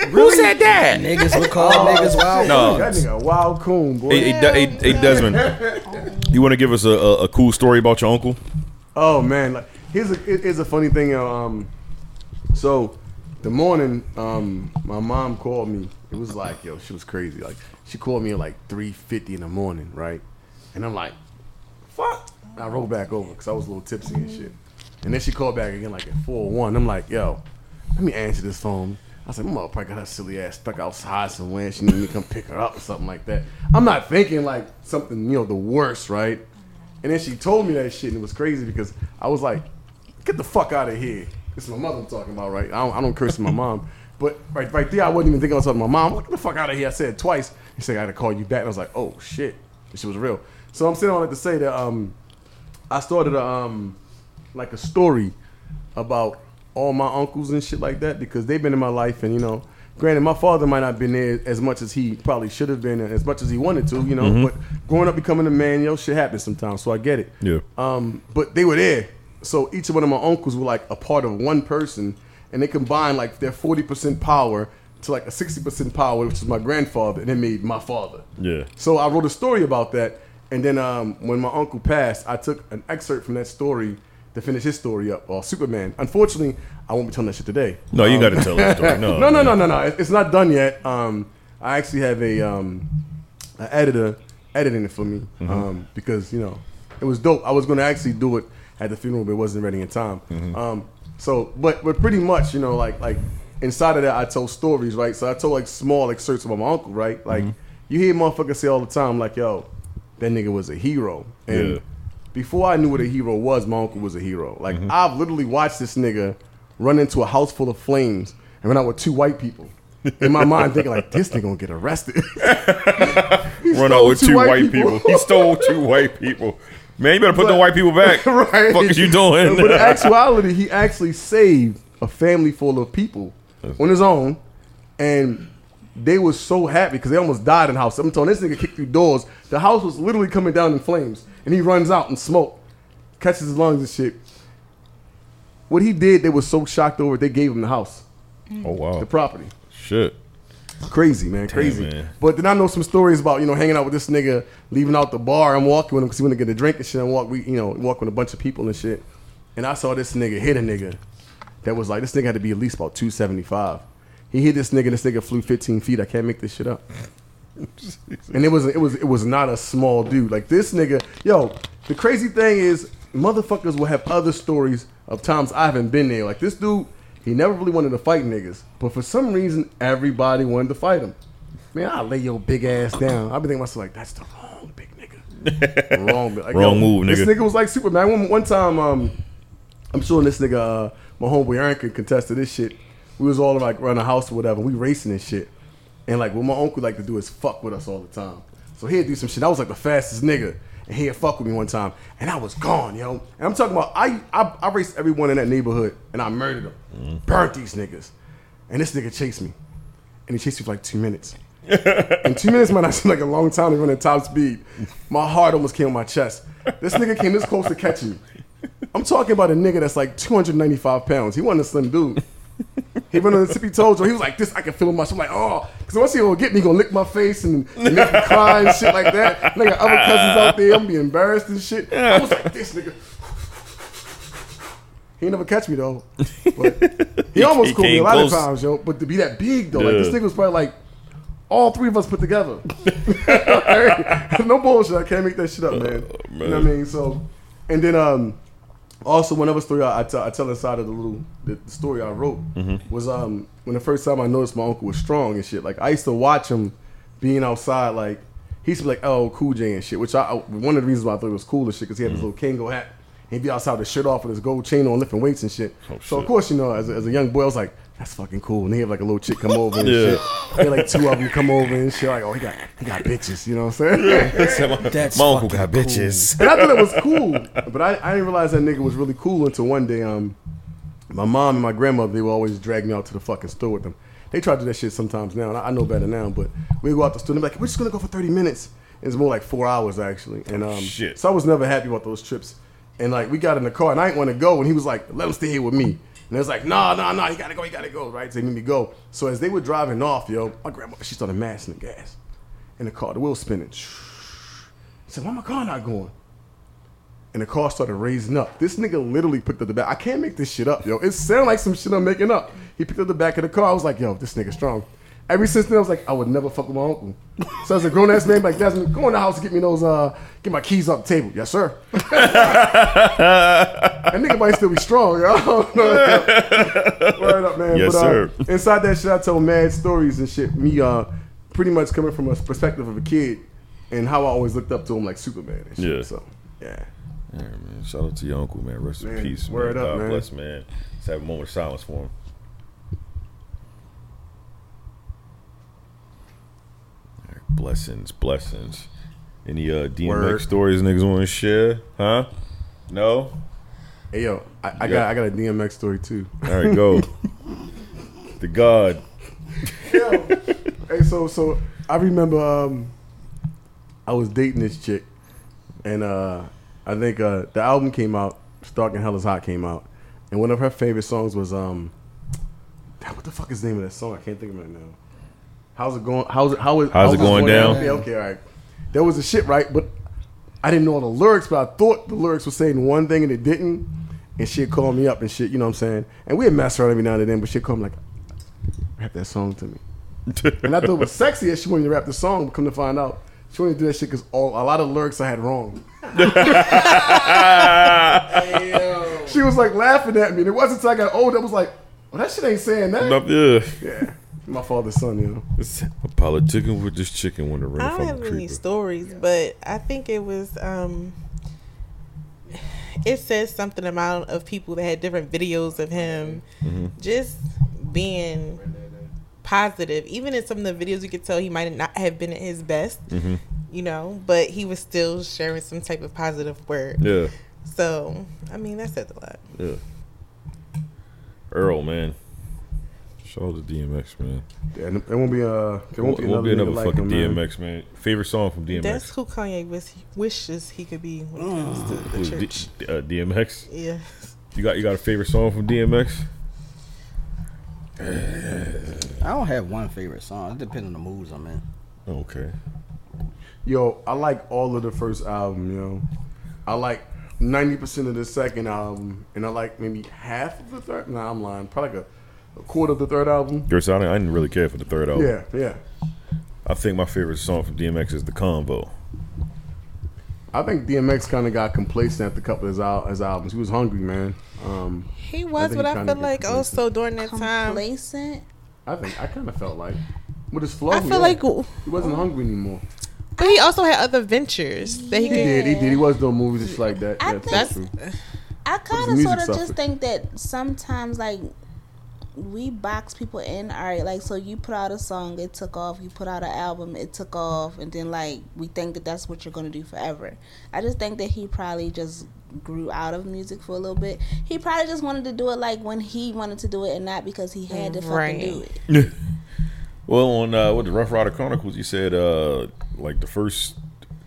S4: Who said that?
S5: niggas would call niggas wild.
S4: No.
S3: That nigga a wild coon, boy.
S4: Uh, Hey, hey, De- hey, hey, Desmond, you want to give us a, a, a cool story about your uncle?
S3: Oh man, like here's a it- here's a funny thing. yo, Um, so the morning, um, my mom called me. It was like yo, she was crazy. Like she called me at like three fifty in the morning, right? And I'm like, fuck. And I rolled back over because I was a little tipsy and shit. And then she called back again like at four oh one. I'm like, yo, let me answer this phone. I said, my mother probably got her silly ass stuck outside somewhere. She need me to come pick her up or something like that. I'm not thinking like something, you know, the worst, right? And then she told me that shit, and it was crazy because I was like, "Get the fuck out of here!" It's my mother I'm talking about, right? I don't, I don't curse my mom, but right, right there, I wasn't even thinking I was talking to my mom. What the fuck out of here? I said it twice. He said I got to call you back, and I was like, "Oh shit!" This shit was real. So I'm saying all that to say that um, I started a, um, like a story about all my uncles and shit like that because they've been in my life, and you know, granted, my father might not have been there as much as he probably should have been, and as much as he wanted to, you know.
S4: Mm-hmm.
S3: But growing up, becoming a man, yo, shit happens sometimes, so I get it.
S4: Yeah.
S3: Um, but they were there, so each one of my uncles were like a part of one person, and they combined like their forty percent power to like a sixty percent power, which is my grandfather, and it made my father.
S4: Yeah.
S3: So I wrote a story about that, and then um, when my uncle passed, I took an excerpt from that story to finish his story up. Or Superman. Unfortunately, I won't be telling that shit today.
S4: No, you got to tell that story. No,
S3: No, no, no, no, no. It- It's not done yet. Um, I actually have a um, an editor editing it for me um, because you know it was dope. I was going to actually do it at the funeral, but it wasn't ready in time. Um, so, but but pretty much, you know, like like inside of that, I told stories, right? So I told like small excerpts about my uncle, right? Like you hear motherfuckers say all the time, like yo, that nigga was a hero, and
S4: Yeah.
S3: before I knew what a hero was, my uncle was a hero. Like
S4: Mm-hmm.
S3: I've literally watched this nigga run into a house full of flames and run out with two white people. In my mind, thinking like this nigga gonna get arrested.
S4: Run out
S3: stole
S4: with two, white, people. he stole two white people. Man, you better put the
S3: But-
S4: white people back.
S3: right?
S4: Fuck is you doing?
S3: but in actuality, he actually saved a family full of people on his own, and they were so happy because they almost died in the house. I'm telling you, this nigga kicked through doors. The house was literally coming down in flames, and he runs out in smoke, catches his lungs and shit. What he did, they were so shocked over. it, They gave him the house,
S4: oh
S3: the
S4: wow,
S3: property.
S4: shit.
S3: Crazy, man. Crazy.
S4: man.
S3: But then I know some stories about, you know, hanging out with this nigga, leaving out the bar. I'm walking with him because he want to get a drink and shit. I walk, we, you know, walk with a bunch of people and shit. And I saw this nigga hit a nigga that was like, this nigga had to be at least about 275. He hit this nigga, this nigga flew 15 feet. I can't make this shit up. and it was, it was, it was not a small dude. Like this nigga, yo, the crazy thing is, motherfuckers will have other stories of times I haven't been there. Like this dude, he never really wanted to fight niggas, but for some reason, everybody wanted to fight him. Man, I'll lay your big ass down. I've been thinking to myself, like, that's the wrong big nigga. wrong big- like,
S4: Wrong move,
S3: This
S4: nigga.
S3: nigga was like Superman. One, one time, um, I'm sure this nigga, uh, my homeboy Aaron could contest to this shit. We was all like around the house or whatever. We racing and shit. And like what my uncle like to do is fuck with us all the time. So he'd do some shit. I was like the fastest nigga. And he'd fuck with me one time. And I was gone, yo. And I'm talking about I I, I raced everyone in that neighborhood and I murdered them. Burnt these niggas. And this nigga chased me. And he chased me for like two minutes. And two minutes might not seem like a long time to run at top speed. My heart almost came on my chest. This nigga came this close to catching me. I'm talking about a nigga that's like 295 pounds. He wasn't a slim dude. He went on the tippy toes, or he was like, "This I can feel in my." I'm like, "Oh," because once he gonna get me, he gonna lick my face and, and make me cry and shit like that. And I got other cousins out there, I'm gonna be embarrassed and shit. I was like, "This nigga." He ain't never catch me though. But he almost
S4: he
S3: caught me a
S4: came
S3: lot of
S4: close.
S3: times, yo. But to be that big though, like this
S4: Yeah.
S3: nigga was probably like all three of us put together. no bullshit. I can't make that shit up, man.
S4: Oh,
S3: You know what I mean? So, and then um, also one other story I I tell- I tell inside of the little the, the story I wrote
S4: Mm-hmm.
S3: was um when the first time I noticed my uncle was strong and shit. Like I used to watch him being outside. Like he used to be like oh Cool J and shit, which I, I- one of the reasons why I thought it was cool and shit because he had
S4: Mm-hmm.
S3: his little Kango hat. He'd be outside with his shirt off with his gold chain on, lifting weights and shit. so of
S4: Oh, shit.
S3: course, you know, as a, as a young boy, I was like, "That's fucking cool." And they have like a little chick come over and
S4: Yeah.
S3: shit. They had, like two of them come over and shit. Like, oh, he got he got bitches. You know what I'm saying?
S5: That's
S4: my uncle got
S5: fucking
S4: bitches.
S3: and I thought it was cool, but I, I didn't realize that nigga was really cool until one day, um, my mom and my grandmother they would always drag me out to the fucking store with them. They try to do that shit sometimes now, and I, I know better now. But we go out the store, and they're like, "We're just gonna go for thirty minutes." And it's more like four hours actually, and um,
S4: Shit.
S3: so I was never happy about those trips. And like we got in the car, and I didn't want to go, and he was like, "Let him stay here with me." And it was like, "Nah, nah, nah, you gotta go, you gotta go." Right? So they made me go. So as they were driving off, yo, my grandma she started mashing the gas in the car, the wheel spinning. I said, why my car not going? And the car started raising up. This nigga literally picked up the back. I can't make this shit up, yo. It sounded like some shit I'm making up. He picked up the back of the car. I was like, yo, this nigga strong. Ever since then, I was like, I would never fuck with my uncle. So as a grown ass man, like Desmond, go in the house and get me those, uh, get my keys off the table. Yes, sir. that nigga might still be strong, yo. I don't know. Word up, man.
S4: Yes,
S3: but, uh,
S4: sir.
S3: inside that shit, I told mad stories and shit. Me, uh, pretty much coming from a perspective of a kid and how I always looked up to him like Superman and shit.
S4: Yeah.
S3: So, yeah.
S4: Yeah, man. Shout out to your uncle, man. Rest in
S3: Man,
S4: peace.
S3: word
S4: man.
S3: up,
S4: God
S3: man.
S4: bless, man. Let's have a moment of silence for him. All right, Blessings, blessings. Any uh, DMX
S3: Word.
S4: stories niggas want to share? Huh? No?
S3: Hey yo, I, I
S4: Yeah.
S3: got I got a DMX story too.
S4: All right, go. the God.
S3: hey, so so I remember um, I was dating this chick, and uh, I think uh, the album came out, Stark and Hell is Hot came out, and one of her favorite songs was um, damn, what the fuck is the name of that song? I can't think of it right now. How's it going? How's it how is
S4: How's it going down?
S3: Yeah, okay, all right. There was a shit right, but I didn't know all the lyrics, but I thought the lyrics were saying one thing and it didn't. and she'd call me up and shit, you know what I'm saying? And we'd mess around every now and then, but she'd call me like, rap that song to me. and I thought it was sexy as she wanted me to rap the song, but come to find out, she wanted to do that shit because all a lot of lyrics I had wrong. She was like laughing at me, and it wasn't until I got older I was like, well, that shit ain't saying that.
S4: yeah.
S3: Yeah, my father's son, you know.
S4: I'm politicking with this chicken when the rain
S6: I don't have any stories, but I think it was um it says something amount of people that had different videos of him
S4: Mm-hmm.
S6: just being positive. Even in some of the videos you could tell he might not have been at his best.
S4: Mm-hmm.
S6: You know, but he was still sharing some type of positive word.
S4: Yeah,
S6: So, I mean, that says a lot.
S4: yeah. Earl, man. Shout out to DMX, man.
S3: Yeah, and it won't be uh, there won't,
S4: Won't
S3: be another, nigga like
S4: fucking
S3: him, man.
S4: DMX, man. Favorite song from DMX?
S6: That's who Kanye wish, wishes he could be when it comes to the
S4: Who's D-
S6: church.
S4: uh, DMX.
S6: Yeah.
S4: You got you got a favorite song from DMX?
S5: I don't have one favorite song. It depends on the moods I'm in.
S4: Okay.
S3: Yo, I like all of the first album, yo. I like ninety percent of the second album, and I like maybe half of the third. Nah, I'm lying. Probably like a, a quarter of the third album.
S4: Yours, I didn't, I didn't really care for the third album.
S3: Yeah, yeah.
S4: I think my favorite song from DMX is The Convo.
S3: I think DMX kind of got complacent after a couple of his, al- his albums. He was hungry, man. Um,
S6: He was,
S3: think
S6: but
S3: he
S6: I
S3: kinda
S6: feel
S3: did
S6: like
S3: complacent.
S6: also during that time,
S7: Complacent.
S3: I think I kind of felt like with his
S4: Oh,
S3: flow,
S6: I feel
S3: yeah,
S6: like, but
S3: he wasn't hungry anymore.
S6: he also had other ventures that he
S3: He
S6: could.
S3: did, he did. He was doing movies just like that.
S7: I
S3: yeah, that's
S7: think-
S3: true.
S7: I kind of
S3: music
S7: sort of just
S3: suffered.
S7: think that sometimes like we box people in. All right, like so you put out a song, it took off. You put out an album, it took off, and then like we think that that's what you're gonna do forever. I just think that he probably just grew out of music for a little bit. He probably just wanted to do it like when he wanted to do it, and not because he had to
S6: Right.
S7: fucking do it.
S4: Well, on uh, what the Rough Rider Chronicles, you said uh, like the first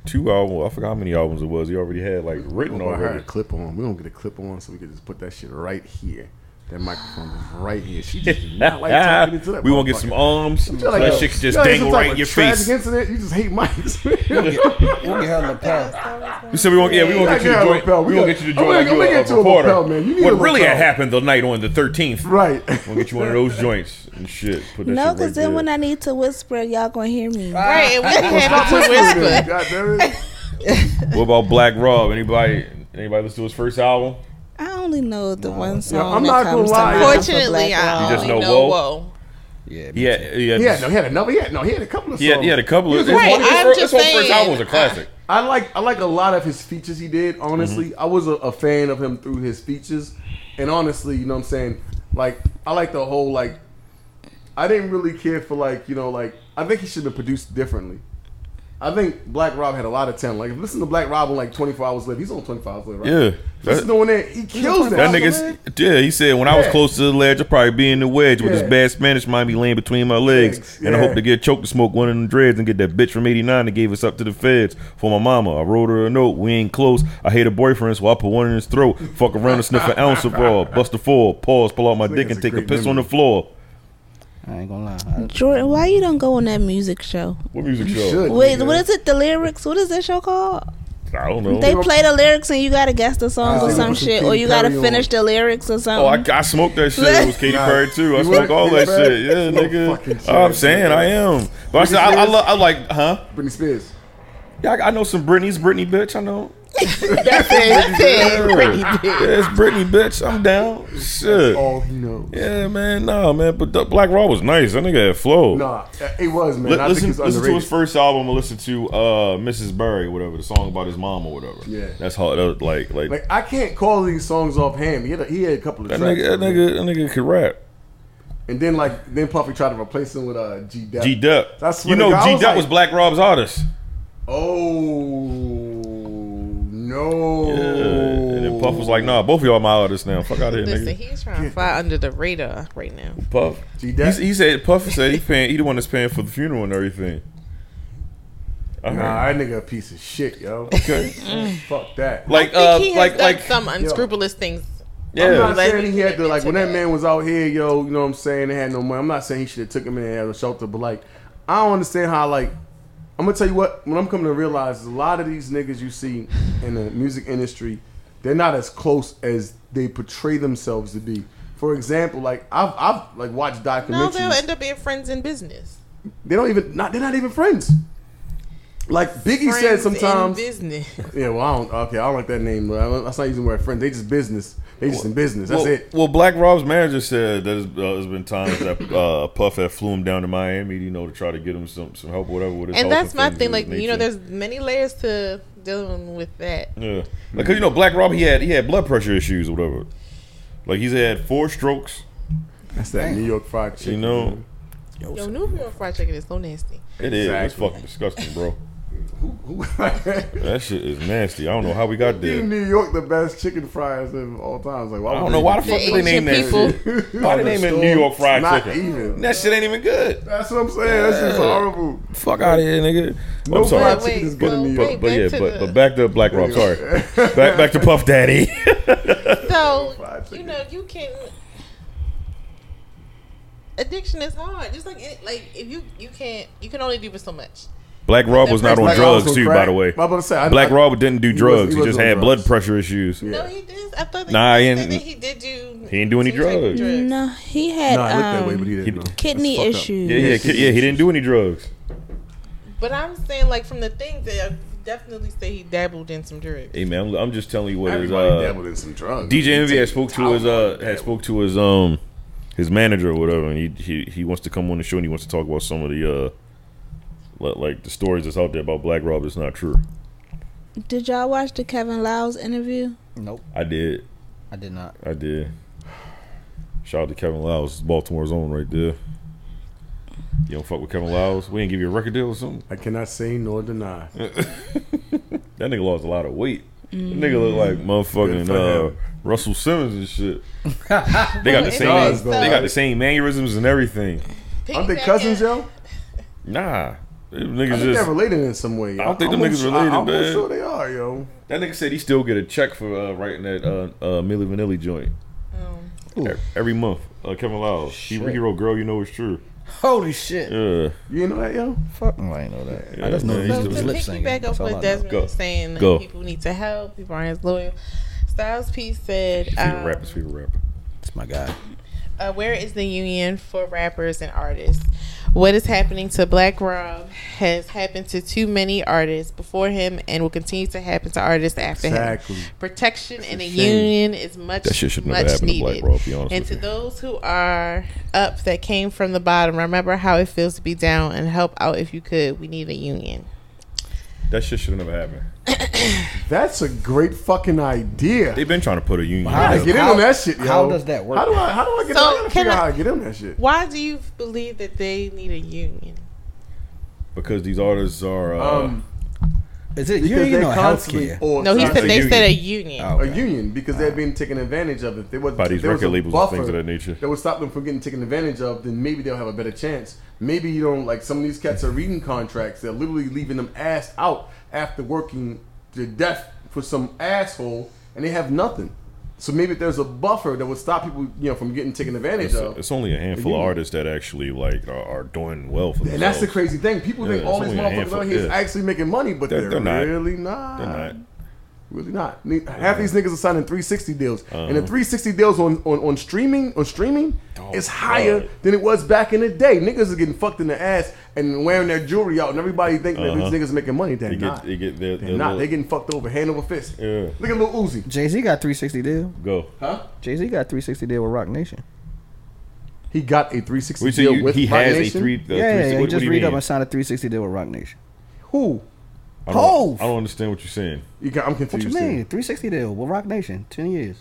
S4: two albums. I forgot how many albums it was. He already had like written
S3: We're gonna hire a
S4: already.
S3: clip on. We're gonna get a clip on so we can just put that shit right here. That microphone is right here. She just did not like talking into that.
S4: we won't get some arms. So
S3: motherfucker.
S4: that shit can just
S3: Y'all ain't
S4: dangle
S3: some type
S4: right in
S3: of
S4: your
S3: tragic
S4: face.
S3: Incident. You just hate mics.
S5: We'll get her a lapel.
S4: We said we won't. Yeah, we
S3: Yeah,
S4: won't get
S3: I
S4: you
S3: got
S4: to
S3: a
S4: join.
S3: lapel.
S4: We
S3: We
S4: gonna
S3: got-
S4: get you to
S3: I'm
S4: join.
S3: gonna-
S4: like
S3: I'm
S4: a-
S3: gonna get
S4: a
S3: you a
S4: reporter.
S3: lapel, man. You need a
S4: What really had
S3: lapel.
S4: happened the night on the thirteenth?
S3: right.
S4: We'll get you one of those joints and shit. Put that
S7: No,
S4: shit right
S7: because then
S4: there.
S7: when I need to whisper, y'all gonna hear me.
S6: Right, and we didn't have to
S3: God
S6: whisper.
S3: damn it.
S4: What about Black Rob? Anybody? Anybody listen to his first album?
S7: I only know the one song.
S3: I'm
S7: that
S3: not gonna
S7: comes to
S3: lie.
S7: mind for
S6: Fortunately,
S7: Black
S6: I
S7: Rob.
S4: You just
S6: only know,
S4: know Woe?
S6: whoa.
S5: Yeah, me
S4: Yeah,
S5: too.
S4: yeah,
S3: He had no, he had another. He had no, he had a couple of songs.
S4: He had, he had a couple of.
S3: He was
S6: Right,
S4: his,
S6: I'm
S4: his,
S6: just
S4: whole first
S6: saying.
S4: album was a classic.
S3: I like I like a lot of his features he did. Honestly,
S4: Mm-hmm.
S3: I was a, a fan of him through his features, and honestly, you know what I'm saying. Like I like the whole like. I didn't really care for like you know like I think he should have been produced differently. I think Black Rob had a lot of talent. Like if you listen to Black Rob on like 24 Hours Live. He's on 24 Hours Live, right?
S4: Yeah,
S3: Listen to
S4: that,
S3: one there. He kills that.
S4: that nigga's. Yeah, he said when I was
S3: Yeah.
S4: close to the ledge, I'd probably be in the wedge with
S3: Yeah.
S4: this bad Spanish mind be laying between my legs,
S3: Legs,
S4: and I
S3: yeah.
S4: hope to get choked to smoke one of them dreads and get that bitch from '89 that gave us up to the feds for my mama. I wrote her a note. We ain't close. I hate her boyfriend, so I put one in his throat. Fuck around and sniff an ounce of raw. Bust a four. Pause. Pull out my dick
S3: nigga's
S4: and
S3: a
S4: take a
S3: great
S4: piss on
S3: memory.
S4: the floor.
S5: I ain't gonna lie. I,
S7: Jordan, why you don't go on that music show?
S4: What music
S3: You
S4: show?
S3: should.
S7: Wait,
S3: nigga.
S7: what is it? The lyrics? What is that show called?
S4: I don't know.
S7: They play the lyrics and you gotta guess the songs or
S3: Uh,
S7: some
S3: Katy
S7: shit, or you gotta
S3: Perry
S7: finish
S3: on.
S7: the lyrics or
S4: Oh, I,
S7: something.
S4: I smoked that shit. It was Katy
S3: Nah.
S4: Perry too. I
S3: You
S4: smoked
S3: were
S4: all
S3: Katy
S4: that
S3: Perry?
S4: shit. Yeah,
S3: No
S4: nigga.
S3: fucking shit.
S4: I'm saying I am. But I said I, I, lo- I like, huh?
S3: Britney Spears.
S4: Yeah, I, I know some Britney's Britney bitch. I know.
S6: That's it.
S4: Yeah, it's Britney bitch. I'm down. Shit.
S3: All he knows.
S4: Yeah, man. Nah, man. But the Black Raw was nice. That nigga had flow.
S3: Nah, it was man.
S4: Li-
S3: I
S4: listen,
S3: think he's
S4: listen to
S3: underrated.
S4: his first album and listen to uh, Mrs. Berry, whatever the song about his mom or whatever.
S3: Yeah.
S4: that's how that was like like,
S3: Like I can't call these songs offhand. He had a, he had a couple of
S4: that
S3: tracks,
S4: nigga that nigga that nigga could rap.
S3: and then like then Puffy tried to replace him with uh, G Dep.
S4: G Dep.
S3: That's
S4: You know
S3: G
S4: G
S3: Dep
S4: Dep was Black Rob's artist.
S3: Oh no!
S4: Yeah. And then Puff was
S3: Oh.
S4: like, nah, both of y'all my artists now. Fuck out of here,
S6: Listen,
S4: nigga.
S6: he's trying to fly under the radar right now.
S4: Puff. He,
S3: G-Dep?
S4: he said Puff said he paying he the one that's paying for the funeral and everything. I heard.
S3: Nah, that nigga a piece of shit, yo.
S4: Okay.
S3: Fuck that.
S4: Like
S6: I
S4: uh
S6: think he has
S4: like
S6: done
S4: like
S6: some unscrupulous things.
S3: I'm
S4: yeah.
S3: not
S6: Like,
S3: saying he had to like when that
S6: that.
S3: man was out here, yo. You know what I'm saying? They had no money. I'm not saying he should have took him in and had a shelter, but like I don't understand how like I'm gonna tell you what. What I'm coming to realize is a lot of these niggas you see in the music industry, they're not as close as they portray themselves to be. For example, like I've I've like watched
S6: No,
S3: documentaries.
S6: they'll end up being friends in business.
S3: they don't even not they're not even friends. Like Biggie
S6: friends
S3: said
S6: in
S3: sometimes.
S6: business.
S3: Yeah, well, I don't, okay, I don't like that name. But I don't, that's not using the word friend. They just business. They just in business. That's
S4: well,
S3: it.
S4: Well, Black Rob's manager said that uh, there's been times that uh, Puff had flew him down to Miami, you know, to try to get him some, some help, or whatever. With his
S6: and
S4: health
S6: that's my
S4: things of
S6: thing.
S4: this
S6: Like you know,
S4: nature.
S6: there's many layers to dealing with that.
S4: Yeah, like cause you know Black Rob he had he had blood pressure issues or whatever. Like he's had four strokes,
S3: That's that New York fried chicken.
S4: you know.
S6: Yo, New York fried chicken is so nasty.
S4: It is. It's
S3: Exactly.
S4: fucking disgusting, bro.
S3: Give
S4: That shit is nasty. I don't know how we got there.
S3: New York the best chicken fries of all time. It's Like, why
S4: I
S3: would
S4: don't know why the
S6: The
S4: fuck did they name
S6: ancient
S4: that
S6: people.
S4: shit. Why they name it New York fried
S3: Not
S4: chicken?
S3: even.
S4: That shit ain't even good.
S3: That's what I'm saying. That's just horrible.
S4: Fuck out of here, nigga.
S3: No
S4: I'm sorry.
S3: fried chicken is good in
S6: Wait,
S3: New
S6: wait,
S3: York.
S4: But yeah,
S6: Back to
S4: but,
S6: the-
S4: but back to Black Rob. Sorry, back back to Puff Daddy.
S6: So
S3: Fried
S6: you
S3: chicken.
S6: know, you can. Addiction is hard. Just like it, like if you you can't you can only do but so much.
S4: Black Rob was not on
S3: Black Rob was
S4: drugs
S3: on
S4: too,
S3: crack.
S4: by the way.
S3: I'm about to say, I-
S4: Black
S3: I-
S4: Rob didn't do
S3: was- he
S4: drugs. He
S3: was
S4: just
S3: on
S4: had
S3: drugs.
S4: blood pressure issues.
S6: No, he did. I thought that
S4: Nah,
S6: he,
S4: he
S6: said
S4: ain't-
S6: that he did do.
S4: He ain't do any
S6: some type of
S4: drugs.
S7: No, he had
S3: No, I looked that way,
S7: um,
S3: but he didn't. know.
S7: kidney
S3: That's fucked up.
S7: issues.
S4: Yeah, yeah, ki- yeah. He didn't do any drugs.
S6: But I'm saying like from the things that I definitely say he dabbled in some drugs.
S4: Hey man, I'm, I'm just telling you what is.
S3: Everybody
S4: Uh,
S3: dabbled in some drugs.
S4: DJ Envy had
S3: has
S4: spoke to his uh had spoke to his um his manager or whatever, and he he, he wants to come on the show and he wants to talk about some of the uh li- like the stories that's out there about Black Rob that's not true.
S7: Did y'all watch the Kevin Lyles interview?
S5: Nope,
S4: I did,
S5: I did not.
S4: I did. Shout out to Kevin Lyles, Baltimore's own right there. You don't fuck with Kevin Lyles. We ain't give you a record deal or something.
S3: I cannot say nor deny.
S4: That nigga lost a lot of weight. That nigga look like
S3: Good for
S4: motherfucking uh,
S3: him.
S4: Russell Simmons and shit. they got the same.
S3: does, though.
S4: they got the same mannerisms and everything.
S3: Aren't they cousins, yo?
S4: Nah, them
S3: I
S4: niggas
S3: think
S4: just
S3: they're related in some way.
S4: I don't think them
S3: almost-
S4: niggas related,
S3: I, I'm
S4: man.
S3: sure they are, yo.
S4: That nigga said he still get a check for uh, writing that uh, uh, Milli Vanilli joint
S3: Oh.
S4: E- every month. Uh, Kevin Lyles, he, he wrote "Girl, You Know It's True."
S5: Holy shit!
S4: Yeah,
S3: You ain't know that, yo?
S5: Fucking, I ain't know that. I just
S4: Yeah,
S5: know
S4: man,
S5: he
S4: he's
S6: So
S4: the-
S5: was
S6: to
S5: lip
S6: piggyback
S5: synging.
S6: back
S5: That's
S6: up
S5: all
S6: what
S5: I know.
S6: Desmond
S4: Go.
S6: was saying, like,
S4: Go.
S6: people need to help. People aren't as loyal. Styles P said,
S4: he's a
S6: um,
S4: rapper. He's a rapper.
S5: It's my guy.
S6: uh, "Where is the union for rappers and artists? What is happening to Black Rob has happened to too many artists before him, and will continue to happen to artists after
S3: Exactly.
S6: him. Protection and a
S3: shame.
S6: union is much
S4: That shit should never
S6: much
S4: happen to Black
S6: needed.
S4: Rob, be honest
S6: and
S4: with
S6: to
S4: you.
S6: those who are up that came from the bottom, remember how it feels to be down and help out if you could. We need a union."
S4: That shit should have never happened.
S3: That's a great fucking idea.
S4: They've been trying to put a union.
S5: How
S3: I
S4: in
S3: gotta
S5: does-
S4: there.
S3: get in
S5: how-
S3: on that shit, yo.
S5: how does that work?
S3: How do I? How do I get?
S6: So,
S3: I gotta
S6: can
S3: figure
S6: I-
S3: out how to get in that shit.
S6: Why do you believe that they need a union?
S4: Because these artists are. Uh,
S3: Um,
S5: Is it
S3: because
S5: union
S3: they
S5: or
S3: constantly
S5: healthcare?
S3: or
S6: No, he
S3: trying
S6: said
S3: to-
S6: they
S4: union.
S6: said a union.
S5: Oh.
S3: a union because they're being taken advantage of. If they wasn't,
S4: By
S3: if
S4: these
S3: there was
S4: record
S3: a
S4: labels and
S3: buffer
S4: things of that nature.
S3: that would stop them from getting taken advantage of, then maybe they'll have a better chance. Maybe you don't like some of these cats are reading contracts. They're literally leaving them ass out after working to death for some asshole, and they have nothing. So maybe if there's a buffer that would stop people, you know, from getting taken advantage
S4: it's,
S3: of.
S4: it's only a handful of
S3: union.
S4: artists that actually like are, are doing well for
S3: and that's the
S4: themselves.
S3: crazy thing. People
S4: Yeah,
S3: think all
S4: it's
S3: these
S4: only
S3: motherfuckers
S4: a handful,
S3: out here is
S4: yeah.
S3: actually making money, but
S4: They're-
S3: they're,
S4: they're not.
S3: really not.
S4: They're not.
S3: Really not. Ne- Half these niggas are signing 360 deals, and
S4: Uh-huh.
S3: the 360 deals on, on, on streaming on streaming is higher
S4: Oh, God.
S3: than it was back in the day. Niggas are getting fucked in the ass and wearing their jewelry out, and everybody thinking that these niggas making money. They're
S4: Uh-huh. They
S3: not.
S4: get they get their,
S3: they're
S4: their
S3: not.
S4: little-
S3: They're getting fucked over hand over fist.
S4: Yeah.
S3: Look at Lil Uzi.
S5: Jay Z got 360 deal.
S4: go.
S3: Huh?
S5: Jay Z got 360 deal with Rock Nation.
S3: He got a 360
S4: We say
S3: deal
S4: you,
S3: with
S4: he
S3: Roc
S4: has a
S3: Nation?
S4: three. Uh,
S5: yeah, yeah, yeah.
S4: 360
S5: He
S4: What, what
S5: just
S4: do you
S5: read up
S4: mean?
S5: and signed a 360 deal with Rock Nation.
S3: Who?
S4: I don't,
S5: Hove.
S4: I don't understand what you're saying.
S3: You got, I'm
S5: What
S3: confused.
S5: you
S3: too.
S5: mean? 360 deal with Rock Nation. 10 years.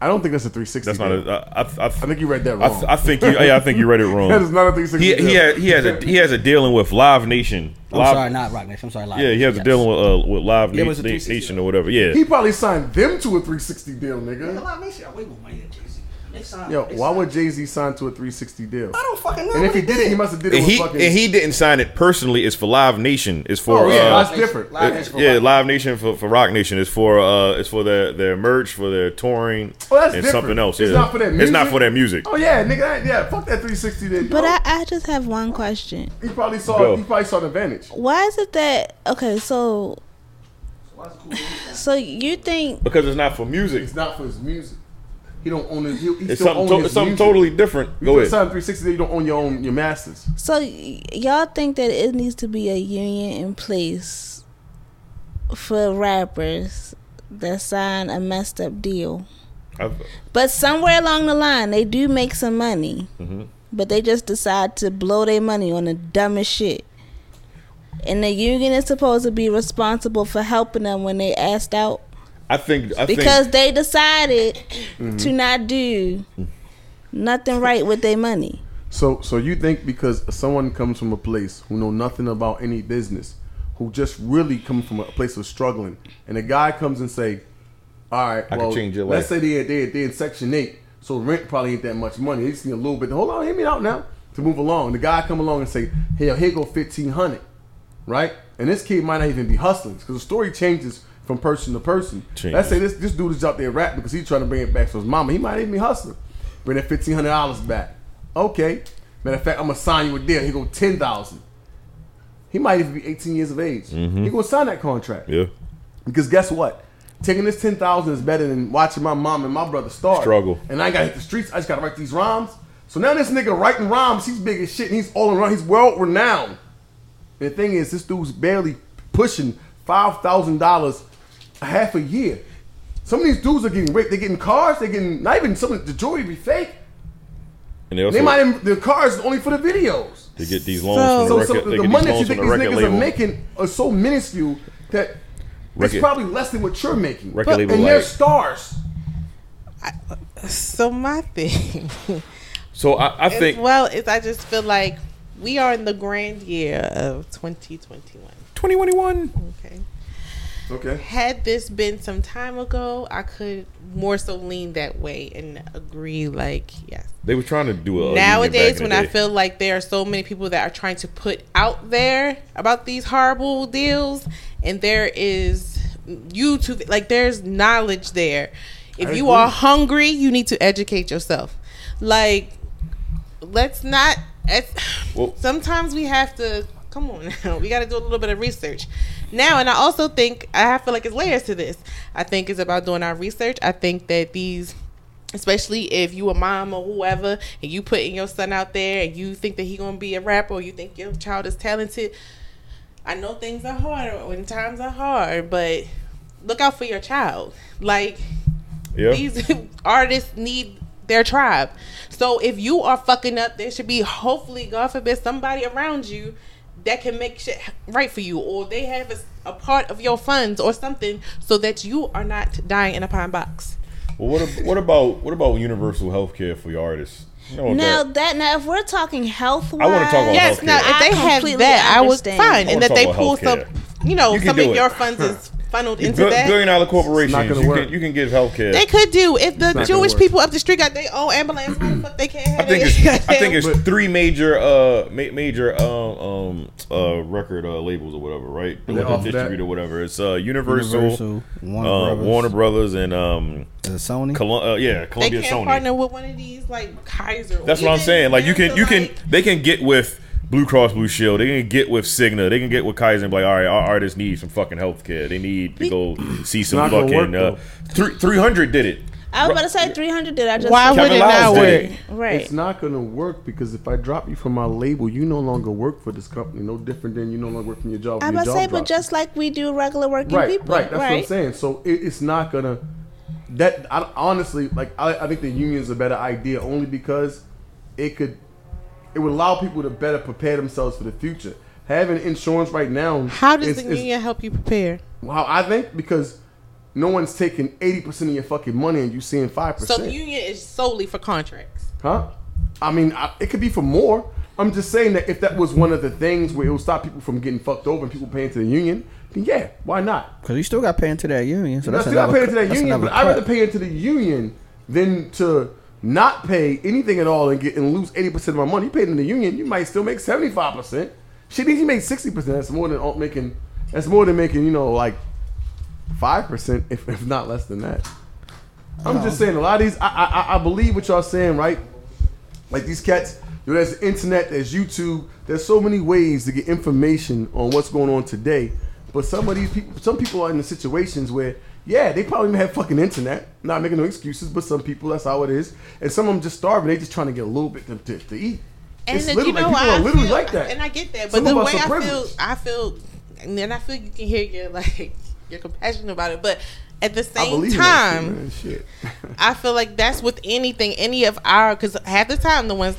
S3: I don't think that's a 360.
S4: That's not.
S3: deal.
S4: A, I, I, I,
S3: I think you read that
S4: I,
S3: wrong.
S4: th- I think you, yeah, I think you read it wrong.
S3: That is not a 360
S4: He,
S3: deal.
S4: he, has, he has a he has a dealing with Live Nation.
S5: I'm
S4: Live,
S5: sorry, not Rock Nation. I'm sorry, Live
S4: Yeah, he has a
S5: Nation.
S4: dealing with uh, with Live
S5: Yeah, it
S4: Na-
S5: was a
S4: Na-
S5: 360
S4: Nation or whatever. Yeah,
S3: He probably signed them to a 360 deal, nigga. Yo, why would Jay Z sign to a 360 deal?
S5: I don't fucking know.
S3: And if he did it, he must have did it
S4: and
S3: with
S4: he
S3: fucking.
S4: and he didn't sign it personally. It's for Live Nation. It's for
S3: oh yeah,
S4: uh,
S3: that's different.
S5: Live
S4: it-
S5: Nation for
S4: yeah,
S5: Rock.
S4: Live Nation for, for Rock Nation. It's for uh, it's for their, their merch, for their touring,
S3: Oh, that's
S4: and
S3: different.
S4: something else.
S3: It's
S4: yeah.
S3: not for their
S4: It's not
S3: music?
S4: for their music.
S3: Oh yeah, nigga, that, yeah, fuck that 360 deal.
S7: But I, I just have one question.
S3: he probably saw
S4: Go.
S3: he probably saw an advantage.
S7: Why is it that okay? So So you think
S4: because it's not for music.
S3: It's not for his music. He don't own his. He, he
S4: It's
S3: still
S4: something,
S3: own
S4: to-
S3: his
S4: it's something
S3: music.
S4: totally different.
S3: You
S4: Go
S3: put
S4: ahead.
S3: something 360 there, you don't own your own your masters.
S7: so? y- y'all think that it needs to be a union in place for rappers that sign a messed up deal,
S4: I've-
S7: but somewhere along the line they do make some money,
S4: Mm-hmm.
S7: but they just decide to blow their money on the dumbest shit. And the union is supposed to be responsible for helping them when they asked out.
S4: I think Mm-hmm. I
S7: because
S4: think
S7: they decided to not do nothing right with their money.
S3: So so you think because someone comes from a place who know nothing about any business, who just really come from a place of struggling, and a guy comes and say, "All right,
S4: I can
S3: well,
S4: change your
S3: let's
S4: life."
S3: say they they they in section eight, so rent probably ain't that much money. They just need a little bit. Hold on, hear me out now to move along. The guy come along and say, "Hey, here go fifteen hundred, right?" And this kid might not even be hustling because the story changes from person to person. Let's
S4: Changes.
S3: say this this dude is out there rap because he's trying to bring it back to his mama. He might even be hustling. Bring that fifteen hundred dollars back. Okay. Matter of fact, I'm gonna sign you a deal. He go ten thousand. He might even be eighteen years of age. He gonna sign that contract
S4: yeah,
S3: because guess what? Taking this ten thousand is better than watching my mom and my brother starve.
S4: Struggle.
S3: And I gotta hit the streets. I just gotta write these rhymes. So now this nigga writing rhymes. He's big as shit. And he's all around. He's world renowned. And the thing is, this dude's barely pushing five thousand dollars a half a year. Some of these dudes are getting raped. They're getting cars. They're getting not even some of the jewelry be fake.
S4: and they also
S3: They might even, the cars is only for the videos.
S4: they get these
S3: So,
S4: loans from the
S3: so
S4: record.
S3: the,
S4: they get
S3: money
S4: these
S3: that you think
S4: loans from
S3: these
S4: the record
S3: niggas are
S4: label.
S3: making are so minuscule that
S4: Record-
S3: it's probably less than what you're making.
S4: Record label
S3: and they're
S4: like-
S3: stars.
S6: So my thing,
S4: So I, I
S6: as
S4: think
S6: well, is I just feel like we are in the grand year of 2021.
S4: 2021.
S6: Okay.
S3: Okay.
S6: Had this been some time ago, I could more so lean that way and agree. Like, yes.
S4: They were trying to do a union back
S6: Nowadays,
S4: in
S6: when
S4: the
S6: I
S4: day.
S6: feel like there are so many people that are trying to put out there about these horrible deals, and there is YouTube, like there's knowledge there. If
S3: I
S6: you
S3: agree.
S6: are hungry, you need to educate yourself. Like, let's not. At,
S4: Well-
S6: sometimes we have to. Come on now, we got to do a little bit of research now. And I also think I feel like it's layers to this. I think it's about doing our research. I think that these especially if you a mom or whoever and you putting your son out there and you think that he gonna be a rapper or you think your child is talented i know things are hard when times are hard but look out for your child like
S4: yeah.
S6: these artists need their tribe so if you are fucking up there should be hopefully god forbid somebody around you that can make shit right for you or they have a, a part of your funds or something so that you are not dying in a pine box
S4: Well, what ab- what about what about universal health care for your artists? You know what
S7: Now
S4: that-
S7: that now if we're talking health wise,
S4: wanna talk about
S6: Yes,
S4: healthcare.
S6: now if
S7: I
S6: they have
S7: completely
S6: that, I was
S7: understand.
S6: fine,
S4: I
S6: and
S4: wanna
S6: that they
S4: talk
S6: pull
S4: about
S6: some,
S4: healthcare.
S6: you know,
S4: You can
S6: some of
S4: do it.
S6: your funds is funneled into
S4: Bill-
S6: that.
S4: billion dollar corporations.
S3: gonna
S4: You
S3: work.
S4: can, you can give health care.
S6: They could do if the
S3: not gonna
S6: Jewish
S3: work.
S6: people up the street got their own ambulance. why the fuck they can't have
S4: I think
S6: it?
S4: it's I think it's
S3: But-
S4: three major uh ma- major um um uh record uh, labels or whatever, right? The
S3: they're
S4: one
S3: off
S4: that
S3: of
S4: distribute
S3: that.
S4: or whatever. It's uh Universal,
S5: Universal, Warner
S4: uh,
S5: Brothers.
S4: Warner Brothers, and um
S5: Is it Sony?
S4: Colum- uh, yeah
S6: they
S4: Columbia
S6: can't
S4: Sony.
S6: partner with one of these like Kaiser. or
S4: That's what I'm
S6: even
S4: saying. Like you
S6: down
S4: can
S6: to,
S4: you can
S6: like,
S4: they can get with Blue Cross Blue Shield. They can get with Cigna. They can get with Kaiser and be like, all right, our artists need some fucking health care. They need to go see some
S3: not gonna
S4: fucking
S3: work,
S4: uh, three three hundred did it.
S7: I was about to say three hundred. Did I just?
S6: Why
S7: say-
S6: would
S4: Kevin
S6: it
S4: Lyles
S6: not
S4: did
S6: work?
S4: it.
S7: right?
S3: It's not gonna work because if I drop you from my label, you no longer work for this company. No different than you no longer work from your job.
S7: I'm
S3: when your
S7: about to
S3: job
S7: say, but
S3: drops you.
S7: just like we do regular working
S3: right,
S7: people,
S3: right. That's what I'm saying. So it, it's not gonna. That I, honestly, like I, I think the union's a better idea only because it could, it would allow people to better prepare themselves for the future. Having insurance right now,
S6: How does
S3: is-
S6: the
S3: is-
S6: union help you prepare?
S3: How I think because no one's taking eighty percent of your fucking money and you seeing five
S6: So
S3: percent.
S6: the union is solely for contracts.
S3: Huh? I mean, I, it could be for more. I'm just saying that if that was one of the things where it would stop people from getting fucked over and people paying to the union, then yeah, why not?
S5: Because you still got paying to that union. So
S3: That's
S5: that's
S3: still not
S5: another
S3: paying to that
S5: that's
S3: union,
S5: another
S3: but I'd rather
S5: cut.
S3: pay into the union than to not pay anything at all and get and lose 80% of my money. You paid in the union, you might still make 75%. Shit, if you make 60%, that's more than all- making, that's more than making, you know, like 5%, if, if not less than that. I'm just saying, a lot of these, I, I, I- I believe what y'all saying, right? Like these cats, you know, there's the internet, there's YouTube, there's so many ways to get information on what's going on today But some of these people, some people are in the situations where, yeah, they probably even have fucking internet. Not making no excuses, but some people, that's how it is. And some of them just starving. They just trying to get a little bit to, to, to eat.
S6: And
S3: it's
S6: the-
S3: literally
S6: you know,
S3: like people
S6: I
S3: are literally
S6: feel,
S3: like that.
S6: and I get that, but
S3: Some
S6: the
S3: of us
S6: way
S3: are
S6: I feel,
S3: privileged.
S6: I feel, and then I feel you can hear your like your compassion about it, but at the
S3: I
S6: same
S3: in that shit,
S6: time,
S3: man. Shit.
S6: I feel like that's with anything, any of our, because half the time the ones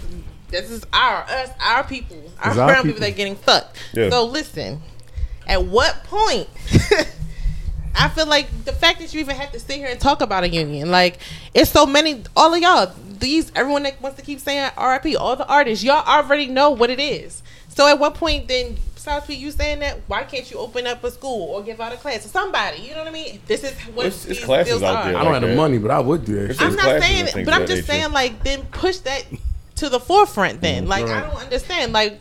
S6: this is our us, our people, our
S3: It's our
S6: brown people.
S3: people.
S6: that are getting fucked.
S4: Yeah.
S6: So listen, at what point? I feel like the fact that you even have to sit here and talk about a union, like it's so many, all of y'all, these everyone that wants to keep saying RIP, all the artists, y'all already know what it is. So at what point then? Besides for you saying that, why can't you open up a school or give out a class to somebody? You know what I mean? This is what
S4: It's- it's
S6: these
S4: classes
S6: bills
S4: out
S6: are.
S4: there.
S3: I don't
S4: like
S3: have the
S4: that.
S3: money, but I would do that.
S4: It's
S3: shit.
S6: I'm
S4: Those
S6: not
S4: classes
S6: saying,
S4: and things
S6: but
S4: of
S6: I'm
S4: that
S6: just
S4: nature.
S6: saying, like, then push that to the forefront. Then,
S3: Mm-hmm.
S6: like, I don't understand. Like,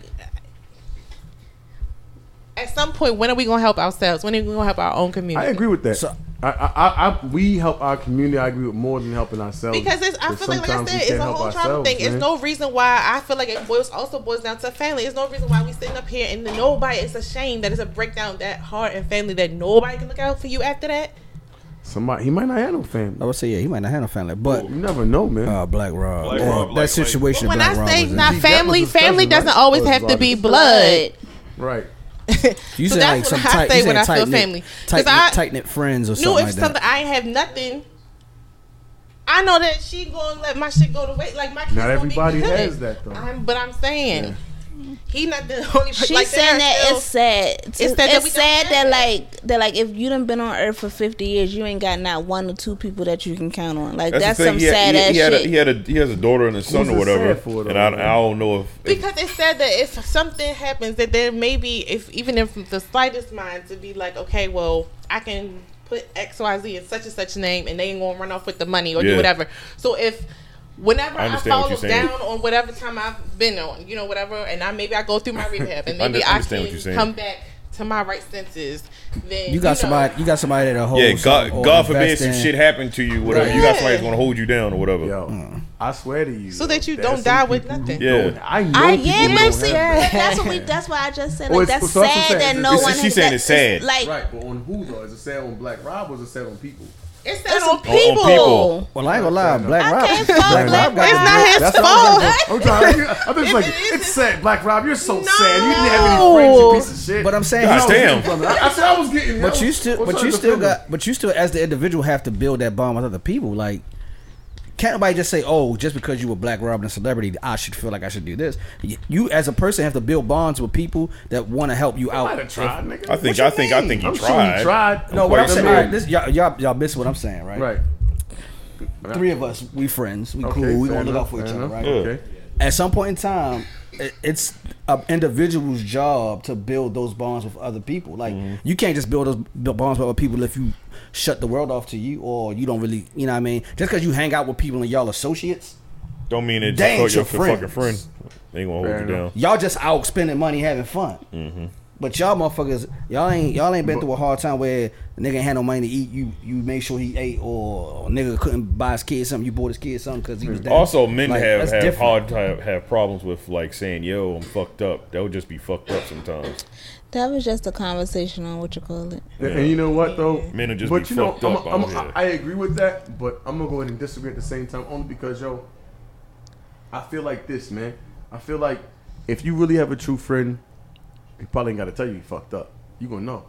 S6: at some point, when are we gonna help ourselves? When are we gonna help our own
S3: I
S6: community?
S3: agree with that.
S5: So-
S3: I, I, I, I, we help our community. I agree with more than helping ourselves.
S6: Because it's, I
S3: But
S6: feel like, like I
S3: sometimes we
S6: said, it's
S3: can't
S6: a
S3: help
S6: whole trauma
S3: ourselves,
S6: thing. It's
S3: man.
S6: no reason why I feel like it boils also boils down to family. It's no reason why we sitting up here and nobody. It's a shame that it's a breakdown that hard and family that nobody can look out for you after that.
S3: Somebody he might not have no
S5: I
S3: family.
S5: would say yeah, he might not have no family, but
S3: You never know, man.
S5: uh, Black Rob,
S4: Black
S5: uh,
S4: Rob,
S5: that
S4: like-
S5: situation.
S6: When
S5: Black
S6: I
S5: Rob
S6: say
S5: was in.
S6: not
S3: See, that was
S6: family,
S3: disgussion,
S6: family
S3: right?
S6: doesn't always
S3: Blood
S6: have to be
S3: brothers.
S6: blood.
S3: right.
S5: you
S6: so
S5: said
S6: that's
S5: like some
S6: what I
S5: tight,
S6: say
S5: you said
S6: when I feel
S5: tight knit-
S6: family. 'Cause
S5: tight
S6: I-
S5: knit- tight knit friends or
S6: knew
S5: something
S6: if
S5: like
S6: something
S5: that.
S6: I ain't have nothing. I know that she gonna let my shit go to waste. Like my kids
S3: Not
S6: gonna
S3: everybody
S6: be good.
S3: has that though.
S6: I'm, but I'm saying he not the only. person.
S7: She's
S6: like, there
S7: saying
S6: are
S7: that
S6: still-
S7: it's sad. It's,
S6: sad that we don't
S7: sad
S6: have
S7: that
S6: that.
S7: like that like if you done been on Earth for fifty years, you ain't got not one or two people that you can count on. Like that's,
S4: the thing.
S7: some
S4: He had-
S7: sad
S4: he,
S7: ass
S4: he had
S7: shit.
S4: A, he had a he has a daughter and a son
S3: Who's
S4: or
S3: it
S4: whatever,
S3: sad for, though,
S4: and I,
S3: man?
S4: I don't know if, if
S6: because it's said that if something happens, that there may be if even if the slightest mind to be like, okay, well, I can put X Y Z in such and such name, and they ain't gonna run off with the money or
S4: Yeah.
S6: do whatever. So if whenever
S4: I
S6: I,
S4: understand what
S6: fall
S4: you're saying.
S6: down on whatever time I've been on, you know, whatever, and I maybe I go through my rehab, and
S4: I
S6: maybe I,
S4: understand what you're
S6: can
S4: saying.
S6: come back to my right senses, then
S5: You got
S6: know,
S5: somebody. You got somebody that holds.
S4: yeah, God,
S5: or
S4: God forbid
S5: invest
S4: some
S5: in-
S4: shit happened to you, whatever. You got somebody that's gonna hold you down or whatever.
S3: Yo,
S5: Mm.
S3: I swear to you.
S6: So that you
S3: there's
S6: don't
S3: some
S6: die with
S3: people who
S6: nothing.
S4: Yeah.
S3: don't- I know.
S7: I
S3: people
S7: yeah,
S3: who
S7: but
S3: don't
S7: see,
S3: have
S7: but
S3: that.
S7: that's what we. That's why I just said
S3: Well,
S7: like
S3: it's-
S7: that's
S3: so that's what I'm
S7: sad that
S3: saying.
S7: no
S4: It's-
S7: one.
S4: she's
S7: has
S4: saying
S7: that-
S4: it's sad.
S7: Like
S3: Right, but on who though? Is it sad on Black Rob or is it sad on people?
S6: It's
S7: it's
S6: that on
S4: on people.
S6: people.
S7: people.
S5: Well, I ain't gonna lie, Black Rob.
S7: can't fuck Black
S5: got
S6: It's
S5: the-
S6: not
S3: what
S6: his
S3: I was
S6: fault.
S3: like, I'm trying. to- I think it's like
S6: If it
S3: it's sad, Black Rob. You're so sad. You didn't
S6: No.
S3: have any friends. You piece of shit.
S5: But I'm saying,
S4: God
S5: he's-
S3: I was getting
S4: damn.
S3: from it. I, I said I was getting. I
S5: But
S3: was-
S5: you
S3: I
S5: still,
S3: was
S5: but
S3: trying
S5: you
S3: to
S5: still
S3: defend him.
S5: got, but you still, as the individual, have to build that bond with other people. Like, can't nobody just say, "Oh, just because you were Black Robin a celebrity, I should feel like I should do this." Y- You, as a person, have to build bonds with people that want to help you
S3: I might
S5: out.
S3: have tried, nigga.
S4: I
S3: What
S4: think
S3: you
S4: I think I think
S3: mean?
S4: he
S3: I'm sure
S4: tried.
S3: he tried.
S5: No, what I'm
S3: Quite
S5: saying,
S3: sure.
S5: all right, this, y'all, y'all, y'all miss what I'm saying, right?
S3: Right.
S5: Three of us, we friends, we
S3: Okay,
S5: cool, we
S3: fair
S5: gonna look
S3: enough,
S5: out for each
S3: fair
S5: other,
S3: enough.
S5: right?
S3: Okay.
S5: At some point in time, i- it's an individual's job to build those bonds with other people. Like you can't just build those build bonds with other people if you shut the world off to you, or you don't really, you know what I mean? Just because you hang out with people and y'all associates,
S4: Don't mean it.
S5: Dang,
S4: Just
S5: your
S4: fuck your fucking friend.
S5: friends.
S4: They ain't gonna hold
S3: Fair
S4: you
S3: enough.
S4: down.
S5: y'all just out spending money having fun. But y'all motherfuckers, y'all ain't y'all ain't been through a hard time where a nigga ain't had no money to eat. You you made sure he ate, or a nigga couldn't buy his kid something. You bought his kid something because he was down.
S4: Also, men
S5: Like,
S4: have
S5: that's
S4: have
S5: different.
S4: hard time have problems with like saying, "Yo, I'm fucked up." That would just be fucked up sometimes.
S7: That was just a conversation on what you call it.
S3: And, and you know what though?
S4: Men will just be
S3: but you know,
S4: fucked
S3: I'm,
S4: up
S3: I'm,
S4: out here.
S3: I agree with that, but I'm gonna go ahead and disagree at the same time, only because yo, I feel like this, man. I feel like if you really have a true friend, he probably ain't gotta tell you he fucked up. You gonna know.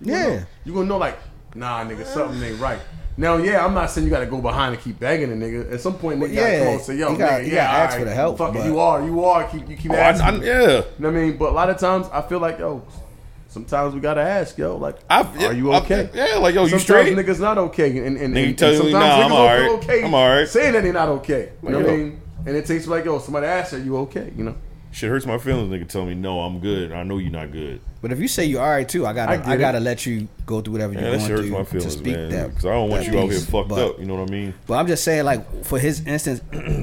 S3: You gonna
S5: Yeah.
S3: know. You gonna know like, nah, nigga, something ain't right. Now, yeah, I'm not saying you gotta go behind and keep begging a nigga. At some point, nigga gotta
S5: yeah,
S3: come and say, yo,
S5: you gotta-
S3: nigga,
S5: you
S3: yeah,
S5: gotta ask
S3: all
S5: for the
S3: right,
S5: help,
S3: Fuck it,
S5: but-
S3: you are, you are. Keep, you keep
S4: Oh, I,
S3: asking.
S4: I, yeah,
S3: You know what I mean? But a lot of times, I feel like yo, sometimes we gotta ask yo, like,
S4: I,
S3: are you
S4: I-
S3: okay?
S4: yeah, like yo, you
S3: sometimes
S4: straight?
S3: niggas not okay, and and, and,
S4: Nigga
S3: and
S4: tell you,
S3: sometimes
S4: nah,
S3: niggas
S4: I'm
S3: don't
S4: alright.
S3: feel okay.
S4: I'm alright.
S3: Saying that they not okay. You know what I
S4: Yo.
S3: mean? And it takes like yo, somebody asks, are you okay? You know?
S4: Shit hurts my feelings. Nigga, tell me no, I'm good. I know you're not good.
S5: But if you say you're all right too, I gotta
S3: I
S5: I,
S3: get it.
S5: gotta let you go through whatever
S4: Yeah,
S5: you're
S4: that shit hurts
S5: going
S4: my
S5: through to
S4: feelings,
S5: speak
S4: man.
S5: that.
S4: Because I don't want
S5: that
S4: you out here
S5: piece.
S4: fucked
S5: but,
S4: up. You know what I mean?
S5: But I'm just saying, like for his instance,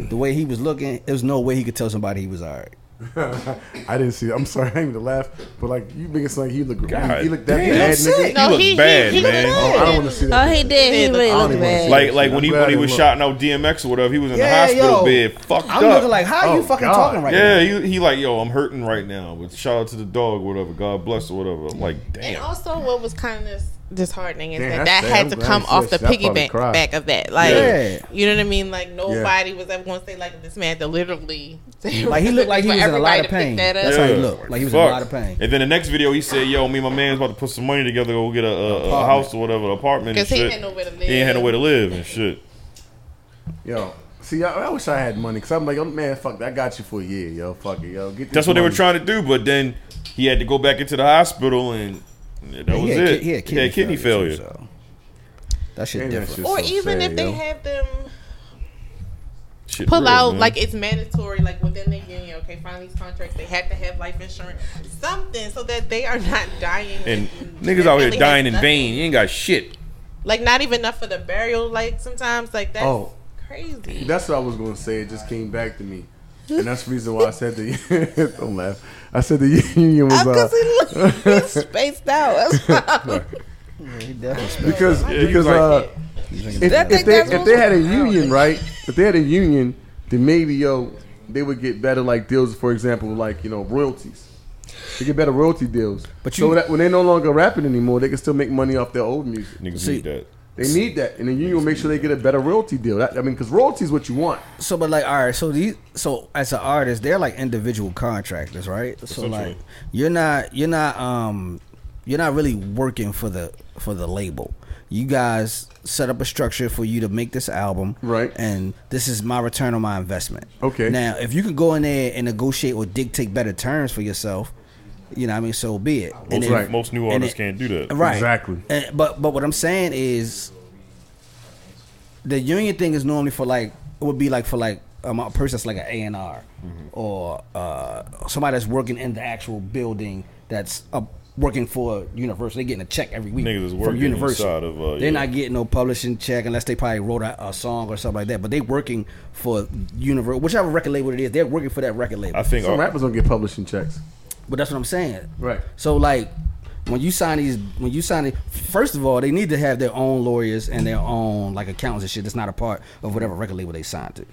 S5: the way he was looking, there was no way he could tell somebody he was all right.
S3: I didn't see. I'm sorry, I didn't mean to laugh, but like you make it sound like he looked,
S4: God
S3: he looked that
S4: damn,
S3: bad,
S5: that's
S3: nigga.
S5: it.
S4: You
S6: No,
S4: look
S6: he,
S4: bad,
S6: he, he
S4: man.
S6: Look
S3: Oh, I don't want to see that.
S7: Oh, he did. He really
S6: I
S3: don't
S7: looked
S3: even wanna see
S7: bad.
S3: it.
S4: Like like when he
S3: I'm glad
S4: when he
S3: it
S4: was
S3: looked-
S4: shouting out DMX or whatever, he was in
S5: Yeah,
S4: the hospital
S5: yo.
S4: bed, fucked
S5: I'm
S4: up.
S5: looking like, how
S3: Oh,
S5: you fucking
S3: God.
S5: talking right
S4: yeah,
S5: now?
S4: he, he like yo, I'm hurting right now, but shout out to the dog, whatever. God bless or whatever. I'm like,
S6: And
S4: damn.
S6: also, what was kind of disheartening is
S3: Damn,
S6: that
S3: that's
S6: that
S3: sad.
S6: had
S3: I'm
S6: to
S3: glad
S6: come
S3: you said
S6: off the
S3: that. I probably
S6: piggyback
S3: cried.
S6: back of that. Like,
S5: Yeah.
S6: you know what I mean? Like, nobody was ever going to say like this man to literally.
S5: Like he looked like he
S6: for
S5: was in a
S6: everybody
S5: lot
S6: to
S5: of
S6: pick
S5: pain.
S6: that up.
S5: That's how he looked. Like he was in a
S4: Fuck.
S5: lot of pain.
S4: And then the next video, he said, "Yo, me and my man's about to put some money together, go get a, a, a
S5: Apartment.
S4: house or whatever, an apartment." and
S6: 'Cause he
S4: shit.
S6: had nowhere to
S4: He ain't had
S6: live.
S4: nowhere to live and shit.
S3: Yo, see, I, I wish I had money because I'm like, oh, man, fuck, that, I got you for a year, yo, fuck it, yo. Get this
S4: That's what they were
S3: money.
S4: trying to do, but then he had to go back into the hospital, and yeah, that
S5: He
S4: was
S5: had
S4: it.
S5: ki- He had kidney,
S4: failure.
S5: too, so. That shit
S3: Damn, that
S5: different.
S3: shit's
S6: Or
S3: so
S6: even
S3: sad,
S6: if they
S3: yo.
S6: have them
S4: Shit
S6: pull
S4: real,
S6: out
S4: man.
S6: like it's mandatory like within the union okay find these contracts they have to have life insurance something so that they are not dying
S4: and
S6: they
S4: niggas out here
S6: really
S4: dying
S6: have
S4: in
S6: nothing.
S4: vain. You ain't got shit.
S6: like not even enough for the burial like sometimes like that's
S3: Oh.
S6: crazy
S3: That's what I was gonna say. It just came back to me, and that's the reason why I said the don't laugh. I said the union was
S7: Because
S3: uh,
S7: he looked he spaced out.
S5: He definitely spent-
S3: because because
S4: like
S3: uh, if, if
S7: That
S3: they
S7: thing- that's
S3: if
S7: what-
S3: they had a union right, if they had a union, then maybe yo they would get better like deals. For example, like you know royalties, they get better royalty deals.
S5: But
S3: so
S5: you-
S3: that when they're no longer rapping anymore, they can still make money off their old music.
S4: Niggas
S5: See-
S4: need that.
S3: They need that, and the union will make sure they get a better royalty deal. That, I mean, because royalty is what you want.
S5: So, but like, all right. So these, so as an artist, they're like individual contractors, right? So
S4: Essentially.
S5: like, you're not, you're not, um, you're not really working for the for the label. You guys set up a structure for you to make this album,
S3: Right.
S5: And this is my return on my investment.
S3: Okay.
S5: Now, if you can go in there and negotiate or dictate better terms for yourself, you know, what I mean, so be it. And
S4: Most,
S5: if-
S4: most new
S5: and
S4: artists
S5: it-
S4: can't do that.
S5: Right.
S3: Exactly.
S5: And, but but what I'm saying is the union thing is normally for like it would be like for like um, a person that's like an A and R
S4: Mm-hmm.
S5: or uh, somebody that's working in the actual building that's uh, working for Universal. They're getting a check every week
S4: Niggas is
S5: from
S4: working
S5: Universal.
S4: inside of, uh,
S5: They're
S4: yeah.
S5: not getting no publishing check unless they probably wrote a, a song or something like that. But they working for Universal, whichever record label it is. They're working for that record label.
S4: I think uh,
S3: Some
S4: our-
S3: rappers don't get publishing checks.
S5: But that's what I'm saying.
S3: Right.
S5: So like when you sign these when you sign it first of all, they need to have their own lawyers and their own like accountants and shit that's not a part of whatever record label they signed to.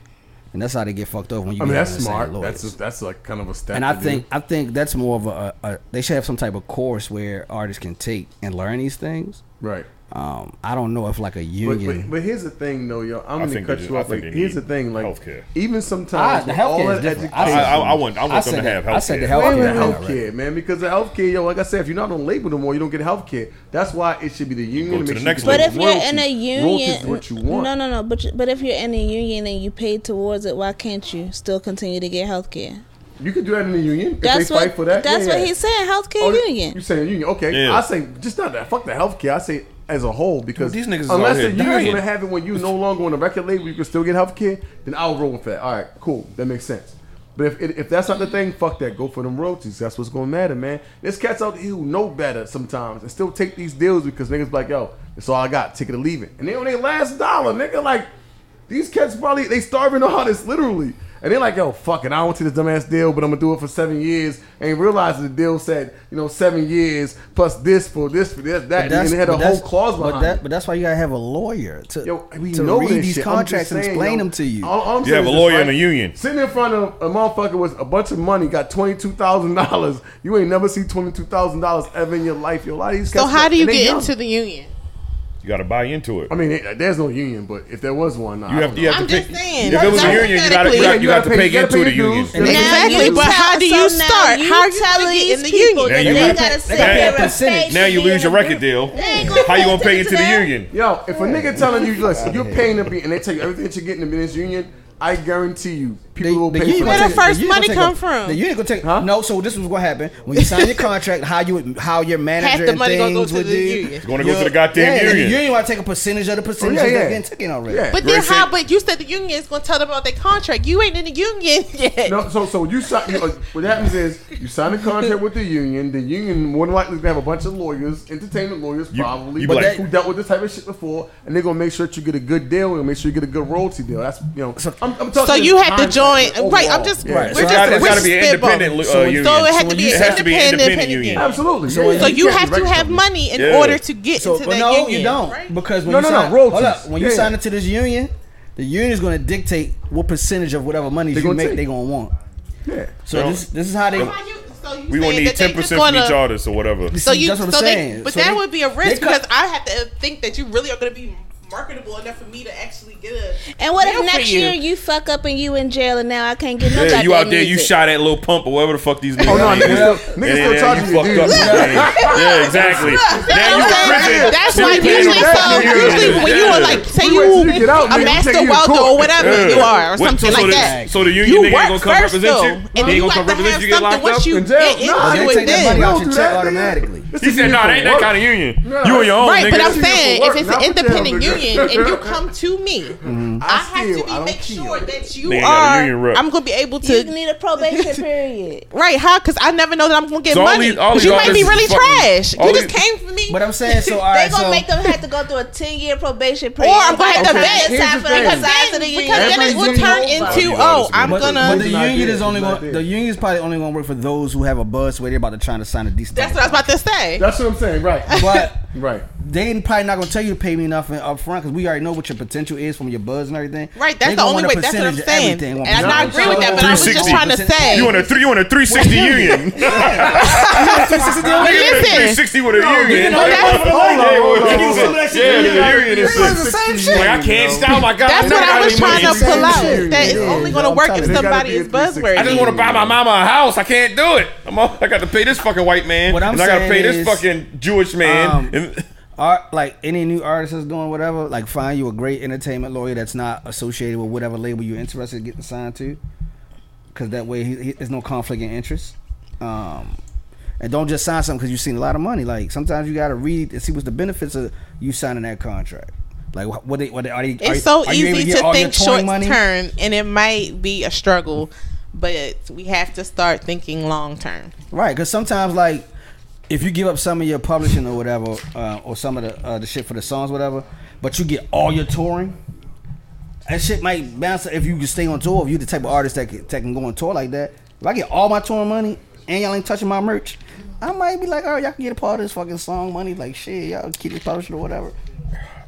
S5: And that's how they get fucked up when you
S3: I mean,
S5: get
S3: that's
S5: on the same
S3: smart.
S5: lawyers.
S3: That's just, that's like kind of a step.
S5: and I
S3: to do.
S5: think I think that's more of a, a, a they should have some type of course where artists can take and learn these things.
S3: right.
S5: Um, I don't know if like a
S3: But,
S5: union.
S3: but, but here's the thing, though, yo. I'm
S4: I
S3: gonna
S4: think
S3: cut
S4: they just-
S3: you
S4: I
S3: off.
S4: think
S3: Like,
S4: they
S3: here's the
S4: need
S3: thing, like
S4: healthcare.
S3: even
S5: Ah,
S3: sometimes
S5: the
S3: with
S5: healthcare
S3: all
S5: is
S3: that
S5: different.
S3: education,
S5: I-
S4: I, I, I want I want
S5: I
S4: them to
S5: said
S4: have
S5: that-
S4: health.
S5: I said the
S3: Fuck
S5: healthcare,
S3: the
S5: right,
S3: healthcare,
S5: right.
S3: man. Because the healthcare, yo, like I said, if you're not on label no more, you don't get healthcare. That's why it should be the union.
S4: to
S3: make
S4: the
S3: sure
S4: next
S3: you
S7: But
S4: Like,
S3: get
S7: if you're in a
S3: royalties. royalties is
S7: union,
S3: what you want.
S7: no, no, no. But you- but if you're in a union and you pay towards it, why can't you still continue to get health care?
S3: You can do that in the union. If
S7: That's
S3: they
S7: what
S3: fight for that.
S7: that's
S3: yeah,
S7: what
S3: yeah.
S7: he's saying. Health care
S3: Oh, You
S7: union.
S3: saying union? Okay,
S4: Yeah.
S3: I say just not that. Fuck the healthcare. I say as a whole because
S4: Dude, these niggas is out
S3: unless
S4: here
S3: the union's
S4: dying.
S3: gonna have it when you no longer on the record label, you can still get healthcare. Then I'll roll with that. All right, cool, that makes sense. But if if that's not the thing, fuck that. Go for them royalties. That's what's gonna matter, man. There's cats out here who know better sometimes and still take these deals because niggas be like yo, it's all I got. Take it or leave it, and they on their last dollar, nigga. Like these cats probably they starving on this literally. And they're like, yo, fuck it, I don't want to this dumbass deal, but I'm gonna do it for seven years. And realizing the deal said, you know, seven years plus this for this for this that, and they had a
S5: but that's-
S3: whole clause
S5: but
S3: behind
S5: that-
S3: it.
S5: but that's why you gotta have a lawyer to,
S3: Yo, we
S5: to
S3: know
S5: read
S3: this
S5: these
S3: shit. I'm just
S5: contracts and
S3: saying,
S5: explain
S3: yo,
S5: them to you.
S3: all- all I'm
S4: You
S3: saying
S4: have
S3: is
S4: a
S3: this,
S4: lawyer
S3: right?
S4: and a union.
S3: Sitting in front of a motherfucker with a bunch of money, got twenty two thousand dollars. You ain't never see twenty two thousand dollars ever in your life. Yo, a lot of these
S6: so
S3: cats-
S6: how do you
S3: and they
S6: get
S3: young.
S6: into the union
S4: You got to buy into it.
S3: I mean, it- there's no union, but if there was one,
S4: you have to. You have
S6: I'm
S4: to
S6: just
S4: pay,
S6: saying,
S4: If it was a
S6: hypothetically-
S4: union, you got to you,
S6: Yeah,
S4: gotta- you have to pay into the
S3: your
S4: union.
S3: dues.
S5: And
S6: Exactly,
S7: you
S6: but
S7: tell-
S6: how do you
S7: so now
S6: start?
S7: you
S6: How are you
S7: tell
S6: gonna get
S7: these
S6: in the
S7: people
S6: union?
S7: that
S4: Now you
S7: they
S4: lose-
S7: gotta
S5: they
S7: sit
S5: gotta pay
S7: there
S5: a
S7: and
S5: percentage.
S7: pay
S4: Now you
S7: to be
S4: lose
S7: in
S4: your
S7: a
S4: record
S7: group.
S4: deal.
S7: They ain't gonna
S4: How you gonna pay into the
S7: that.
S4: union?
S3: Yo, if a nigga telling you, listen, you're paying to be, and they tell you everything that you get in the men's union, I guarantee you, people will pay for
S5: union gonna
S6: Where the
S5: take-
S3: that.
S6: first
S5: union gonna
S6: money
S5: take
S6: come
S5: a-
S6: from?
S5: The union gonna take
S3: Huh?
S5: no. So this was what happened when you sign your contract. How you how your manager
S6: the
S5: and
S6: money gonna
S5: things
S6: go to
S5: would
S6: the
S5: do.
S6: union. It's
S4: It's going to go to the goddamn
S5: yeah,
S4: union.
S5: You ain't want to take a percentage of the percentage
S3: Oh, yeah,
S5: that's
S3: yeah.
S5: getting taken already.
S3: Yeah.
S6: but then
S4: Grayson-
S6: how but you said the union is going to tell them about their contract you ain't in the union yet
S3: No, so so you sign. You, uh, what happens is you sign a contract with the union. The union more than likely is gonna have a bunch of lawyers, entertainment lawyers,
S4: You-
S3: probably,
S4: you
S3: but
S4: like-
S3: who dealt with this type of shit before, and they're gonna make sure that you get a good deal and make sure you get a good royalty deal. That's you know. I'm, I'm talking
S6: so you had to
S3: contract.
S6: point. Right, I'm just.
S5: Right.
S6: We're
S5: So
S4: It's
S6: just.
S4: gotta, it's
S6: we're
S4: gotta be an
S6: spitballing.
S4: independent uh, union.
S6: So it had
S5: So
S6: to be
S5: you
S6: an
S4: have to be an
S6: independent,
S4: independent
S6: union.
S4: union.
S3: Absolutely.
S5: So
S3: yeah,
S6: So you
S3: can't
S6: have to
S3: direct
S6: have
S3: them.
S6: money in
S4: Yeah.
S6: order to get
S5: So,
S6: into
S5: but
S6: that
S5: no,
S6: union.
S5: you don't
S6: right?
S5: because when
S3: No,
S5: you
S3: no, no,
S5: sign,
S3: royalties.
S5: hold up, when you
S3: Yeah.
S5: sign into this union, the union is going to dictate what percentage of whatever money
S3: They
S5: you
S3: gonna
S5: make
S3: take.
S5: they're going to want.
S3: Yeah.
S5: So
S4: No.
S5: this this is how they.
S6: Why you- so you
S4: We gonna
S6: saying
S4: need
S6: that they
S4: ten percent
S6: just
S4: from
S6: gonna-
S4: each artist or whatever.
S5: This
S6: So
S5: See,
S6: you,
S5: that's what I'm
S6: so they,
S5: saying.
S6: but
S5: So
S6: that
S5: they-
S6: would be a risk
S5: they cut-
S6: because I have to think that you really are going to be marketable enough for me to actually get a.
S7: And what
S6: deal
S7: if
S6: for
S7: next
S6: you?
S7: year you fuck up and you in jail and now I can't get no
S4: Yeah,
S7: goddamn
S4: you out there, you
S7: music?
S4: shot at Lil Pump or whatever the fuck these niggas.
S3: Oh no,
S4: are.
S3: niggas still, niggas
S4: And
S3: still
S4: then
S3: charging
S4: you
S3: you,
S4: fucked
S3: dude.
S4: up. yeah, exactly. Now you in prison.
S6: That's
S4: Now
S6: why
S4: you paying no
S6: usually, so
S4: back, nigga.
S6: usually when you are
S4: Yeah.
S6: like, say
S3: We wait till
S6: you,
S3: you get out, nigga,
S6: a
S3: we
S6: master
S3: taking you to
S6: welder or
S3: court.
S6: whatever
S4: Yeah.
S6: you are, or
S4: What-
S6: something
S4: so
S6: like
S4: the,
S6: that.
S4: So the union
S6: You
S4: nigga ain't gonna
S6: work
S4: come
S6: first
S4: represent
S6: though,
S4: you.
S6: and
S4: They
S6: then
S4: ain't
S6: you
S4: gonna
S6: have
S4: come
S6: to have
S4: represent you. Get
S6: something
S4: locked
S6: once
S4: up.
S6: you
S3: In jail. Nah,
S6: get into
S5: they
S6: it.
S5: take that money
S6: Then
S5: out
S3: Don't
S5: your
S3: do that, nigga.
S5: check automatically.
S4: He said, "No, it ain't that kind of union. You and your own
S6: Right, but I'm
S4: Oh, nigga."
S6: saying
S3: work,
S6: if it's
S3: not for
S6: an independent
S3: jail, nigga.
S6: union and you come to me, I have
S3: steal, I
S6: to be
S3: don't
S6: make
S3: kill.
S6: sure that you
S4: Nigga got a union
S6: are.
S4: rep.
S6: I'm gonna be able
S7: You
S6: to.
S7: need a probation period.
S6: Right? How? Because I never know that I'm gonna get
S4: So all
S6: money.
S4: these- all
S6: 'Cause
S4: these
S6: you might be
S4: artists
S6: really
S4: is fucking-
S6: trash.
S4: all
S6: You just
S4: these-
S6: came for me.
S5: But I'm saying so. All
S7: They
S5: right,
S7: gonna
S5: so
S7: make them have to go through a ten year probation period.
S6: Or I'm gonna have to
S7: By the time
S6: vet.
S7: it's time for them to
S3: Here's the
S7: sign to the
S6: because
S7: union.
S6: then it will turn into oh, I'm
S5: but,
S6: gonna.
S5: but the
S3: Not
S5: union
S3: there,
S5: is only
S3: not there.
S5: gonna, the union is probably only going to work for those who have a buzz where they're about to try to sign a decent.
S6: that's what I was about to say.
S3: That's what I'm saying. Right.
S5: But
S3: Right.
S5: they probably not gonna tell you to pay me nothing up front because we already know what your potential is from your buzz and everything.
S6: Right, that's
S5: They
S6: the
S5: gonna
S6: only way.
S5: want a
S6: That's what I'm
S5: percentage of
S6: saying,
S5: everything.
S6: and
S5: Want
S6: I, and I agree with that. But I was just
S4: 360.
S6: trying to say,
S4: You in a three? You in a three sixty union? Three
S6: listen,
S4: sixty with a union.
S6: know that.
S4: Yeah,
S3: Hold on, hold on,
S4: yeah,
S3: hold on.
S4: Yeah, the union is
S5: It's the
S4: six.
S5: same shit.
S4: Like I can't style my guy.
S6: that's
S4: now
S6: what I
S4: got
S6: was
S4: any
S6: trying to
S4: money.
S6: pull out.
S5: shit.
S6: That it's
S5: Yeah,
S6: only
S5: yeah,
S6: gonna
S5: I'm
S6: work
S5: telling
S6: if
S5: you,
S3: they gotta
S6: somebody
S3: be
S6: is
S3: at 360.
S4: I just
S6: buzzworthy.
S4: want to buy my mama a house. I can't do it. I'm all, I got to pay this fucking white man,
S5: What I'm
S4: and I got to
S5: saying
S4: pay this
S5: is,
S4: fucking Jewish man.
S5: um,
S4: and,
S5: Art, like any new artist that's doing whatever, like find you a great entertainment lawyer that's not associated with whatever label you're interested in getting signed to, because that way he, he, there's no conflict in interest. Um, and don't just sign something because you've seen a lot of money. Like sometimes you got to read and see what's the benefits of you signing that contract. Like wh- what they, what they, are they? are-
S6: It's so
S5: are you able
S6: easy
S5: get
S6: to
S5: all your
S6: think
S5: touring
S6: short
S5: money?
S6: term, and it might be a struggle, but we have to start thinking long term.
S5: Right, because sometimes like if you give up some of your publishing or whatever, uh, or some of the uh, the shit for the songs, whatever, but you get all your touring, that shit might bounce if you can stay on tour. If you the type of artist that can, that can go on tour like that, if I get all my touring money and y'all ain't touching my merch, I might be like, all right, y'all can get a part of this fucking song money, like shit, y'all keep it publishing or whatever.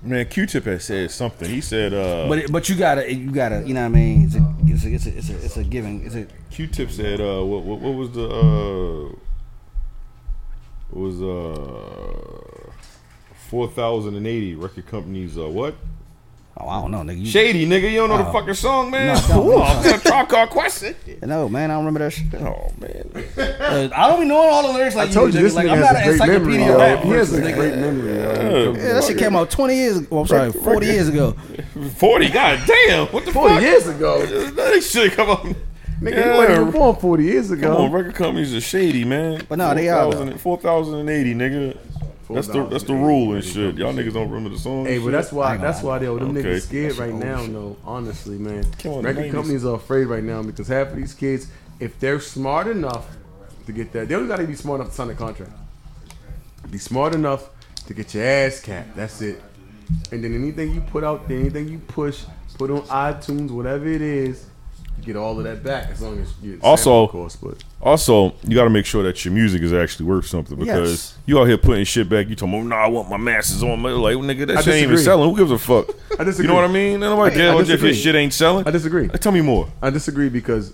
S4: man, Q-Tip had said something. He said, uh,
S5: But it, but you gotta you gotta you know what I mean? It's a it's a it's a, it's a, it's a giving. It's a
S4: Q-Tip said, uh, what, what, what was the, uh, it was, uh, 4,080 record companies, uh, what?
S5: oh I don't know nigga. You,
S4: Shady, nigga, you don't know the fucking song, man?
S5: Oh. No, I don't.
S4: Ooh, I'm gonna try call question.
S5: No man, I don't remember that shit.
S4: Oh, man.
S5: Uh, I don't even know all the lyrics like
S3: I told
S5: do,
S3: you
S5: nigga.
S3: this
S5: like,
S3: nigga
S5: I'm not
S3: has a
S5: an
S3: great memory.
S5: encyclopedia.
S3: yo.
S5: of rap
S3: He has
S5: verses,
S3: a
S5: nigga.
S3: great memory. yo.
S5: Yeah, that shit came out 20 years ago. I'm sorry, 40 years ago.
S4: 40, god damn. What the
S3: Forty
S4: fuck?
S3: years ago,
S4: That shit, come on.
S3: nigga,
S4: Yeah.
S3: you wasn't even born forty years ago.
S4: Come on, record companies are shady, man.
S5: But no, they are, though.
S4: 4,000 4,080, nigga. That's the that's the rule and shit. Y'all niggas don't remember the song. and
S3: Hey, but
S4: shit.
S3: that's why that's why they them
S4: Okay.
S3: niggas scared right
S5: old
S3: now. though. honestly, man,
S4: Come on,
S3: record
S4: ladies.
S3: companies are afraid right now because half of these kids, if they're smart enough to get that, they don't gotta be smart enough to sign a contract. Be smart enough to get your ass capped. That's it. And then anything you put out there, anything you push, put on iTunes, whatever it is, you get all of that back as long as you get
S4: Also-
S3: sample, of course, but
S4: Also, you got to make sure that your music is actually worth something because
S5: Yes.
S4: you out here putting shit back. You talking about, nah, I want my masters on my like, nigga, that
S3: I
S4: shit ain't even
S3: disagree.
S4: selling. Who gives a fuck?
S3: I disagree.
S4: You know what I mean? Ain't Nobody
S3: I
S4: cares if your
S3: disagree.
S4: shit ain't selling.
S3: I disagree.
S4: Uh, Tell me more.
S3: I disagree because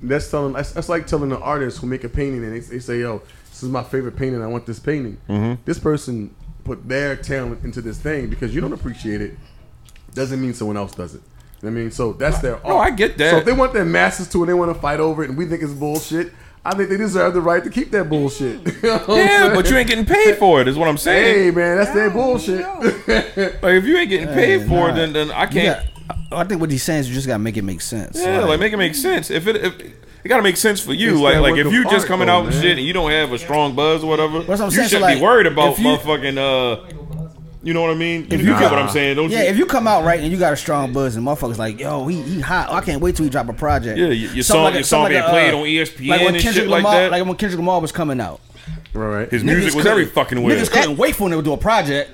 S3: that's telling that's, that's like telling an artist who make a painting and they, they say, "Yo, this is my favorite painting. I want this painting."
S4: Mm-hmm.
S3: This person put their talent into this thing because you don't appreciate it. Doesn't mean someone else does it. You know what I mean, so that's their.
S4: No,
S3: art.
S4: I get that.
S3: So if they want their masses to and they want to fight over it, and we think it's bullshit, I think they deserve the right to keep that bullshit. You know what I'm
S4: Yeah, but
S3: saying?
S4: you ain't getting paid for it. Is what I'm
S3: Hey
S4: saying.
S3: man, that's their bullshit.
S4: Like if you ain't getting paid for it, then then I
S5: You
S4: can't.
S5: got- I I think what he's saying is you just got to make it make sense.
S4: Yeah, like make it
S5: mm.
S4: make sense. If it if, it gotta make sense for you.
S3: It's
S4: like
S3: that
S4: like
S3: work
S4: if
S3: of
S4: you just
S3: art,
S4: coming
S3: though,
S4: out and
S3: man.
S4: shit and you don't have a strong buzz or whatever,
S5: what I'm
S4: you
S5: saying. So,
S4: shouldn't be
S5: like,
S4: worried about
S5: if you-
S4: motherfucking uh you know what I mean? You,
S3: you
S4: get
S3: got-
S4: what I'm saying, don't
S5: yeah,
S4: you?
S5: if you come out right and you got a strong buzz and motherfuckers like, yo, he, he hot. I can't wait till he drop a project.
S4: Yeah, y- your
S5: Something
S4: song-
S5: a-
S4: your song
S5: something
S4: being
S5: a, uh,
S4: played on E ESPN
S5: like when
S4: and
S5: Kendrick
S4: shit like
S5: Lamar,
S4: that.
S5: Like when Kendrick Lamar was coming out.
S3: All right.
S4: His music
S5: Niggas
S4: was
S5: couldn't-
S4: every fucking way.
S5: Niggas couldn't wait for him to do a project.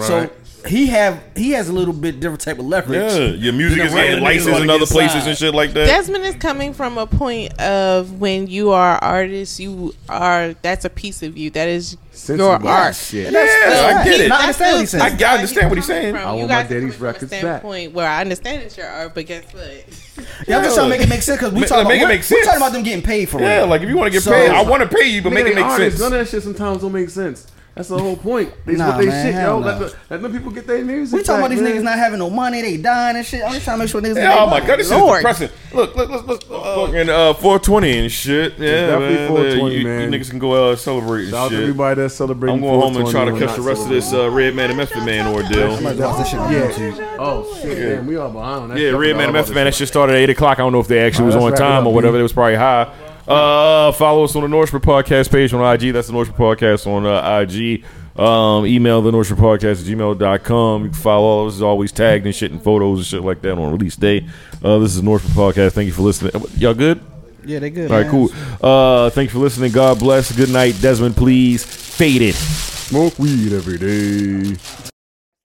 S5: So
S3: Right.
S5: he have he has a little bit different type of leverage.
S4: Yeah, your music
S5: than
S4: is
S5: the regular
S4: getting
S5: niggas
S4: licensed
S5: wanna
S4: in
S5: get
S4: other places
S5: signed.
S4: and shit like that.
S6: Desmond is coming from a point of when you are artists, you are that's a piece of you. That is
S3: Sensible
S6: your art.
S3: shit.
S4: yeah, I get it.
S5: Not understand what he's
S4: I,
S5: saying.
S4: I understand what he's saying.
S3: I want my daddy's records back.
S6: Point where I understand it's your art, but guess what?
S5: Yeah, I'm just trying to make it make sense because we
S4: Make-
S5: talking about
S4: make it
S5: we're-
S4: make
S5: We're
S4: sense.
S5: talking about them getting paid for
S4: Yeah,
S5: it.
S4: like if you want to get
S5: So-
S4: paid, I want to pay you, but make
S3: Nigga,
S4: it
S3: they
S4: make
S3: artists,
S4: sense.
S3: None of that shit sometimes don't make sense. That's the whole point. They
S5: Nah,
S3: what they
S5: man,
S3: shit, yo.
S5: hell
S3: Let,
S5: no.
S3: the, let them people get their music.
S5: we talking about
S3: back,
S5: these
S3: man.
S5: niggas not having no money, they dying and shit. I'm just trying to make sure niggas.
S4: Yeah,
S5: get
S4: oh
S5: their
S4: my
S5: money.
S4: god, this
S6: Lord.
S4: is depressing. Look, look, let's let's uh, fucking uh, 420 and shit. Yeah,
S3: definitely
S4: man,
S3: 420,
S4: you, you
S3: man.
S4: niggas can go uh, celebrate
S3: Shout out
S4: and
S3: to
S4: shit.
S3: everybody that's celebrating.
S4: I'm going home and try to
S3: 420
S4: catch the
S3: not
S4: rest of this
S3: celebrating.
S4: uh, Red Man and Method Man ordeal.
S5: I'm gonna watch this shit on YouTube.
S3: Yeah. Oh shit, damn, we all behind. on that.
S4: Yeah,
S3: Fuck
S4: Red Man
S3: y'all
S4: and
S3: about
S4: Method Man.
S3: this
S4: That shit started at eight o'clock. I don't know if they actually was
S3: Alright,
S4: on
S3: let's wrap it
S4: time
S3: up,
S4: or whatever.
S3: dude.
S4: They was probably high. Uh, follow us on the Norseman Podcast page on IG. That's the Norseman Podcast on uh, IG. Um, email the Norseman Podcast at gmail.com. You can follow all of us. It's always tagged and shit and photos and shit like that on release day. Uh, this is the Norseman Podcast. Thank you for listening. Y'all good?
S5: Yeah, they good.
S4: All right,
S5: man.
S4: cool. Uh, thank you for listening. God bless. Good night, Desmond. Please fade it.
S3: Smoke weed every day.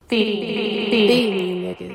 S1: Thieving niggas.